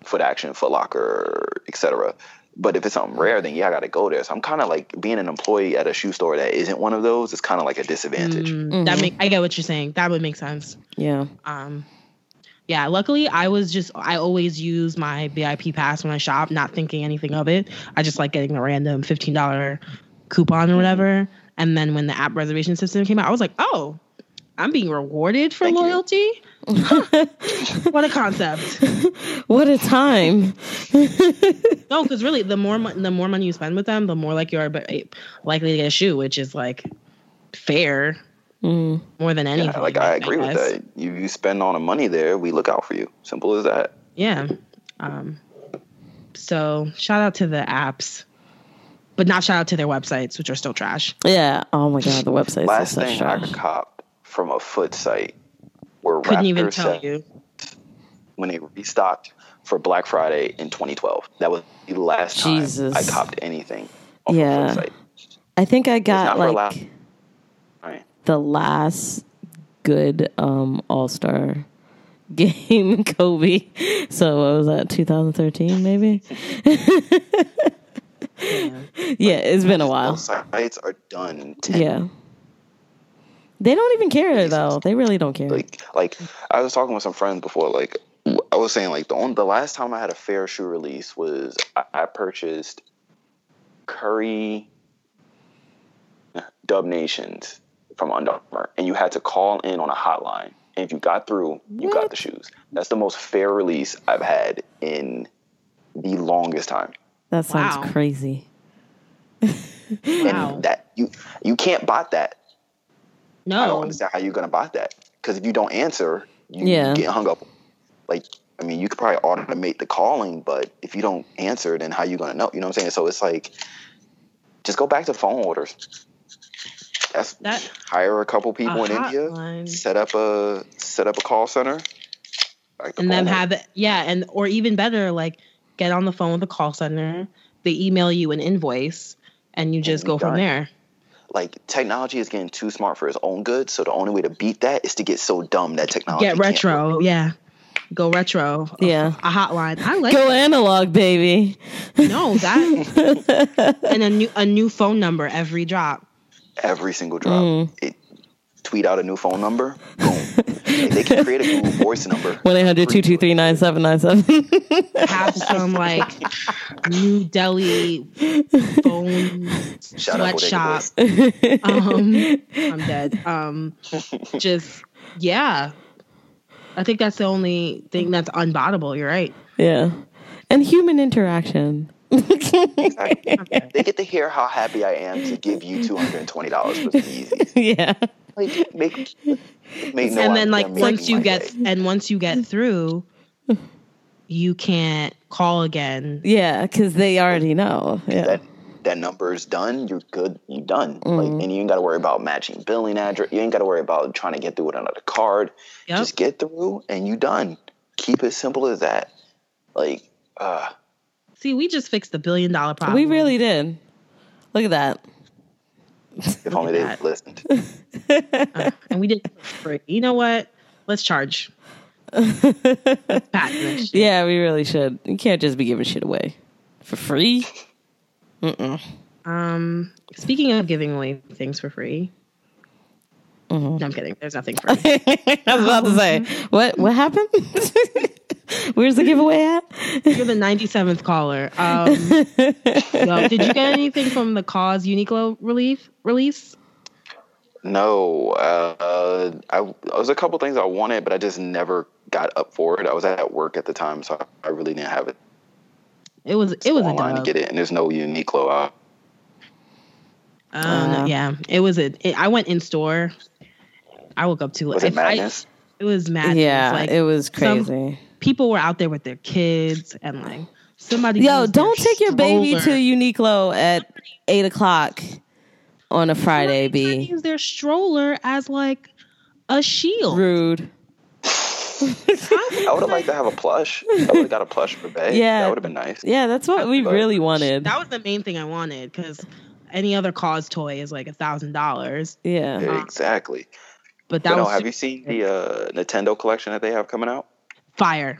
Speaker 3: Foot Action, Foot Locker, etc. But if it's something rare, then yeah, I gotta go there. So I'm kind of like being an employee at a shoe store that isn't one of those. It's kind of like a disadvantage.
Speaker 2: Mm, That make I get what you're saying. That would make sense.
Speaker 1: yeah.
Speaker 2: Um, yeah. Luckily, I was just I always use my VIP pass when I shop, not thinking anything of it. I just like getting the random fifteen dollar
Speaker 3: Mm-hmm.
Speaker 2: coupon or whatever. And then when the app reservation system came out, I was like, oh, I'm being rewarded for
Speaker 3: Thank you.
Speaker 2: loyalty. Huh. what a concept.
Speaker 1: What a time.
Speaker 2: No, because really, the more mon- the more money you spend with them, the more like you are but- likely to get a shoe, which is like fair
Speaker 1: Mm.
Speaker 2: more than anything.
Speaker 3: Yeah, like I agree with
Speaker 2: guess.
Speaker 3: that. You, you spend all the money there, we look out for you. Simple as that.
Speaker 2: Yeah. Um, so shout out to the apps, but not shout out to their websites, which are still trash.
Speaker 1: Yeah. Oh my god, the website is
Speaker 3: Last
Speaker 1: such
Speaker 3: thing
Speaker 1: trash.
Speaker 3: I copped from a foot site were
Speaker 2: Couldn't
Speaker 3: Raptor
Speaker 2: even tell
Speaker 3: set
Speaker 2: you.
Speaker 3: when they restocked for Black Friday in 2012. That was the last
Speaker 1: Jesus.
Speaker 3: time I copped anything off
Speaker 1: Yeah.
Speaker 3: a foot site.
Speaker 1: I think I got
Speaker 3: not for a
Speaker 1: like
Speaker 3: laugh. All right.
Speaker 1: the last good um All Star game Kobe. So what was that? 2013 maybe. yeah, it's been a while.
Speaker 3: Those sites are done. 10,
Speaker 1: Yeah. They don't even care though. They really don't care.
Speaker 3: Like, like I was talking with some friends before. Like, I was saying, like the on, the last time I had a fair shoe release was I, I purchased Curry Dub Nations from Under Armour, and you had to call in on a hotline. And if you got through, you got the shoes. That's the most fair release I've had in the longest time.
Speaker 1: That sounds
Speaker 2: Wow.
Speaker 1: crazy.
Speaker 2: Wow.
Speaker 3: That you you can't bot that. I don't
Speaker 2: No. Oh.
Speaker 3: understand how you're gonna buy that. because if you don't answer, you
Speaker 1: Yeah.
Speaker 3: get hung up. Like, I mean, you could probably automate the calling, but if you don't answer, then how you gonna know? You know what I'm saying? So it's like, just go back to phone orders. That's
Speaker 2: That-
Speaker 3: hire a couple
Speaker 2: A
Speaker 3: people in India,
Speaker 2: hotline.
Speaker 3: set up a set up a call center, like oh, the
Speaker 2: and then
Speaker 3: phone-
Speaker 2: have it yeah and or even better like get on the phone with the call center they email you an invoice and you just
Speaker 3: you
Speaker 2: go from
Speaker 3: done.
Speaker 2: there
Speaker 3: like technology is getting too smart for its own good. So the only way to beat that is to get so dumb that technology
Speaker 2: get
Speaker 3: can't
Speaker 2: retro yeah go retro
Speaker 1: Yeah.
Speaker 2: a hotline i like
Speaker 1: Go analog, baby.
Speaker 2: no that and a new a new phone number every drop
Speaker 3: every single drop. It tweet out a new phone number, boom. Like, they can create a new voice number.
Speaker 1: 1 800 223 9797.
Speaker 2: have some like new Delhi phone
Speaker 3: Shout out
Speaker 2: sweatshop.
Speaker 3: Bodega
Speaker 2: Um, I'm dead. Um, just yeah. I think that's the only thing that's unbottable. You're right.
Speaker 1: Yeah. And human interaction.
Speaker 3: Boys. They get to hear how happy I am to give you two hundred and twenty dollars for the Yeezys.
Speaker 1: yeah.
Speaker 3: Like make, make no
Speaker 2: and then like
Speaker 3: idea, make
Speaker 2: once you
Speaker 3: my
Speaker 2: get
Speaker 3: day.
Speaker 2: and once you get through, you can't call again.
Speaker 1: Yeah, because they already know. Yeah.
Speaker 3: that that number is done, you're good, you done. Like and you ain't gotta worry about matching billing address. You ain't gotta worry about trying to get through with another card.
Speaker 2: Yep.
Speaker 3: Just get through and you done. Keep it simple as that. Like, uh,
Speaker 2: See, we just fixed the billion dollar problem.
Speaker 1: We really did. Look at that.
Speaker 3: if only they
Speaker 2: that.
Speaker 3: listened.
Speaker 2: Uh, and we did it for free. You know what? Let's charge. Patent this shit.
Speaker 1: Yeah, we really should. You can't just be giving shit away for free.
Speaker 2: Um, speaking of giving away things for free,
Speaker 1: Mm-hmm.
Speaker 2: no, I'm kidding. There's nothing free.
Speaker 1: I was about to say, what what happened? Where's the giveaway at?
Speaker 2: You're the 97th caller. Um, so did you get anything from the Cause Uniqlo relief release?
Speaker 3: No, uh, I there was a couple things I wanted, but I just never got up for it. I was at work at the time, so I really didn't have it
Speaker 2: It was it was a
Speaker 3: online to
Speaker 2: dub.
Speaker 3: get it. And there's no Uniqlo. Uh,
Speaker 2: Um,
Speaker 1: Ah.
Speaker 2: yeah, it was a. It, I went in store. I woke up too late.
Speaker 3: was it
Speaker 2: I- I-
Speaker 3: madness?
Speaker 2: it was madness.
Speaker 1: Yeah,
Speaker 2: like,
Speaker 1: it was
Speaker 2: some-
Speaker 1: crazy.
Speaker 2: people were out there with their kids and like somebody.
Speaker 1: Yo,
Speaker 2: used their
Speaker 1: don't take your baby to
Speaker 2: stroller.
Speaker 1: Uniqlo at eight o'clock on a Friday,
Speaker 2: Somebody
Speaker 1: B.
Speaker 2: Used their stroller as like a shield.
Speaker 1: Rude.
Speaker 3: I would have liked to have a plush. I would have got a plush for Bay.
Speaker 1: Yeah.
Speaker 3: that would have been nice.
Speaker 1: Yeah, that's what we
Speaker 3: But-
Speaker 1: really wanted.
Speaker 2: That was the main thing I wanted because any other cause toy is like a thousand dollars,
Speaker 1: Yeah.
Speaker 3: Exactly.
Speaker 2: but that
Speaker 3: Uh-huh. But no,
Speaker 2: was
Speaker 3: have you seen the uh, Nintendo collection that they have coming out?
Speaker 2: fire,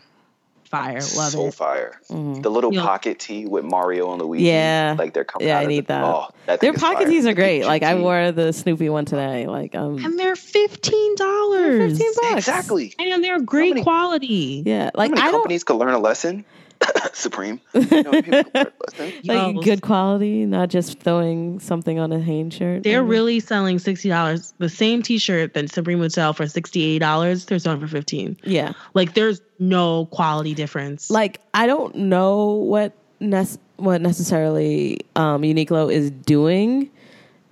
Speaker 2: fire, love
Speaker 3: e-, so
Speaker 2: it.
Speaker 3: fire.
Speaker 1: Mm-hmm.
Speaker 3: The little
Speaker 2: You know-
Speaker 3: pocket tee with Mario and Luigi.
Speaker 1: Yeah.
Speaker 3: like they're coming.
Speaker 1: Yeah,
Speaker 3: out
Speaker 1: I
Speaker 3: of
Speaker 1: need
Speaker 3: the,
Speaker 1: that.
Speaker 3: Oh, that thing
Speaker 1: Their
Speaker 3: is
Speaker 1: pocket
Speaker 3: fire.
Speaker 1: tees are
Speaker 3: The
Speaker 1: great.
Speaker 3: picture
Speaker 1: Like I
Speaker 3: tee.
Speaker 1: wore the Snoopy one today. Like um,
Speaker 2: And they're fifteen dollars,
Speaker 1: fifteen bucks.
Speaker 3: Exactly.
Speaker 2: and they're great
Speaker 3: many-
Speaker 2: quality.
Speaker 1: Yeah,
Speaker 3: How
Speaker 1: like
Speaker 3: many
Speaker 1: I don't
Speaker 3: companies could learn a lesson? Supreme. You know, how many people could learn a lesson?
Speaker 1: like
Speaker 2: Yo,
Speaker 1: good quality, not just throwing something on a Hanes shirt.
Speaker 2: They're really selling sixty dollars. The same T-shirt that Supreme would sell for sixty-eight dollars, they're selling for fifteen.
Speaker 1: Mm-hmm. yeah.
Speaker 2: Like there's no quality difference.
Speaker 1: Like I don't know what nec- what necessarily um, Uniqlo is doing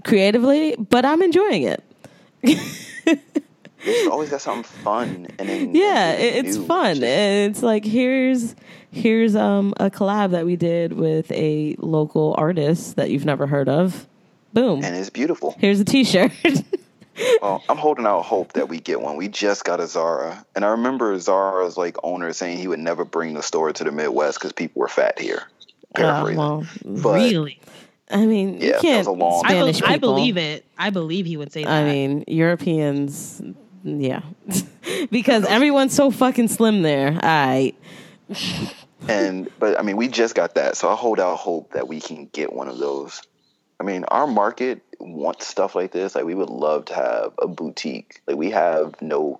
Speaker 1: creatively, but I'm enjoying it.
Speaker 3: They just always got something fun and then
Speaker 1: Yeah,
Speaker 3: and then
Speaker 1: it, it's
Speaker 3: new.
Speaker 1: fun.
Speaker 3: Just-
Speaker 1: And it's like here's here's um a collab that we did with a local artist that you've never heard of. Boom.
Speaker 3: and it's beautiful.
Speaker 1: Here's a t-shirt.
Speaker 3: Well, I'm holding out hope that we get one. We just got a Zara, and I remember Zara's like owner saying he would never bring the store to the Midwest because people were fat here.
Speaker 1: Uh,
Speaker 3: Paraphrasing.
Speaker 1: well,
Speaker 3: but
Speaker 2: really,
Speaker 1: I mean,
Speaker 3: Yeah,
Speaker 1: you
Speaker 3: that
Speaker 1: can't
Speaker 3: was a long-
Speaker 2: I,
Speaker 1: Spanish
Speaker 2: be- I
Speaker 1: people.
Speaker 2: believe it. I believe he would say that.
Speaker 1: I mean, Europeans, yeah, because everyone's so fucking slim there. All right,
Speaker 3: and but I mean, we just got that, so I hold out hope that we can get one of those. I mean, our market wants stuff like this. Like we would love to have a boutique. Like we have no.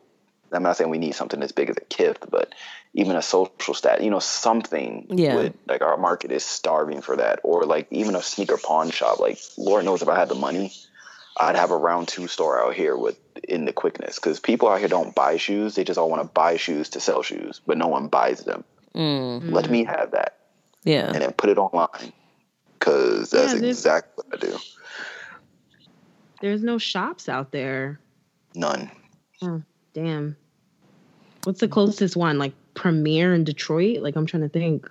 Speaker 3: I'm not saying we need something as big as a gift, but even a social stat, you know, something.
Speaker 1: Yeah.
Speaker 3: would- like our market is starving for that, or like even a sneaker pawn shop. Like Lord knows if I had the money, I'd have a round two store out here with in the quickness because people out here don't buy shoes. They just all want to buy shoes to sell shoes, but no one buys them. Let
Speaker 1: Mm-hmm.
Speaker 3: me have that
Speaker 1: mm, yeah,
Speaker 3: and then put it online because that's
Speaker 2: Yeah, there's-
Speaker 3: exactly what I do.
Speaker 2: Mm. There's no shops out there.
Speaker 3: None.
Speaker 2: damn. What's the closest one? Like Premiere in Detroit? Like I'm trying to think.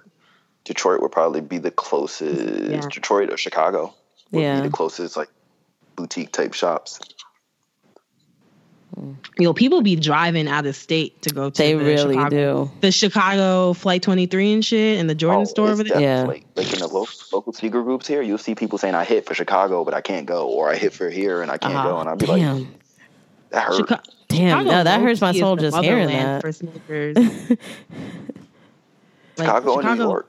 Speaker 3: Detroit would probably be the closest.
Speaker 2: Yeah.
Speaker 3: Detroit or Chicago would
Speaker 1: Yeah.
Speaker 3: be the closest, like boutique type shops.
Speaker 2: You know, people be driving out of state to go to
Speaker 1: They
Speaker 2: the
Speaker 1: really
Speaker 2: Chicago,
Speaker 1: do.
Speaker 2: The Chicago Flight 23 and shit and the Jordan
Speaker 3: Oh,
Speaker 2: store
Speaker 3: it's
Speaker 2: over there.
Speaker 1: Yeah.
Speaker 3: definitely- Like, in the local, local secret groups here, you'll see people saying, I hit for Chicago, but I can't go, or I hit for here and I can't go.
Speaker 1: Ah,
Speaker 3: And I'd be like,
Speaker 1: damn,
Speaker 3: that hurt.
Speaker 2: Chica-
Speaker 1: damn,
Speaker 2: Chicago
Speaker 1: no, that hurts my
Speaker 2: low-key is
Speaker 1: soul
Speaker 2: the
Speaker 1: just hearing
Speaker 2: motherland
Speaker 1: that.
Speaker 2: For sneakers. Like,
Speaker 3: Chicago and New York.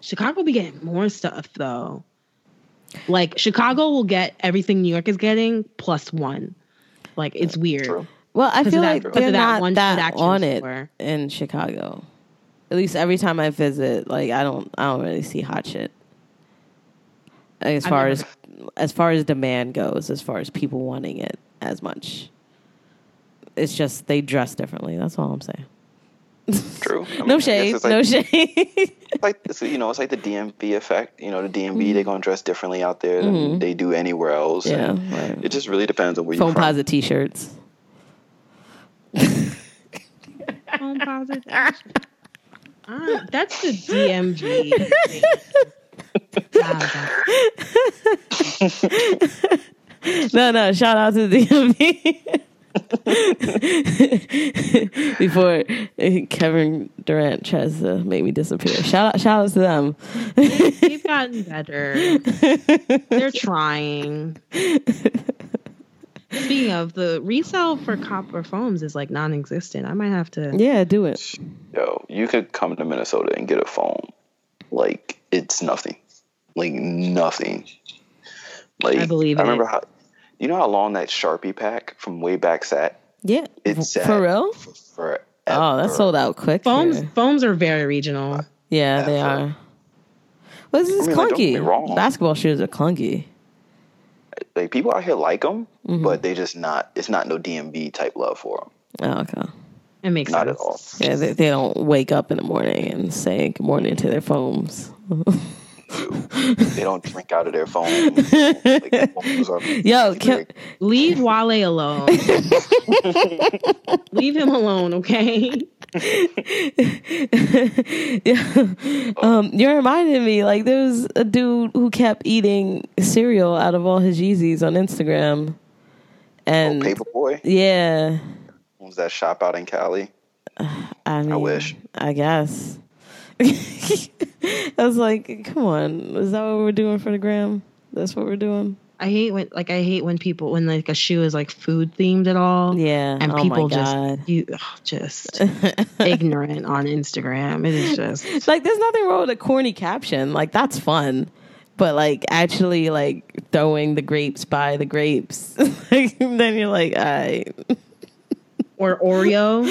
Speaker 2: Chicago be getting more stuff though. Like Chicago will get everything New York is getting plus one. Like it's weird.
Speaker 3: True.
Speaker 1: Well, I
Speaker 2: Because
Speaker 1: feel
Speaker 2: of that-
Speaker 1: like
Speaker 2: because
Speaker 1: they're
Speaker 2: of that
Speaker 1: not
Speaker 2: one
Speaker 1: that
Speaker 2: transaction
Speaker 1: on it
Speaker 2: store.
Speaker 1: in Chicago. At least every time I visit, like I don't, I don't really see hot shit. Like, as
Speaker 2: I've
Speaker 1: far
Speaker 2: never-
Speaker 1: as as far as demand goes, as far as people wanting it as much, it's just they dress differently. That's all I'm saying.
Speaker 3: True. I mean, I
Speaker 1: No
Speaker 3: guess
Speaker 1: shade,
Speaker 3: it's like-
Speaker 1: no shade.
Speaker 3: it's like it's, you know, it's like the DMV effect. You know, the DMV they're gonna dress differently out there than they do anywhere else.
Speaker 1: Mm-hmm. yeah,
Speaker 3: and
Speaker 1: right.
Speaker 3: It just really depends on where
Speaker 1: phone
Speaker 3: you're from.
Speaker 1: posit T-shirts.
Speaker 2: Home positive. Uh, that's the DMV. thing. Wow, that-
Speaker 1: No, no. Shout out to the DMV. Before eh, Kevin Durant tries to make me disappear. Shout out, shout out to them.
Speaker 2: They've gotten better. They're trying. Speaking of the resale for copper phones is like non-existent. I might have to.
Speaker 1: Yeah, do it.
Speaker 3: Yo, you could come to Minnesota and get a phone. Like it's nothing. Like nothing. Like
Speaker 2: I believe
Speaker 3: I remember
Speaker 2: it.
Speaker 3: how you know how long that Sharpie pack from way back sat?
Speaker 1: Yeah,
Speaker 3: It sat
Speaker 1: for real.
Speaker 3: For, forever.
Speaker 1: Oh, that sold out quick.
Speaker 2: Phones
Speaker 1: here.
Speaker 2: phones are very
Speaker 3: Uh,
Speaker 2: regional.
Speaker 1: Yeah, they
Speaker 3: Ever.
Speaker 1: are. Well, this is
Speaker 3: mean, like, don't get me
Speaker 1: clunky.
Speaker 3: wrong.
Speaker 1: Basketball shoes are clunky.
Speaker 3: Like people out here like them,
Speaker 1: Mm-hmm.
Speaker 3: but they just not. It's not no DMV type love for them.
Speaker 1: Oh, okay.
Speaker 2: It makes
Speaker 3: Not
Speaker 2: sense.
Speaker 3: at all.
Speaker 1: Yeah, they, they don't wake up in the morning and say good morning to their phones.
Speaker 3: They don't drink out of their phone. Like, phones are-
Speaker 1: Yo, Kim,
Speaker 2: Leave Wale alone. Leave him alone, okay?
Speaker 1: Um, you reminded me like there was a dude who kept eating cereal out of all his Yeezys on Instagram, and
Speaker 3: oh, Paperboy
Speaker 1: yeah,
Speaker 3: owns that shop out in Cali.
Speaker 1: I mean,
Speaker 3: wish.
Speaker 1: I guess. I was like, come on, is that what we're doing for the gram? That's what we're doing.
Speaker 2: I hate when like I hate when people when like a shoe is like food themed at all.
Speaker 1: Yeah.
Speaker 2: And
Speaker 1: oh
Speaker 2: people
Speaker 1: my God.
Speaker 2: just you ugh, just ignorant on Instagram. It is just
Speaker 1: like, there's nothing wrong with a corny caption. Like that's fun, but like actually like throwing the grapes by the grapes. like then you're like, all right.
Speaker 2: or Oreo.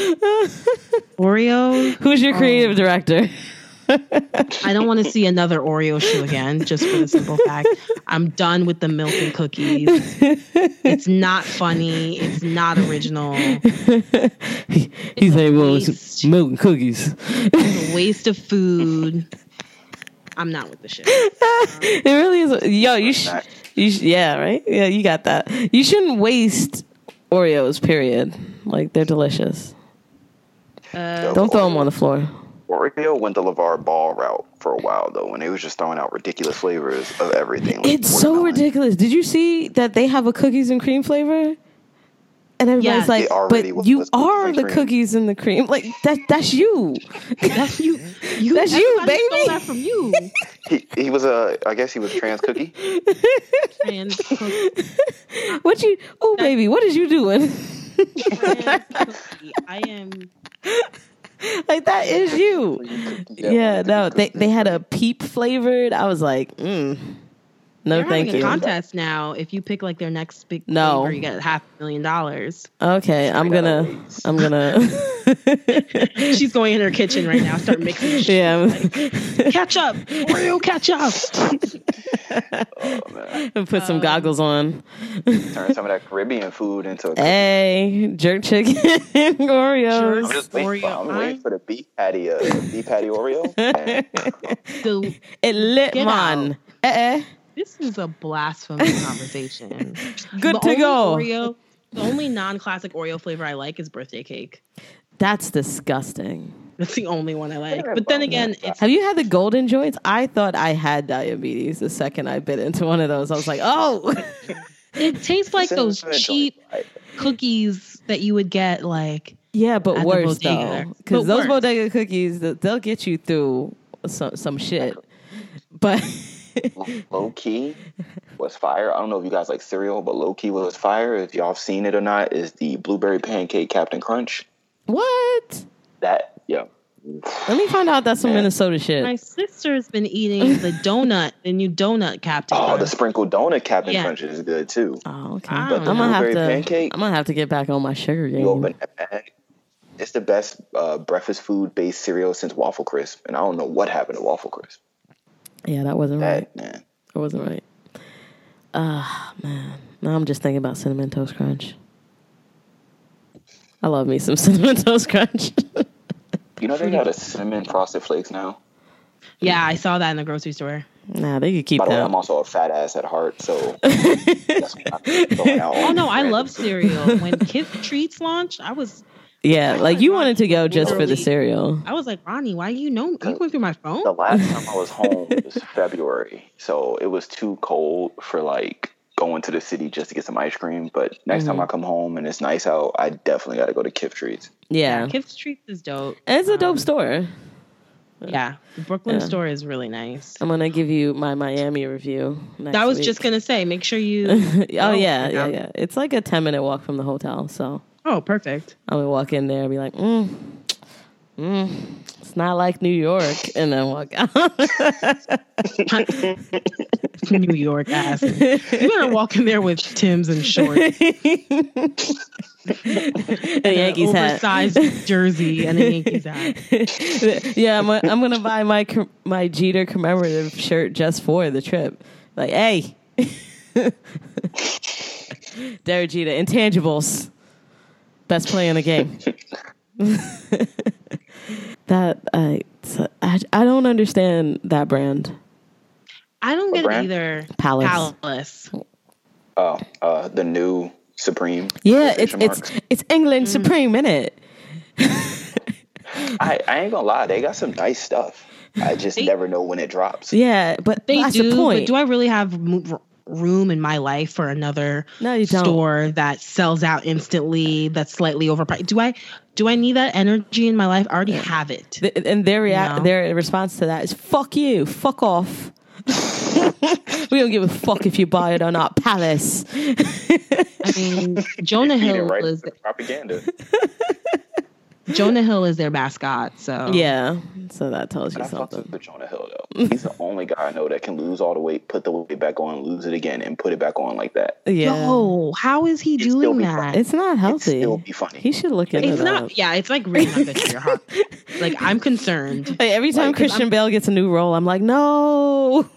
Speaker 2: Oreo.
Speaker 1: Who's your creative director?
Speaker 2: I don't want to see another Oreo shoe again, just for the simple fact I'm done with the milk and cookies. It's not funny. It's not original. It's
Speaker 1: He's like, well, it's
Speaker 2: waste.
Speaker 1: milk and cookies.
Speaker 2: a waste of food. I'm not with the shit.
Speaker 1: it really is. Yo, you sh-
Speaker 3: Right.
Speaker 1: you sh- yeah, right? Yeah, you got that. You shouldn't waste Oreos. Period. Like they're delicious.
Speaker 3: Yo,
Speaker 1: Uh,
Speaker 3: oh,
Speaker 1: Don't throw them on the floor.
Speaker 3: Oreo went the LeVar Ball route for a while though, and they was just throwing out ridiculous flavors of everything. like
Speaker 1: It's so
Speaker 3: watermelon.
Speaker 1: ridiculous. Did you see that they have a cookies and cream flavor? And everybody's
Speaker 2: Yes.
Speaker 1: like,
Speaker 2: They
Speaker 3: already
Speaker 1: but
Speaker 3: was-
Speaker 1: you
Speaker 3: was cookies
Speaker 1: are
Speaker 3: and
Speaker 1: the
Speaker 3: cream.
Speaker 1: cookies and the cream. Like that. That's you.
Speaker 2: That's you. you
Speaker 1: That's you,
Speaker 2: everybody Stole
Speaker 1: baby.
Speaker 2: that from you.
Speaker 3: He, he was a, I guess he was trans cookie.
Speaker 2: Trans cookie,
Speaker 1: What you? Oh, baby, what is you doing?
Speaker 2: trans cookie. I am.
Speaker 1: like that is you. Yeah, no, they they had a peep flavored. I was like, mm, no,
Speaker 2: They're
Speaker 1: thank
Speaker 2: having
Speaker 1: you.
Speaker 2: a contest now. If you pick like their next big
Speaker 1: No.
Speaker 2: flavor, you get half a million dollars.
Speaker 1: Okay, I'm
Speaker 3: Straight out of
Speaker 1: gonna, I'm gonna,
Speaker 2: She's going in her kitchen right now. Start mixing. shit.
Speaker 1: yeah,
Speaker 2: Catch up, Oreo. Catch up.
Speaker 3: Oh, man.
Speaker 1: I'm put some goggles on.
Speaker 3: Turn some of that Caribbean food into. A cookie.
Speaker 1: Eh. Hey, jerk chicken Oreos.
Speaker 3: I'm just waiting for, I'm
Speaker 2: Oreo,
Speaker 3: waiting for the beef patty, uh, beef patty Oreo.
Speaker 2: So
Speaker 1: It lit
Speaker 2: Get
Speaker 1: man. Eh, eh.
Speaker 2: this is a blasphemous conversation.
Speaker 1: Good
Speaker 2: The
Speaker 1: to
Speaker 2: only
Speaker 1: go.
Speaker 2: Oreo The only non-classic Oreo flavor I like is birthday cake.
Speaker 1: That's disgusting.
Speaker 2: That's the only one I like. But then again, it's
Speaker 1: Have you had the golden joints? I thought I had diabetes the second I bit into one of those. I was like, oh,
Speaker 2: it tastes like
Speaker 3: It's in
Speaker 2: those
Speaker 3: the joint,
Speaker 2: cheap
Speaker 3: right?
Speaker 2: cookies that you would get like
Speaker 1: yeah, but
Speaker 2: At the
Speaker 1: worse
Speaker 2: bodega.
Speaker 1: though,
Speaker 2: But
Speaker 1: because those
Speaker 2: worse.
Speaker 1: bodega cookies th- they'll get you through some some shit. But
Speaker 3: low key was fire. I don't know if you guys like cereal, but low key was fire. If y'all have seen it or not, is the blueberry pancake Captain Crunch.
Speaker 1: what?
Speaker 3: That yeah,
Speaker 1: Let me find out that's some
Speaker 3: Yeah.
Speaker 1: Minnesota shit.
Speaker 2: my sister's been eating the donut, the new donut captain.
Speaker 3: oh, the sprinkled donut Captain
Speaker 2: Yeah.
Speaker 3: Crunch is good too.
Speaker 1: Oh, okay.
Speaker 2: I
Speaker 1: I'm
Speaker 2: don't
Speaker 1: gonna
Speaker 3: know.
Speaker 1: have to.
Speaker 3: Blueberry pancake?
Speaker 1: I'm gonna have to get back on my sugar game.
Speaker 3: You open that bag, it's the best uh, breakfast food based cereal since Waffle Crisp, and I don't know what happened to Waffle Crisp.
Speaker 1: Yeah, that wasn't right.
Speaker 3: That man,
Speaker 1: That wasn't right. Ah man, now I'm just thinking about cinnamon toast crunch. I love me some cinnamon toast crunch.
Speaker 3: you know they got a cinnamon frosted flakes now.
Speaker 2: Yeah, I saw that in the grocery store.
Speaker 1: nah, they could keep
Speaker 3: By the way,
Speaker 1: that.
Speaker 3: I'm also a fat ass at heart, so. that's what I'm throwing out.
Speaker 2: Oh no, I love cereal. When Kid Treats launched, I was
Speaker 1: yeah, like you wanted to go just for the
Speaker 2: Literally.
Speaker 1: cereal.
Speaker 2: I was like, Ronnie, why you know
Speaker 1: Oh.
Speaker 2: you going through my phone?
Speaker 3: the last time I was home was February, so it was too cold for like going to the city just to get some ice cream. But next time I
Speaker 1: Mm-hmm.
Speaker 3: come home and it's nice out, I definitely got to go to Kif Treats.
Speaker 1: Yeah,
Speaker 2: Kid Treats is dope.
Speaker 1: it's a dope
Speaker 2: Um,
Speaker 1: store.
Speaker 2: Yeah, the Brooklyn
Speaker 1: Yeah. Oh,
Speaker 2: store is really nice.
Speaker 1: I'm gonna give you my Miami review. Next
Speaker 2: I was
Speaker 1: week.
Speaker 2: just gonna say, make sure you.
Speaker 1: oh yeah, yeah,
Speaker 2: Yeah.
Speaker 1: yeah. It's like a ten minute walk from the hotel, so
Speaker 2: Oh, perfect.
Speaker 1: I'm gonna walk in there and be like, mm, mm, it's not like New York, and then walk out.
Speaker 2: New York ass. You better walk in there with Tim's and shorts,
Speaker 1: a Yankees hat.
Speaker 2: oversized jersey, and a Yankees hat.
Speaker 1: yeah, I'm, I'm gonna buy my com- my Jeter commemorative shirt just for the trip. Like, hey, Derek Jeter, intangibles, best play in the game. that I, I I don't understand that brand.
Speaker 2: I don't get it
Speaker 3: brand?
Speaker 2: either.
Speaker 1: Palace.
Speaker 2: Palace.
Speaker 3: Uh, uh, the new Supreme.
Speaker 1: Yeah, it's
Speaker 3: quotation
Speaker 1: it's
Speaker 3: marks.
Speaker 1: it's
Speaker 2: Mm.
Speaker 1: England supreme, is it?
Speaker 3: I, I ain't gonna lie, they got some nice stuff. I just never know when it drops.
Speaker 1: Yeah, but
Speaker 2: They
Speaker 1: that's
Speaker 2: do,
Speaker 1: the point.
Speaker 2: but do I really have mo- room in my life for another
Speaker 1: No, you don't.
Speaker 2: store that sells out instantly? That's slightly overpriced. Do I? Do I need that energy in my life? I already have it.
Speaker 1: Th- and their rea-
Speaker 2: No.
Speaker 1: their response to that is "fuck you, fuck off." we don't give a fuck if you buy it or not, Palace.
Speaker 2: I mean, Jonah
Speaker 3: Feed it
Speaker 2: Hill
Speaker 3: right
Speaker 2: is
Speaker 3: into propaganda.
Speaker 2: Jonah Hill is their mascot.
Speaker 3: Oh.
Speaker 2: So
Speaker 1: Yeah, so that tells you
Speaker 3: I fucked
Speaker 1: something.
Speaker 3: with Jonah Hill though. He's the only guy I know that can lose all the weight, put the weight back on, lose it again, and put it back on like that.
Speaker 1: Yeah,
Speaker 2: Yo, how is he
Speaker 3: It'd still
Speaker 2: doing
Speaker 3: be
Speaker 2: that?
Speaker 3: fun.
Speaker 2: It's,
Speaker 1: it's not healthy.
Speaker 3: still be funny.
Speaker 1: He should look into that.
Speaker 2: not. Yeah, it's like really not good for your heart. Like I'm concerned.
Speaker 1: Like, every time
Speaker 2: Like, 'cause
Speaker 1: Christian
Speaker 2: I'm-
Speaker 1: Bale gets a new role, I'm like, no,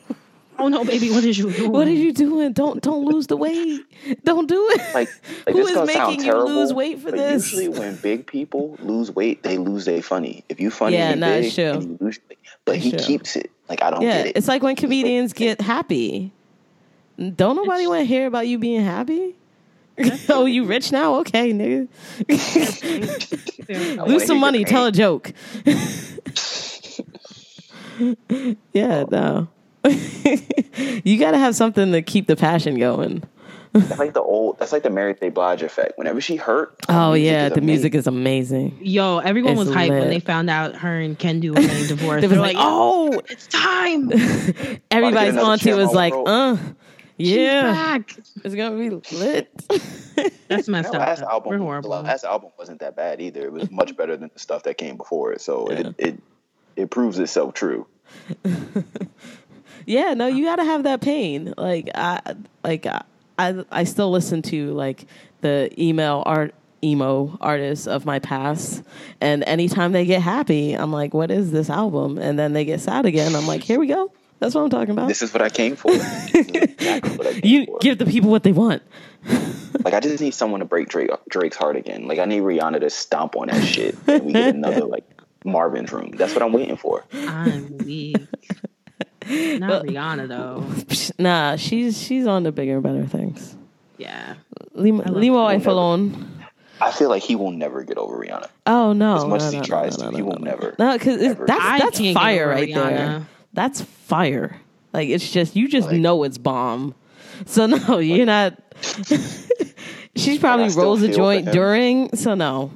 Speaker 2: Oh no, baby, what did you do?
Speaker 1: what are you doing? Don't don't lose the weight. Don't do it.
Speaker 3: like, like
Speaker 1: Who
Speaker 3: this
Speaker 1: is
Speaker 3: gonna sound
Speaker 1: making you lose
Speaker 3: terrible,
Speaker 1: weight for
Speaker 3: but
Speaker 1: this?
Speaker 3: Usually, when big people lose weight, they lose their funny. If you funny,
Speaker 1: Yeah,
Speaker 3: and you
Speaker 1: no,
Speaker 3: big,
Speaker 1: it's true.
Speaker 3: and you lose your weight. but
Speaker 1: It's
Speaker 3: he
Speaker 1: true.
Speaker 3: keeps it. Like I don't
Speaker 1: yeah,
Speaker 3: get it.
Speaker 1: it's like when comedians get happy. Don't nobody want to hear about you being happy. oh, you rich now? Okay, nigga.
Speaker 3: I wanna
Speaker 1: Lose some
Speaker 3: hear
Speaker 1: money.
Speaker 3: your
Speaker 1: Tell a
Speaker 3: pain.
Speaker 1: joke.
Speaker 3: Oh.
Speaker 1: yeah, no. you got to have something to keep the passion going.
Speaker 3: That's like the old. That's like the Mary J. Blige effect. Whenever she hurt, her
Speaker 1: Oh yeah,
Speaker 3: is
Speaker 1: the music
Speaker 3: amazing.
Speaker 1: is amazing.
Speaker 2: Yo, everyone
Speaker 1: It's
Speaker 2: was hyped
Speaker 1: lit.
Speaker 2: when they found out her and Kendu were getting divorced.
Speaker 1: They
Speaker 2: They
Speaker 1: was
Speaker 2: were
Speaker 1: like,
Speaker 2: like,
Speaker 1: oh,
Speaker 2: it's time.
Speaker 1: everybody's
Speaker 3: another
Speaker 1: auntie
Speaker 3: chair,
Speaker 1: was
Speaker 3: my
Speaker 1: like,
Speaker 3: world.
Speaker 1: uh, yeah,
Speaker 2: She's back.
Speaker 1: it's gonna be lit.
Speaker 2: That's messed
Speaker 3: That
Speaker 2: up.
Speaker 3: last
Speaker 2: though.
Speaker 3: album,
Speaker 2: we're
Speaker 3: the
Speaker 2: horrible.
Speaker 3: last album wasn't that bad either. It was much better than the stuff that came before it. So it, it it proves itself true.
Speaker 1: Yeah, no, you got to have that pain. Like I like I I I still listen to like the email art emo artists of my past and anytime they get happy, I'm like, what is this album? And then they get sad again. I'm like, here we go. That's what I'm talking about.
Speaker 3: This is what I came for. This is exactly what I came
Speaker 1: you
Speaker 3: for.
Speaker 1: give the people what they want.
Speaker 3: Like I just need someone to break Drake, Drake's heart again. Like I need Rihanna to stomp on that shit, and we get another like Marvin's room. That's what I'm waiting for.
Speaker 2: I'm weak. Not Rihanna though.
Speaker 1: Nah, she's she's on to bigger and better things.
Speaker 2: Yeah.
Speaker 1: Limo, Limo I Falone.
Speaker 3: I feel like he will never get over Rihanna.
Speaker 1: Oh no!
Speaker 3: As much
Speaker 1: no,
Speaker 3: as he
Speaker 1: no,
Speaker 3: tries
Speaker 1: no,
Speaker 3: to,
Speaker 1: no,
Speaker 3: he
Speaker 1: no,
Speaker 3: will
Speaker 1: no.
Speaker 3: never.
Speaker 1: No, because
Speaker 3: ever
Speaker 2: I
Speaker 1: that's that's
Speaker 2: can't get
Speaker 1: fire
Speaker 2: over
Speaker 1: right
Speaker 2: Rihanna.
Speaker 1: there. That's fire. Like it's just you just
Speaker 3: Like-
Speaker 1: know it's bomb. So no, you're not. She's probably
Speaker 3: still
Speaker 1: rolls a
Speaker 3: feel for
Speaker 1: joint
Speaker 3: him.
Speaker 1: during. So no.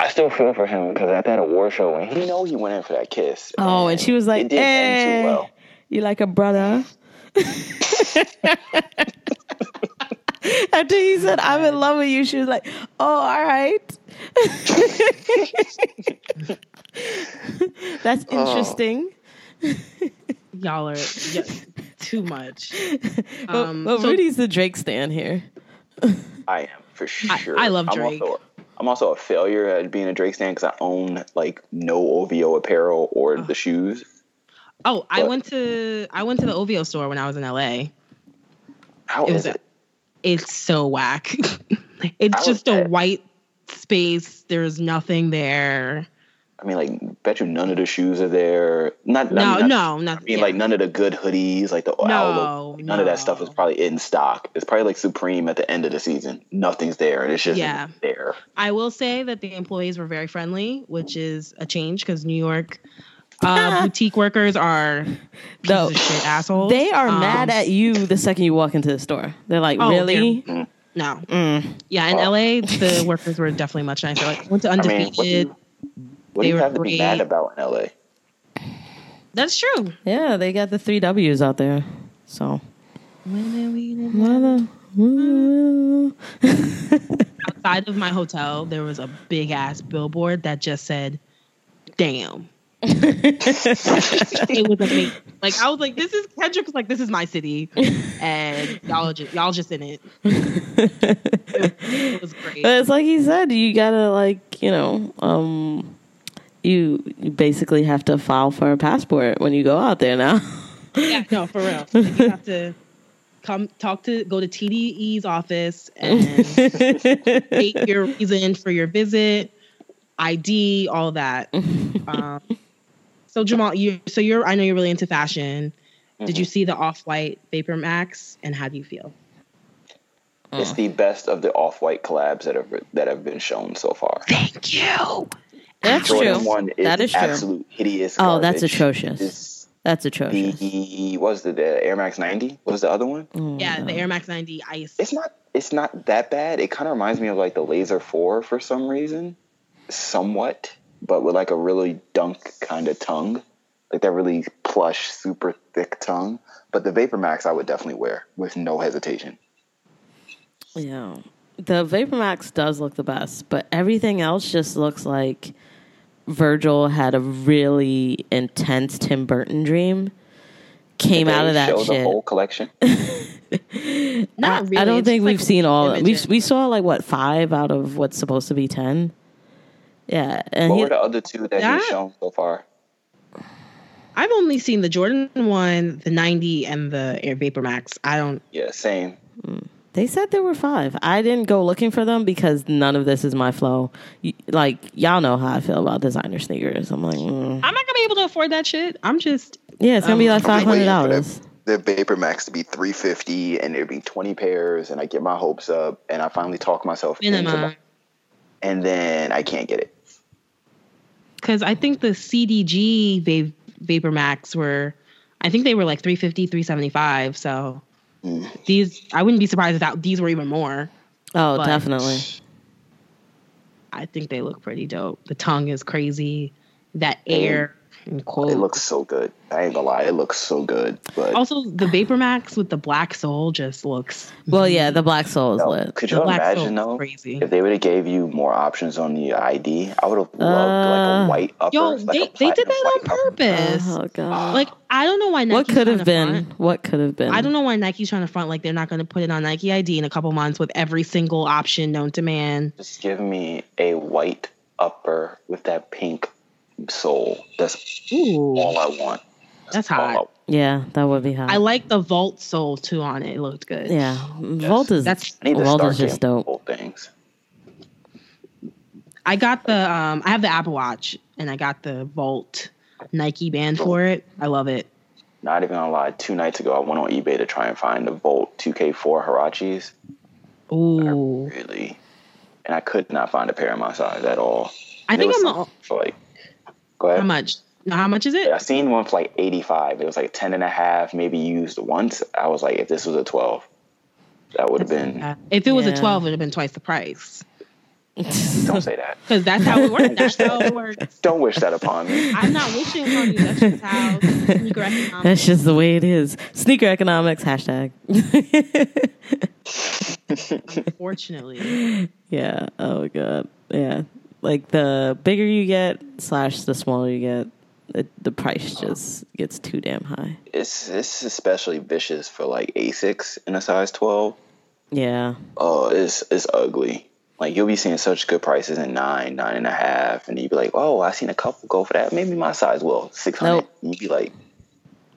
Speaker 3: I still feel for him because at that award show, when he know he went in for that kiss.
Speaker 1: Oh, eh. and she was like,
Speaker 3: it didn't
Speaker 1: "Hey,
Speaker 3: end too well."
Speaker 1: you like a brother." After he said, "I'm in love with you," she was like, "Oh, all right." That's
Speaker 3: Oh.
Speaker 1: interesting.
Speaker 2: Y'all are y- too much.
Speaker 1: but
Speaker 2: Um,
Speaker 1: but
Speaker 2: so-
Speaker 1: Rudy's the Drake stand here.
Speaker 3: I am for sure.
Speaker 2: I love
Speaker 3: I'm
Speaker 2: Drake.
Speaker 3: also, I'm also a failure at being a Drake stan because I own like no OVO apparel or the shoes.
Speaker 2: Oh, I
Speaker 3: But-
Speaker 2: went to I went to the OVO store when I was in LA.
Speaker 3: How
Speaker 2: It
Speaker 3: is
Speaker 2: was
Speaker 3: it?
Speaker 2: It's so whack. it's
Speaker 3: I
Speaker 2: just a
Speaker 3: was-
Speaker 2: white space. There's nothing there.
Speaker 3: I mean, like, bet you none of the shoes are there. Not,
Speaker 2: No,
Speaker 3: I mean,
Speaker 2: no,
Speaker 3: not-
Speaker 2: not
Speaker 3: I mean, like none of the good hoodies, like the
Speaker 2: No,
Speaker 3: owl, like, none of
Speaker 2: no.
Speaker 3: that stuff is probably in stock. It's probably like Supreme at the end of the season. Nothing's there. It's just
Speaker 2: Yeah.
Speaker 3: there.
Speaker 2: I will say that the employees were very friendly, which is a change because New York uh, boutique workers are pieces
Speaker 1: No.
Speaker 2: of shit assholes.
Speaker 1: They are
Speaker 2: Um,
Speaker 1: mad at you the second you walk into the store. They're like,
Speaker 2: Oh,
Speaker 1: "Really?"
Speaker 2: no.
Speaker 1: Mm.
Speaker 2: Yeah, in
Speaker 3: Oh.
Speaker 2: LA, the workers were definitely much nicer. Like went to
Speaker 3: I mean,
Speaker 2: undefeated.
Speaker 3: what do you, what
Speaker 2: They
Speaker 3: do you
Speaker 2: were
Speaker 3: have to be mad
Speaker 2: great.
Speaker 3: about in LA?
Speaker 2: That's true.
Speaker 1: Yeah, they got the three W's out there. So.
Speaker 2: When are we gonna- outside of my hotel, there was a big ass billboard that just said, "Damn." it was amazing. Like I was like, "This is Kendrick was like, this is my city," and y'all just y'all just in it. It was great.
Speaker 1: But it's like he said, you gotta like you know, um, you, you basically have to file for a passport when you go out there now.
Speaker 2: Yeah, no, for real. Like, you have to come talk to go to TDE's office and state your reason for your visit, ID, all that. Um, so Jamal, you so you're I know you're really into fashion. Did you see the Off White Vapor Max, and how do you feel?
Speaker 3: It's the best of the off-white collabs that have that have been shown so far.
Speaker 2: Thank you.
Speaker 1: that's
Speaker 3: Jordan
Speaker 1: true.
Speaker 3: One is
Speaker 1: that is true.
Speaker 3: absolute hideous.
Speaker 1: Oh, that's
Speaker 3: garbage.
Speaker 1: atrocious.
Speaker 3: It's
Speaker 1: That's atrocious. Oh
Speaker 3: the what was the, the Air Max 90? What was the other one?
Speaker 2: Yeah, the Air Max 90 Ice.
Speaker 3: It's not it's not that bad. It kind of reminds me of like the Laser 4 for some reason, somewhat, but with like a really dunk kind of tongue, like that really plush, super thick tongue. But the Vapor Max I would definitely wear with no hesitation.
Speaker 1: Yeah, the Vapor Max does look the best, but everything else just looks like Virgil had a really intense Tim Burton dream. Came out
Speaker 3: They
Speaker 1: of that
Speaker 3: show
Speaker 1: shit.
Speaker 3: the whole collection.
Speaker 1: I-
Speaker 2: Not really.
Speaker 1: I don't
Speaker 2: it's
Speaker 1: think
Speaker 2: just,
Speaker 1: we've
Speaker 2: like,
Speaker 1: seen all.
Speaker 2: images.
Speaker 1: We we saw like what five out of what's supposed to be ten. Yeah, and
Speaker 3: What
Speaker 1: he,
Speaker 3: were the other two that
Speaker 2: That-
Speaker 3: he's shown so far?
Speaker 2: I've only seen the Jordan one, the 90, and the Air Vapor Max. I don't.
Speaker 3: Yeah, same.
Speaker 1: they said there were five. I didn't go looking for them because none of this is my flow. Y- Like y'all know how I feel about designer sneakers. I'm like, mm.
Speaker 2: I'm not gonna be able to afford that shit. I'm just
Speaker 1: yeah, it's gonna be
Speaker 2: Um,
Speaker 1: like five
Speaker 3: I'm
Speaker 1: hundred
Speaker 3: waiting for them.
Speaker 1: dollars.
Speaker 3: the Vapor Max to be 350 and there'd be 20 pairs and I get my hopes up and I finally talk myself into
Speaker 2: minimum
Speaker 3: my, and then I can't get it.
Speaker 2: because I think the CDG va- Vapor Max were, I think they were like 350, 375. So
Speaker 3: Mm.
Speaker 2: these, I wouldn't be surprised if that, these were even more.
Speaker 1: Oh,
Speaker 2: But-
Speaker 1: definitely.
Speaker 2: I think they look pretty dope. The tongue is crazy. That
Speaker 3: Mm.
Speaker 2: air and quote.
Speaker 3: It looks so good. I ain't gonna lie, it looks so good. But
Speaker 2: also, the Vapor Max with the black sole just looks
Speaker 1: Well, yeah, the black soul is
Speaker 3: No,
Speaker 1: lit.
Speaker 3: could
Speaker 2: the
Speaker 3: you
Speaker 2: black soul
Speaker 3: imagine
Speaker 2: is
Speaker 3: though?
Speaker 2: crazy.
Speaker 3: If they would have gave you more options on the ID, I would have loved like
Speaker 1: Uh,
Speaker 3: a white upper.
Speaker 2: Yo,
Speaker 3: like a
Speaker 2: they, they did
Speaker 3: platinum
Speaker 2: that on
Speaker 3: white upper.
Speaker 2: purpose.
Speaker 1: Oh god,
Speaker 2: Like I don't know why Nike.
Speaker 1: what could have been? What could have been?
Speaker 2: I don't know why Nike's trying to front like they're not going to put it on Nike ID in a couple months with every single option known to man.
Speaker 3: Just give me a white upper with that pink sole. That's
Speaker 2: Ooh,
Speaker 3: all I want.
Speaker 2: that's
Speaker 3: All I
Speaker 2: hot.
Speaker 3: want.
Speaker 1: Yeah, that would be hot.
Speaker 2: I like the Vault sole too on it. It looked good.
Speaker 1: yeah, Volt is
Speaker 2: That's-
Speaker 3: I need to
Speaker 1: Volt
Speaker 3: start
Speaker 1: is just
Speaker 3: getting
Speaker 1: dope.
Speaker 3: purple things.
Speaker 2: I got the um I have the Apple Watch and I got the Vault Nike band for it. I love it.
Speaker 3: not even gonna lie, two nights ago I went on eBay to try and find the Volt 2K4 Hirachis.
Speaker 2: Ooh.
Speaker 3: Really? And I could not find a pair of my size at all.
Speaker 2: I
Speaker 3: And it
Speaker 2: think
Speaker 3: was
Speaker 2: I'm
Speaker 3: some-
Speaker 2: a,
Speaker 3: for like go ahead.
Speaker 2: how much? How much is it?
Speaker 3: I seen one for like 85. It was like 10 and a half, maybe used once. I was like, if this was a 12, that would have been.
Speaker 2: Uh, If it was
Speaker 1: Yeah.
Speaker 2: a 12, it would have been twice the price.
Speaker 3: Don't say that.
Speaker 2: Because that's how it works. That's how it works.
Speaker 3: Don't wish that upon me.
Speaker 2: I'm not wishing on you. That's just how sneaker economics.
Speaker 1: That's just the way it is. Sneaker economics hashtag.
Speaker 2: Unfortunately,
Speaker 1: yeah. Oh god. Yeah. Like the bigger you get, slash the smaller you get, it, the price
Speaker 3: Uh-huh.
Speaker 1: just gets too damn high.
Speaker 3: It's it's especially vicious for like A6 in a size 12.
Speaker 1: Yeah.
Speaker 3: Oh, it's it's ugly. Like you'll be seeing such good prices in nine, nine and a half, and you'd be like, oh, I seen a couple go for that. Maybe my size will six hundred.
Speaker 1: Nope.
Speaker 3: You'd be like,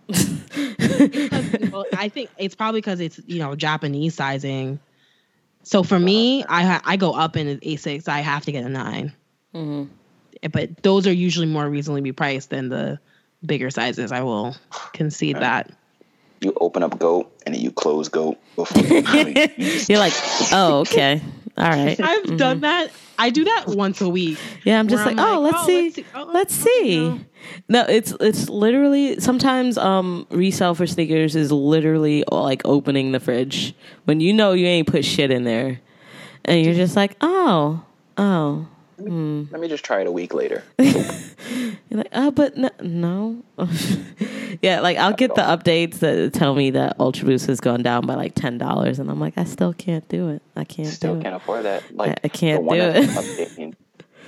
Speaker 2: well, I think it's probably because it's you know Japanese sizing. So for me, I ha- I go up in an A6. I have to get a 9
Speaker 1: Mm-hmm.
Speaker 2: But those are usually more reasonably priced than the bigger sizes. I will concede that.
Speaker 3: you open up goat and then you close goat before. You
Speaker 1: You're like, oh okay, all right.
Speaker 2: I've
Speaker 1: Mhm.
Speaker 2: done that. I do that once a week.
Speaker 1: Yeah, I'm just
Speaker 2: where
Speaker 1: like,
Speaker 2: I'm
Speaker 1: oh,
Speaker 2: like,
Speaker 1: let's
Speaker 2: oh,
Speaker 1: see,
Speaker 2: let's
Speaker 1: let's
Speaker 2: see-
Speaker 1: see.
Speaker 2: oh, okay, no.
Speaker 1: No, it's it's literally sometimes um resale for sneakers is literally like opening the fridge when you know you ain't put shit in there, and you're just like, oh, oh,
Speaker 3: Let me just try it a week later.
Speaker 1: You're like, oh, but no. no. yeah, like I'll get the updates that tell me that Ultra Boost has gone down by like ten dollars, and I'm like, I still can't do it. I can't
Speaker 3: Still
Speaker 1: do it.
Speaker 3: can't afford that. Like
Speaker 1: I can't
Speaker 3: the one
Speaker 1: do
Speaker 3: that's
Speaker 1: it.
Speaker 3: been updating-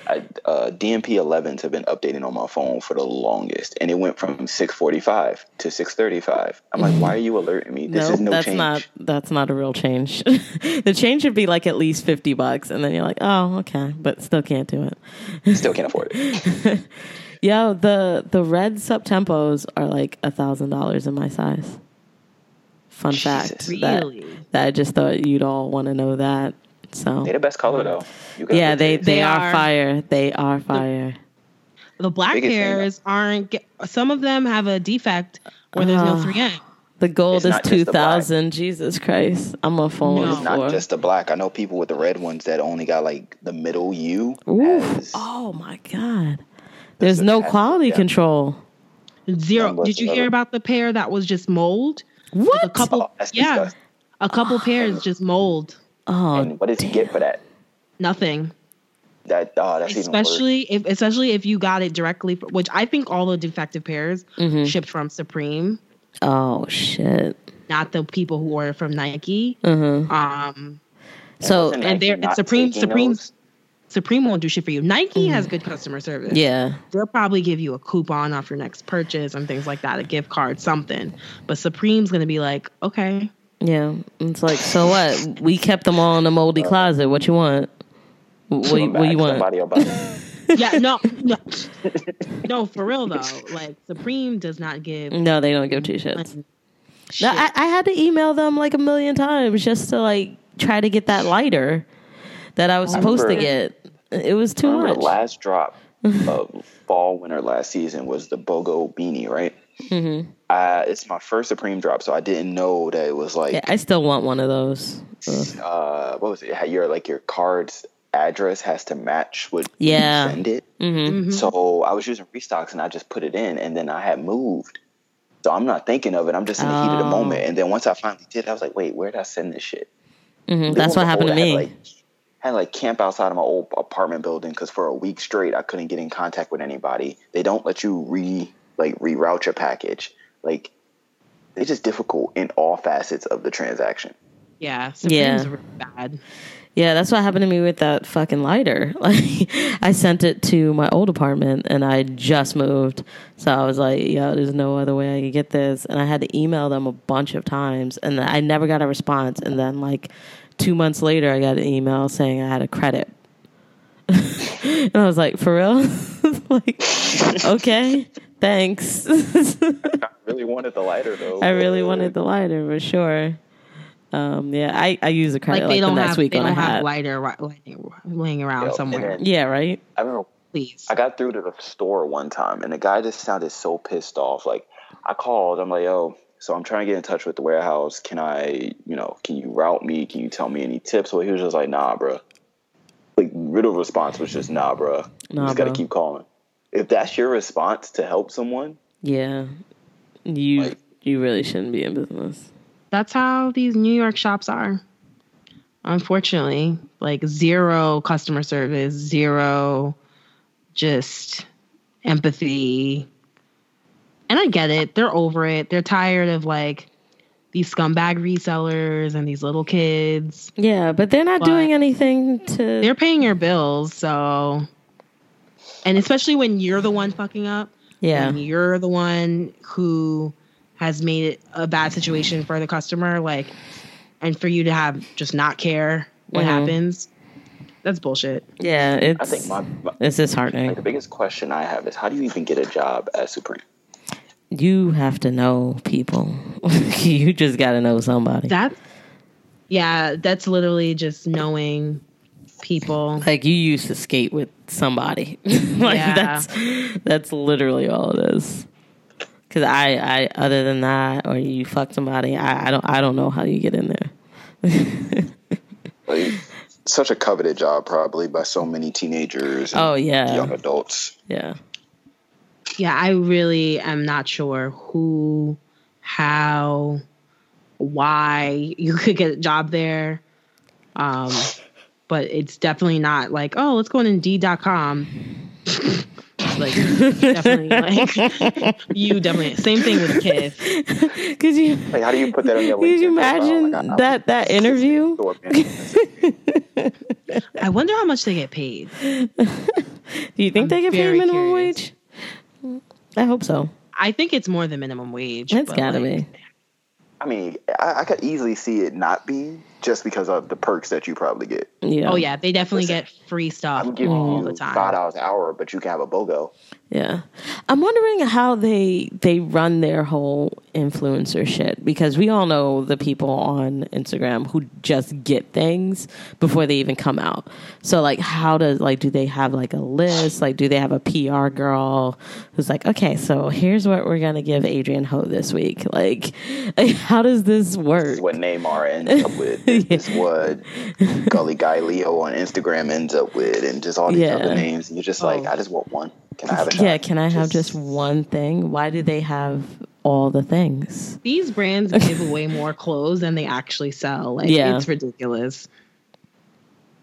Speaker 3: I, uh, DMP 11s have been updating on my phone for the longest, and it went from 645 to 635. I'm like, why are you alerting me? This
Speaker 1: Nope,
Speaker 3: is no
Speaker 1: that's
Speaker 3: change.
Speaker 1: not that's not a real change. the change should be like at least fifty bucks, and then you're like, oh, okay, but still can't do it.
Speaker 3: Still can't afford it.
Speaker 1: Yo, the the red subtempos are like a thousand dollars in my size. Fun fact
Speaker 3: Jesus.
Speaker 1: that,
Speaker 2: Really?
Speaker 1: that I just thought you'd all want to know that. So
Speaker 3: They the best color though. You gotta
Speaker 1: yeah,
Speaker 3: look
Speaker 1: they
Speaker 3: at it.
Speaker 1: they
Speaker 2: They
Speaker 1: are
Speaker 2: are-
Speaker 1: fire. They are fire.
Speaker 2: The black
Speaker 3: Biggest thing-
Speaker 2: pairs aren't. Get, some of them have a defect where there's
Speaker 1: Ah.
Speaker 2: no 3M.
Speaker 1: The gold
Speaker 3: It's
Speaker 1: is
Speaker 3: not
Speaker 1: two
Speaker 3: just the black.
Speaker 1: thousand. Jesus Christ, I'm a phone
Speaker 2: No.
Speaker 1: no.
Speaker 2: It's
Speaker 3: not just the black. I know people with the red ones that only got like the middle U. as-
Speaker 1: Oh my god, there's no
Speaker 3: fantastic,
Speaker 1: quality
Speaker 3: yeah.
Speaker 1: control.
Speaker 2: Zero.
Speaker 3: Unless
Speaker 2: Did you
Speaker 3: the
Speaker 2: hear
Speaker 3: other-
Speaker 2: about the pair that was just mold?
Speaker 1: What?
Speaker 2: A couple.
Speaker 3: Oh, that's
Speaker 2: yeah,
Speaker 3: disgusting.
Speaker 2: a couple pairs just mold.
Speaker 1: oh,
Speaker 3: And what does he get for that?
Speaker 2: Nothing.
Speaker 3: That oh, that's even worse.
Speaker 2: Especially if, especially if you got it directly, fr- which I think all the defective pairs shipped from Supreme,
Speaker 1: oh shit.
Speaker 2: not the people who order from Nike. Um,
Speaker 1: So
Speaker 2: and they're
Speaker 3: Nike not
Speaker 2: and Supreme,
Speaker 3: taking
Speaker 2: Supreme,
Speaker 3: those?
Speaker 2: Supreme won't do shit for you. Nike has good customer service.
Speaker 1: yeah,
Speaker 2: they'll probably give you a coupon off your next purchase and things like that, a gift card, something. But Supreme's gonna be like, okay,
Speaker 1: yeah. It's like so what? We kept them all in the moldy
Speaker 3: Uh,
Speaker 1: closet. What you want? What, what, you- what you want?
Speaker 3: Somebody will buy it.
Speaker 2: yeah, no, no, no, for real though. Like Supreme does not give.
Speaker 1: No, they don't give two shits.
Speaker 2: shit.
Speaker 1: No, I, I had to email them like a million times just to like try to get that lighter that I was supposed to
Speaker 3: remember-
Speaker 1: get. It was too
Speaker 3: Remember the
Speaker 1: much.
Speaker 3: last drop of fall winter last season was the Bogo beanie, right? Uh, it's my first Supreme drop, so I didn't know that it was like
Speaker 1: Yeah, I still want one of those. Ugh.
Speaker 3: uh, what was it? How Your like your card's address has to match what
Speaker 1: Yeah.
Speaker 3: you send it.
Speaker 1: Mm-hmm,
Speaker 3: So I was using restocks and I just put it in, and then I had moved. So I'm not thinking of it. I'm just in the heat of the
Speaker 1: Oh.
Speaker 3: moment. And then once I finally did, I was like, wait, where did I send this shit?
Speaker 1: Mhm, That's what happened to
Speaker 3: I had,
Speaker 1: me.
Speaker 3: like, had to, like camp outside of my old apartment building because for a week straight I couldn't get in contact with anybody. They don't let you re like reroute your package. Like it's just difficult in all facets of the transaction.
Speaker 2: yeah,
Speaker 1: Yeah.
Speaker 2: Supreme's really bad.
Speaker 1: Yeah, that's what happened to me with that fucking lighter. Like, I sent it to my old apartment and I just moved. So I was like, yo, there's no other way I could get this. And I had to email them a bunch of times and I never got a response. And then, like, two months later, I got an email saying I had a credit. and I was like, for real? like, okay, thanks.
Speaker 3: I really wanted the lighter though.
Speaker 1: I really wanted the lighter for sure. Um, yeah, I, I used a
Speaker 2: Like
Speaker 1: credit
Speaker 2: they
Speaker 1: like, the
Speaker 2: don't
Speaker 1: next
Speaker 2: have
Speaker 1: week
Speaker 2: they
Speaker 1: on a
Speaker 2: don't have
Speaker 1: hat.
Speaker 2: lighter ri- lighting laying around
Speaker 3: Yo, and
Speaker 2: somewhere.
Speaker 3: then-
Speaker 1: Yeah, right?
Speaker 3: I remember
Speaker 2: Please,
Speaker 3: I got through to the store one time and the guy just sounded so pissed off. Like, I called. I'm like, yo, so I'm trying to get in touch with the warehouse. Can I, you know, can you route me? Can you tell me any tips? Well, he was just like, nah, bro. Like riddle response was just nah, bro. You
Speaker 1: Nah,
Speaker 3: just gotta
Speaker 1: bruh.
Speaker 3: keep calling. If that's your response to help someone,
Speaker 1: Yeah. You
Speaker 3: Like-
Speaker 1: you really shouldn't be in business.
Speaker 2: That's how these New York shops are. Unfortunately, like zero customer service, zero just empathy. And I get it. They're over it. They're tired of like these scumbag resellers and these little kids.
Speaker 1: Yeah, but they're not
Speaker 2: But-
Speaker 1: doing anything to
Speaker 2: They're paying your bills, so and especially when you're the one fucking up.
Speaker 1: Yeah.
Speaker 2: when you're the one who has made it a bad situation for the customer like and for you to have just not care what
Speaker 1: Mhm.
Speaker 2: happens that's bullshit
Speaker 1: Yeah, it's
Speaker 3: I think my, my
Speaker 1: it's
Speaker 3: like the
Speaker 1: disheartening.
Speaker 3: biggest question I have is how do you even get a job at Supreme?
Speaker 1: You have to know people. you just got to know somebody.
Speaker 2: that yeah that's literally just knowing people
Speaker 1: like you used to skate with somebody. like
Speaker 2: Yeah.
Speaker 1: that's that's literally all it is. Cuz I I other than that or you fuck somebody, I I don't I don't know how you get in there.
Speaker 3: Like, such a coveted job, probably by so many teenagers. And
Speaker 1: Oh, yeah.
Speaker 3: young adults.
Speaker 1: Yeah.
Speaker 2: yeah i really am not sure who how why you could get a job there um but it's definitely not like oh let's go on indeed.com like definitely like you definitely same thing with kids
Speaker 1: Could you
Speaker 3: Like, how do you put that on your LinkedIn?
Speaker 1: Could you
Speaker 3: profile?
Speaker 1: imagine
Speaker 3: Like, I- I
Speaker 1: that that interview?
Speaker 3: was a store manager.
Speaker 2: i wonder how much they get paid
Speaker 1: Do you think they get paid
Speaker 2: very
Speaker 1: minimum
Speaker 2: curious.
Speaker 1: wage? I hope so.
Speaker 2: i think it's more than minimum wage
Speaker 1: It's
Speaker 2: but,
Speaker 1: gotta
Speaker 2: like,
Speaker 1: be.
Speaker 3: I mean, I, I could easily see it not being just because of the perks that you probably get.
Speaker 1: Yeah.
Speaker 2: oh yeah they definitely
Speaker 3: Listen,
Speaker 2: get free stuff
Speaker 3: I'm giving
Speaker 2: all
Speaker 3: you
Speaker 2: the time
Speaker 3: five dollars an hour, but you can have a BOGO.
Speaker 1: Yeah. I'm wondering how they they run their whole influencer shit because we all know the people on Instagram who just get things before they even come out. So like how does like do they have like a list? Like do they have a PR girl who's like, "Okay, so here's what we're going to give Adrian Ho this week." Like how does this work?
Speaker 3: This is what Neymar ends up with. This is what Gully Guy Leo on Instagram ends up with, and just all these
Speaker 1: Yeah.
Speaker 3: other names. And you're just like,
Speaker 2: Oh.
Speaker 3: I just want one. Can I have a shot?
Speaker 1: Yeah, can I have just one thing? Why do they have all the things?
Speaker 2: these brands give away more clothes than they actually sell like
Speaker 1: Yeah.
Speaker 2: it's ridiculous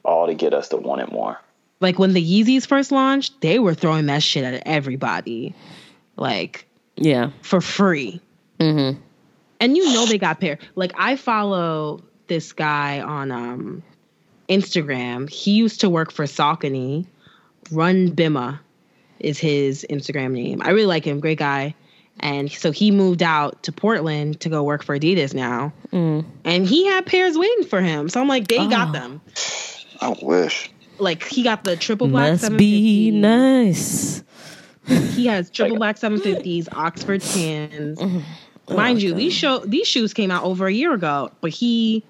Speaker 3: all to get us to want it more?
Speaker 2: like when the Yeezys first launched, they were throwing that shit at everybody, like
Speaker 1: Yeah.
Speaker 2: for free. Mm-hmm. And you know they got paired. Like I follow this guy on um, Instagram. He used to work for Saucony. Run Bima is his Instagram name. I really like him. Great guy. And so he moved out to Portland to go work for Adidas now. And he had pairs waiting for him. So I'm like, they
Speaker 1: Mm. Oh.
Speaker 2: got them.
Speaker 3: I wish.
Speaker 2: Like he got the triple black.
Speaker 1: Must be
Speaker 2: 750.
Speaker 1: nice.
Speaker 2: He has triple black 750s, Oxford tans.
Speaker 3: Mm-hmm.
Speaker 2: Mind
Speaker 3: Oh,
Speaker 2: you, these show these shoes came out over a year ago, but he,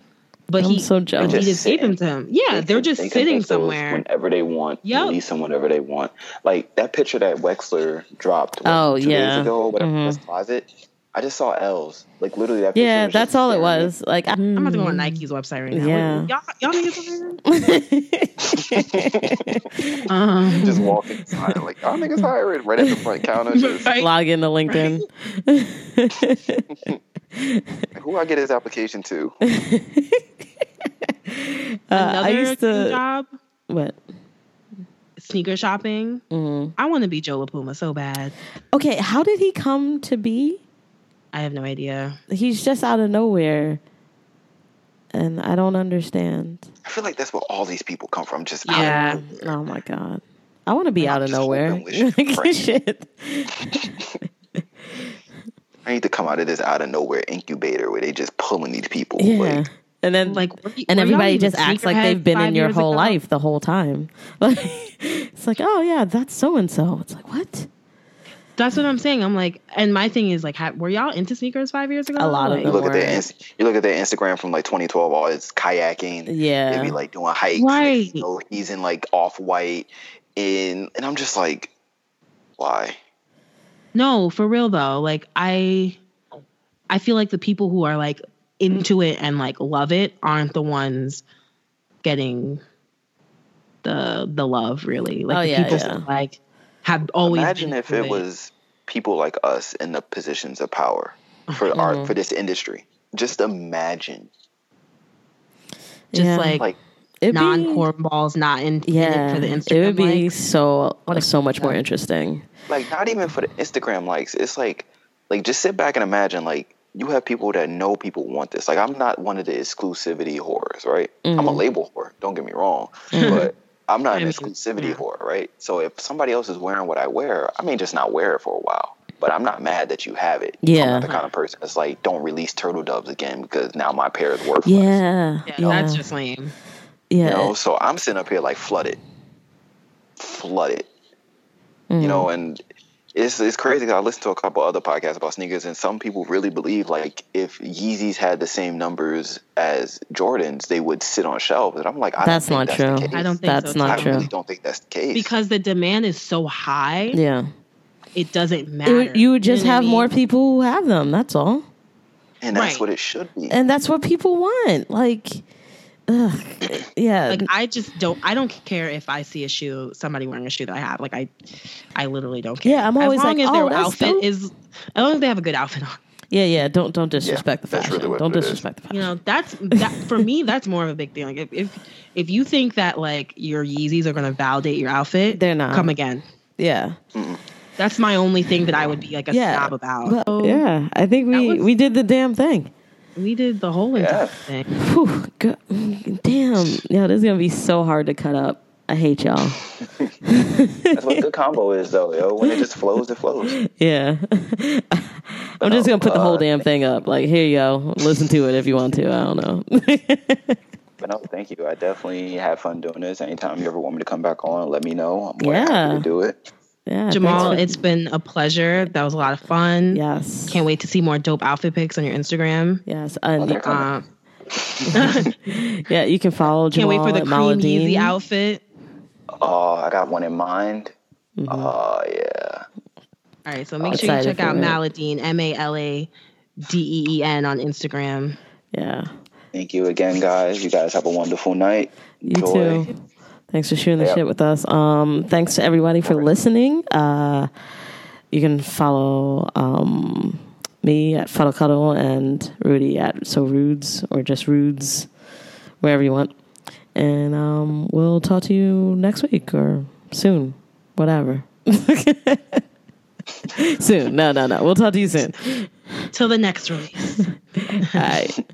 Speaker 2: but
Speaker 1: I'm
Speaker 2: he,
Speaker 1: so jealous.
Speaker 2: Adidas
Speaker 3: Just
Speaker 2: gave them to him. Yeah,
Speaker 3: They
Speaker 2: they're
Speaker 3: can-
Speaker 2: just
Speaker 3: they can
Speaker 2: sitting
Speaker 3: make those
Speaker 2: somewhere.
Speaker 3: whenever they want.
Speaker 2: Yep.
Speaker 3: Release them whenever they want. Like that picture that Wexler dropped. what,
Speaker 1: Oh,
Speaker 3: two
Speaker 1: yeah. Mm-hmm.
Speaker 3: days ago or whatever in his closet. I just saw L's. Like literally that. Picture
Speaker 1: Yeah,
Speaker 3: was just
Speaker 1: that's all it
Speaker 3: staring at me.
Speaker 1: was. Like, I,
Speaker 2: I'm about to go on Nike's website right now.
Speaker 1: Mm-hmm. Yeah.
Speaker 2: Wait, Y'all, y'all niggas over here? um,
Speaker 3: Just walking inside, like y'all niggas hiring right at the front counter. Just,
Speaker 2: right?
Speaker 1: log into LinkedIn.
Speaker 3: who I get his application to?
Speaker 1: Uh, I
Speaker 2: Another
Speaker 1: used to.
Speaker 2: job,
Speaker 1: What?
Speaker 2: sneaker shopping.
Speaker 1: Mhm.
Speaker 2: I want to be Joe LaPuma so bad.
Speaker 1: Okay, how did he come to be?
Speaker 2: I have no idea.
Speaker 1: He's just out of nowhere. And I don't understand.
Speaker 3: I feel like that's where all these people come from. Just
Speaker 2: Yeah.
Speaker 1: Oh my god. I want to be out of
Speaker 3: just hoping
Speaker 1: nowhere.
Speaker 3: we should pray.
Speaker 1: Shit.
Speaker 3: I need to come out of this out of nowhere incubator where they just pulling these people.
Speaker 1: Yeah.
Speaker 3: Like,
Speaker 1: And then
Speaker 2: Like, were you-
Speaker 1: and
Speaker 2: were y'all
Speaker 1: everybody
Speaker 2: even
Speaker 1: just acts like
Speaker 2: sneakerheads
Speaker 1: they've been in
Speaker 2: five
Speaker 1: your
Speaker 2: years
Speaker 1: whole
Speaker 2: ago?
Speaker 1: life the whole time. Like it's like, oh yeah, that's so and so. It's like what?
Speaker 2: That's what I'm saying. I'm like, and my thing is like, ha- were y'all into sneakers five years ago?
Speaker 1: A lot of
Speaker 2: Like,
Speaker 3: you
Speaker 1: them.
Speaker 3: look at their
Speaker 1: Lord.
Speaker 3: Inst- you look at their Instagram from like 2012. All it's kayaking.
Speaker 1: Yeah.
Speaker 3: They be like doing hikes.
Speaker 2: Right.
Speaker 3: You know, he's in like off white, and and I'm just like, why?
Speaker 2: No, for real though. Like I I feel like the people who are like into it and like love it aren't the ones getting the the love really. Like
Speaker 1: Oh,
Speaker 2: the
Speaker 1: yeah,
Speaker 2: people
Speaker 1: yeah.
Speaker 2: who, like have always
Speaker 3: Imagine
Speaker 2: been
Speaker 3: if
Speaker 2: into
Speaker 3: it was people like us in the positions of power for our for this industry. Just imagine,
Speaker 2: just
Speaker 1: Yeah.
Speaker 2: like,
Speaker 3: like
Speaker 1: It'd be-
Speaker 2: non cornballs not in, in it
Speaker 1: Yeah,
Speaker 2: for the Instagram.
Speaker 1: it would be
Speaker 2: likes.
Speaker 1: so so much more interesting.
Speaker 3: like not even for the Instagram likes. It's like like just sit back and imagine like you have people that know people want this. Like I'm not one of the exclusivity whores, right? I'm
Speaker 1: Mm-hmm.
Speaker 3: a label whore. Don't get me wrong, but I'm not an
Speaker 2: mean,
Speaker 3: exclusivity whore, right? So if somebody else is wearing what I wear, I may just not wear it for a while. But I'm not mad that you have it. I'm
Speaker 1: Yeah.
Speaker 3: not the kind of person that's like, don't release turtle doves again because now my pair is worthless.
Speaker 1: Yeah,
Speaker 2: yeah,
Speaker 1: yeah,
Speaker 2: that's just lame.
Speaker 1: yeah.
Speaker 3: You know, so I'm sitting up here like flooded, flooded.
Speaker 1: Mm.
Speaker 3: You know,
Speaker 1: Mm-hmm.
Speaker 3: and it's it's crazy. 'cause I listened to a couple other podcasts about sneakers, and some people really believe like if Yeezys had the same numbers as Jordans, they would sit on shelves. And I'm like, I
Speaker 1: That's
Speaker 3: don't
Speaker 1: not
Speaker 3: think
Speaker 1: true.
Speaker 3: The case.
Speaker 2: I don't think
Speaker 1: that's
Speaker 2: so,
Speaker 1: not
Speaker 3: I
Speaker 2: too.
Speaker 1: true.
Speaker 3: really don't think that's the case.
Speaker 2: Because the demand is so high,
Speaker 1: yeah,
Speaker 2: it doesn't matter.
Speaker 1: It would- you would just
Speaker 2: know what I
Speaker 1: have
Speaker 2: mean?
Speaker 1: more people who have them. That's all,
Speaker 3: and that's
Speaker 2: right.
Speaker 3: what it should be.
Speaker 1: and that's what people want. Like, ugh, yeah,
Speaker 2: Like I just don't. I don't care if I see a shoe, somebody wearing a shoe that I have. Like I, I literally don't care.
Speaker 1: Yeah, I'm always
Speaker 2: as long
Speaker 1: like,
Speaker 2: as
Speaker 1: "Oh,
Speaker 2: their
Speaker 1: that's
Speaker 2: outfit
Speaker 1: dope."
Speaker 2: is, as long as they have a good outfit on.
Speaker 1: yeah, yeah. Don't don't disrespect the
Speaker 3: that's
Speaker 1: fashion.
Speaker 3: really what
Speaker 1: don't
Speaker 3: it is.
Speaker 1: disrespect the fashion.
Speaker 2: You know, that's that for me. That's more of a big thing. Like if if, if you think that like your Yeezys are going to validate your outfit,
Speaker 1: They're not.
Speaker 2: Come again.
Speaker 1: yeah,
Speaker 2: That's my only thing that I would be like a
Speaker 1: yeah.
Speaker 2: snob about.
Speaker 1: Well, yeah, I think we
Speaker 2: was-
Speaker 1: we did the damn thing.
Speaker 2: We did the whole entire
Speaker 3: Yeah.
Speaker 2: thing.
Speaker 1: Whew, go- damn, yo, this is gonna be so hard to cut up. I hate y'all.
Speaker 3: That's what a good combo is, though. Yo, when it just flows, it flows.
Speaker 1: Yeah. I'm just
Speaker 3: Oh,
Speaker 1: gonna put the whole
Speaker 3: God.
Speaker 1: damn thing up. Like, here you go. Listen to it if you want to. I don't know.
Speaker 3: But no, thank you. I definitely had fun doing this. Anytime you ever want me to come back on, let me know. I'm more than happy
Speaker 1: Yeah.
Speaker 3: to do it.
Speaker 1: yeah,
Speaker 2: Jamal,
Speaker 1: thanks
Speaker 2: it's been a pleasure. That was a lot of fun.
Speaker 1: for- yes,
Speaker 2: Can't wait to see more dope outfit pics on your Instagram.
Speaker 1: Yes, and
Speaker 3: they're coming.
Speaker 2: Um,
Speaker 1: yeah, you can follow
Speaker 2: can't
Speaker 1: Jamal
Speaker 2: wait for the
Speaker 1: at
Speaker 2: cream
Speaker 1: Maladine.
Speaker 2: Yeezy outfit.
Speaker 3: Oh, I got one in mind.
Speaker 1: Mm-hmm.
Speaker 3: Oh yeah.
Speaker 2: All right, so make sure you
Speaker 1: Excited
Speaker 2: check out
Speaker 1: for it.
Speaker 2: Maladine, M A L A D E E N on Instagram.
Speaker 1: Yeah,
Speaker 3: Thank you again, guys. You guys have a wonderful night.
Speaker 1: you
Speaker 3: Enjoy.
Speaker 1: too. Thanks for shooting the
Speaker 3: Yeah.
Speaker 1: shit with us. Um, thanks to everybody for listening. Uh, you can follow um me at Fuddle Cuddle and Rudy at So Rudes or just Rudes, wherever you want. And um, we'll talk to you next week or soon, whatever. soon. No, no, no. We'll talk to you soon.
Speaker 2: Till the next release.
Speaker 1: All right.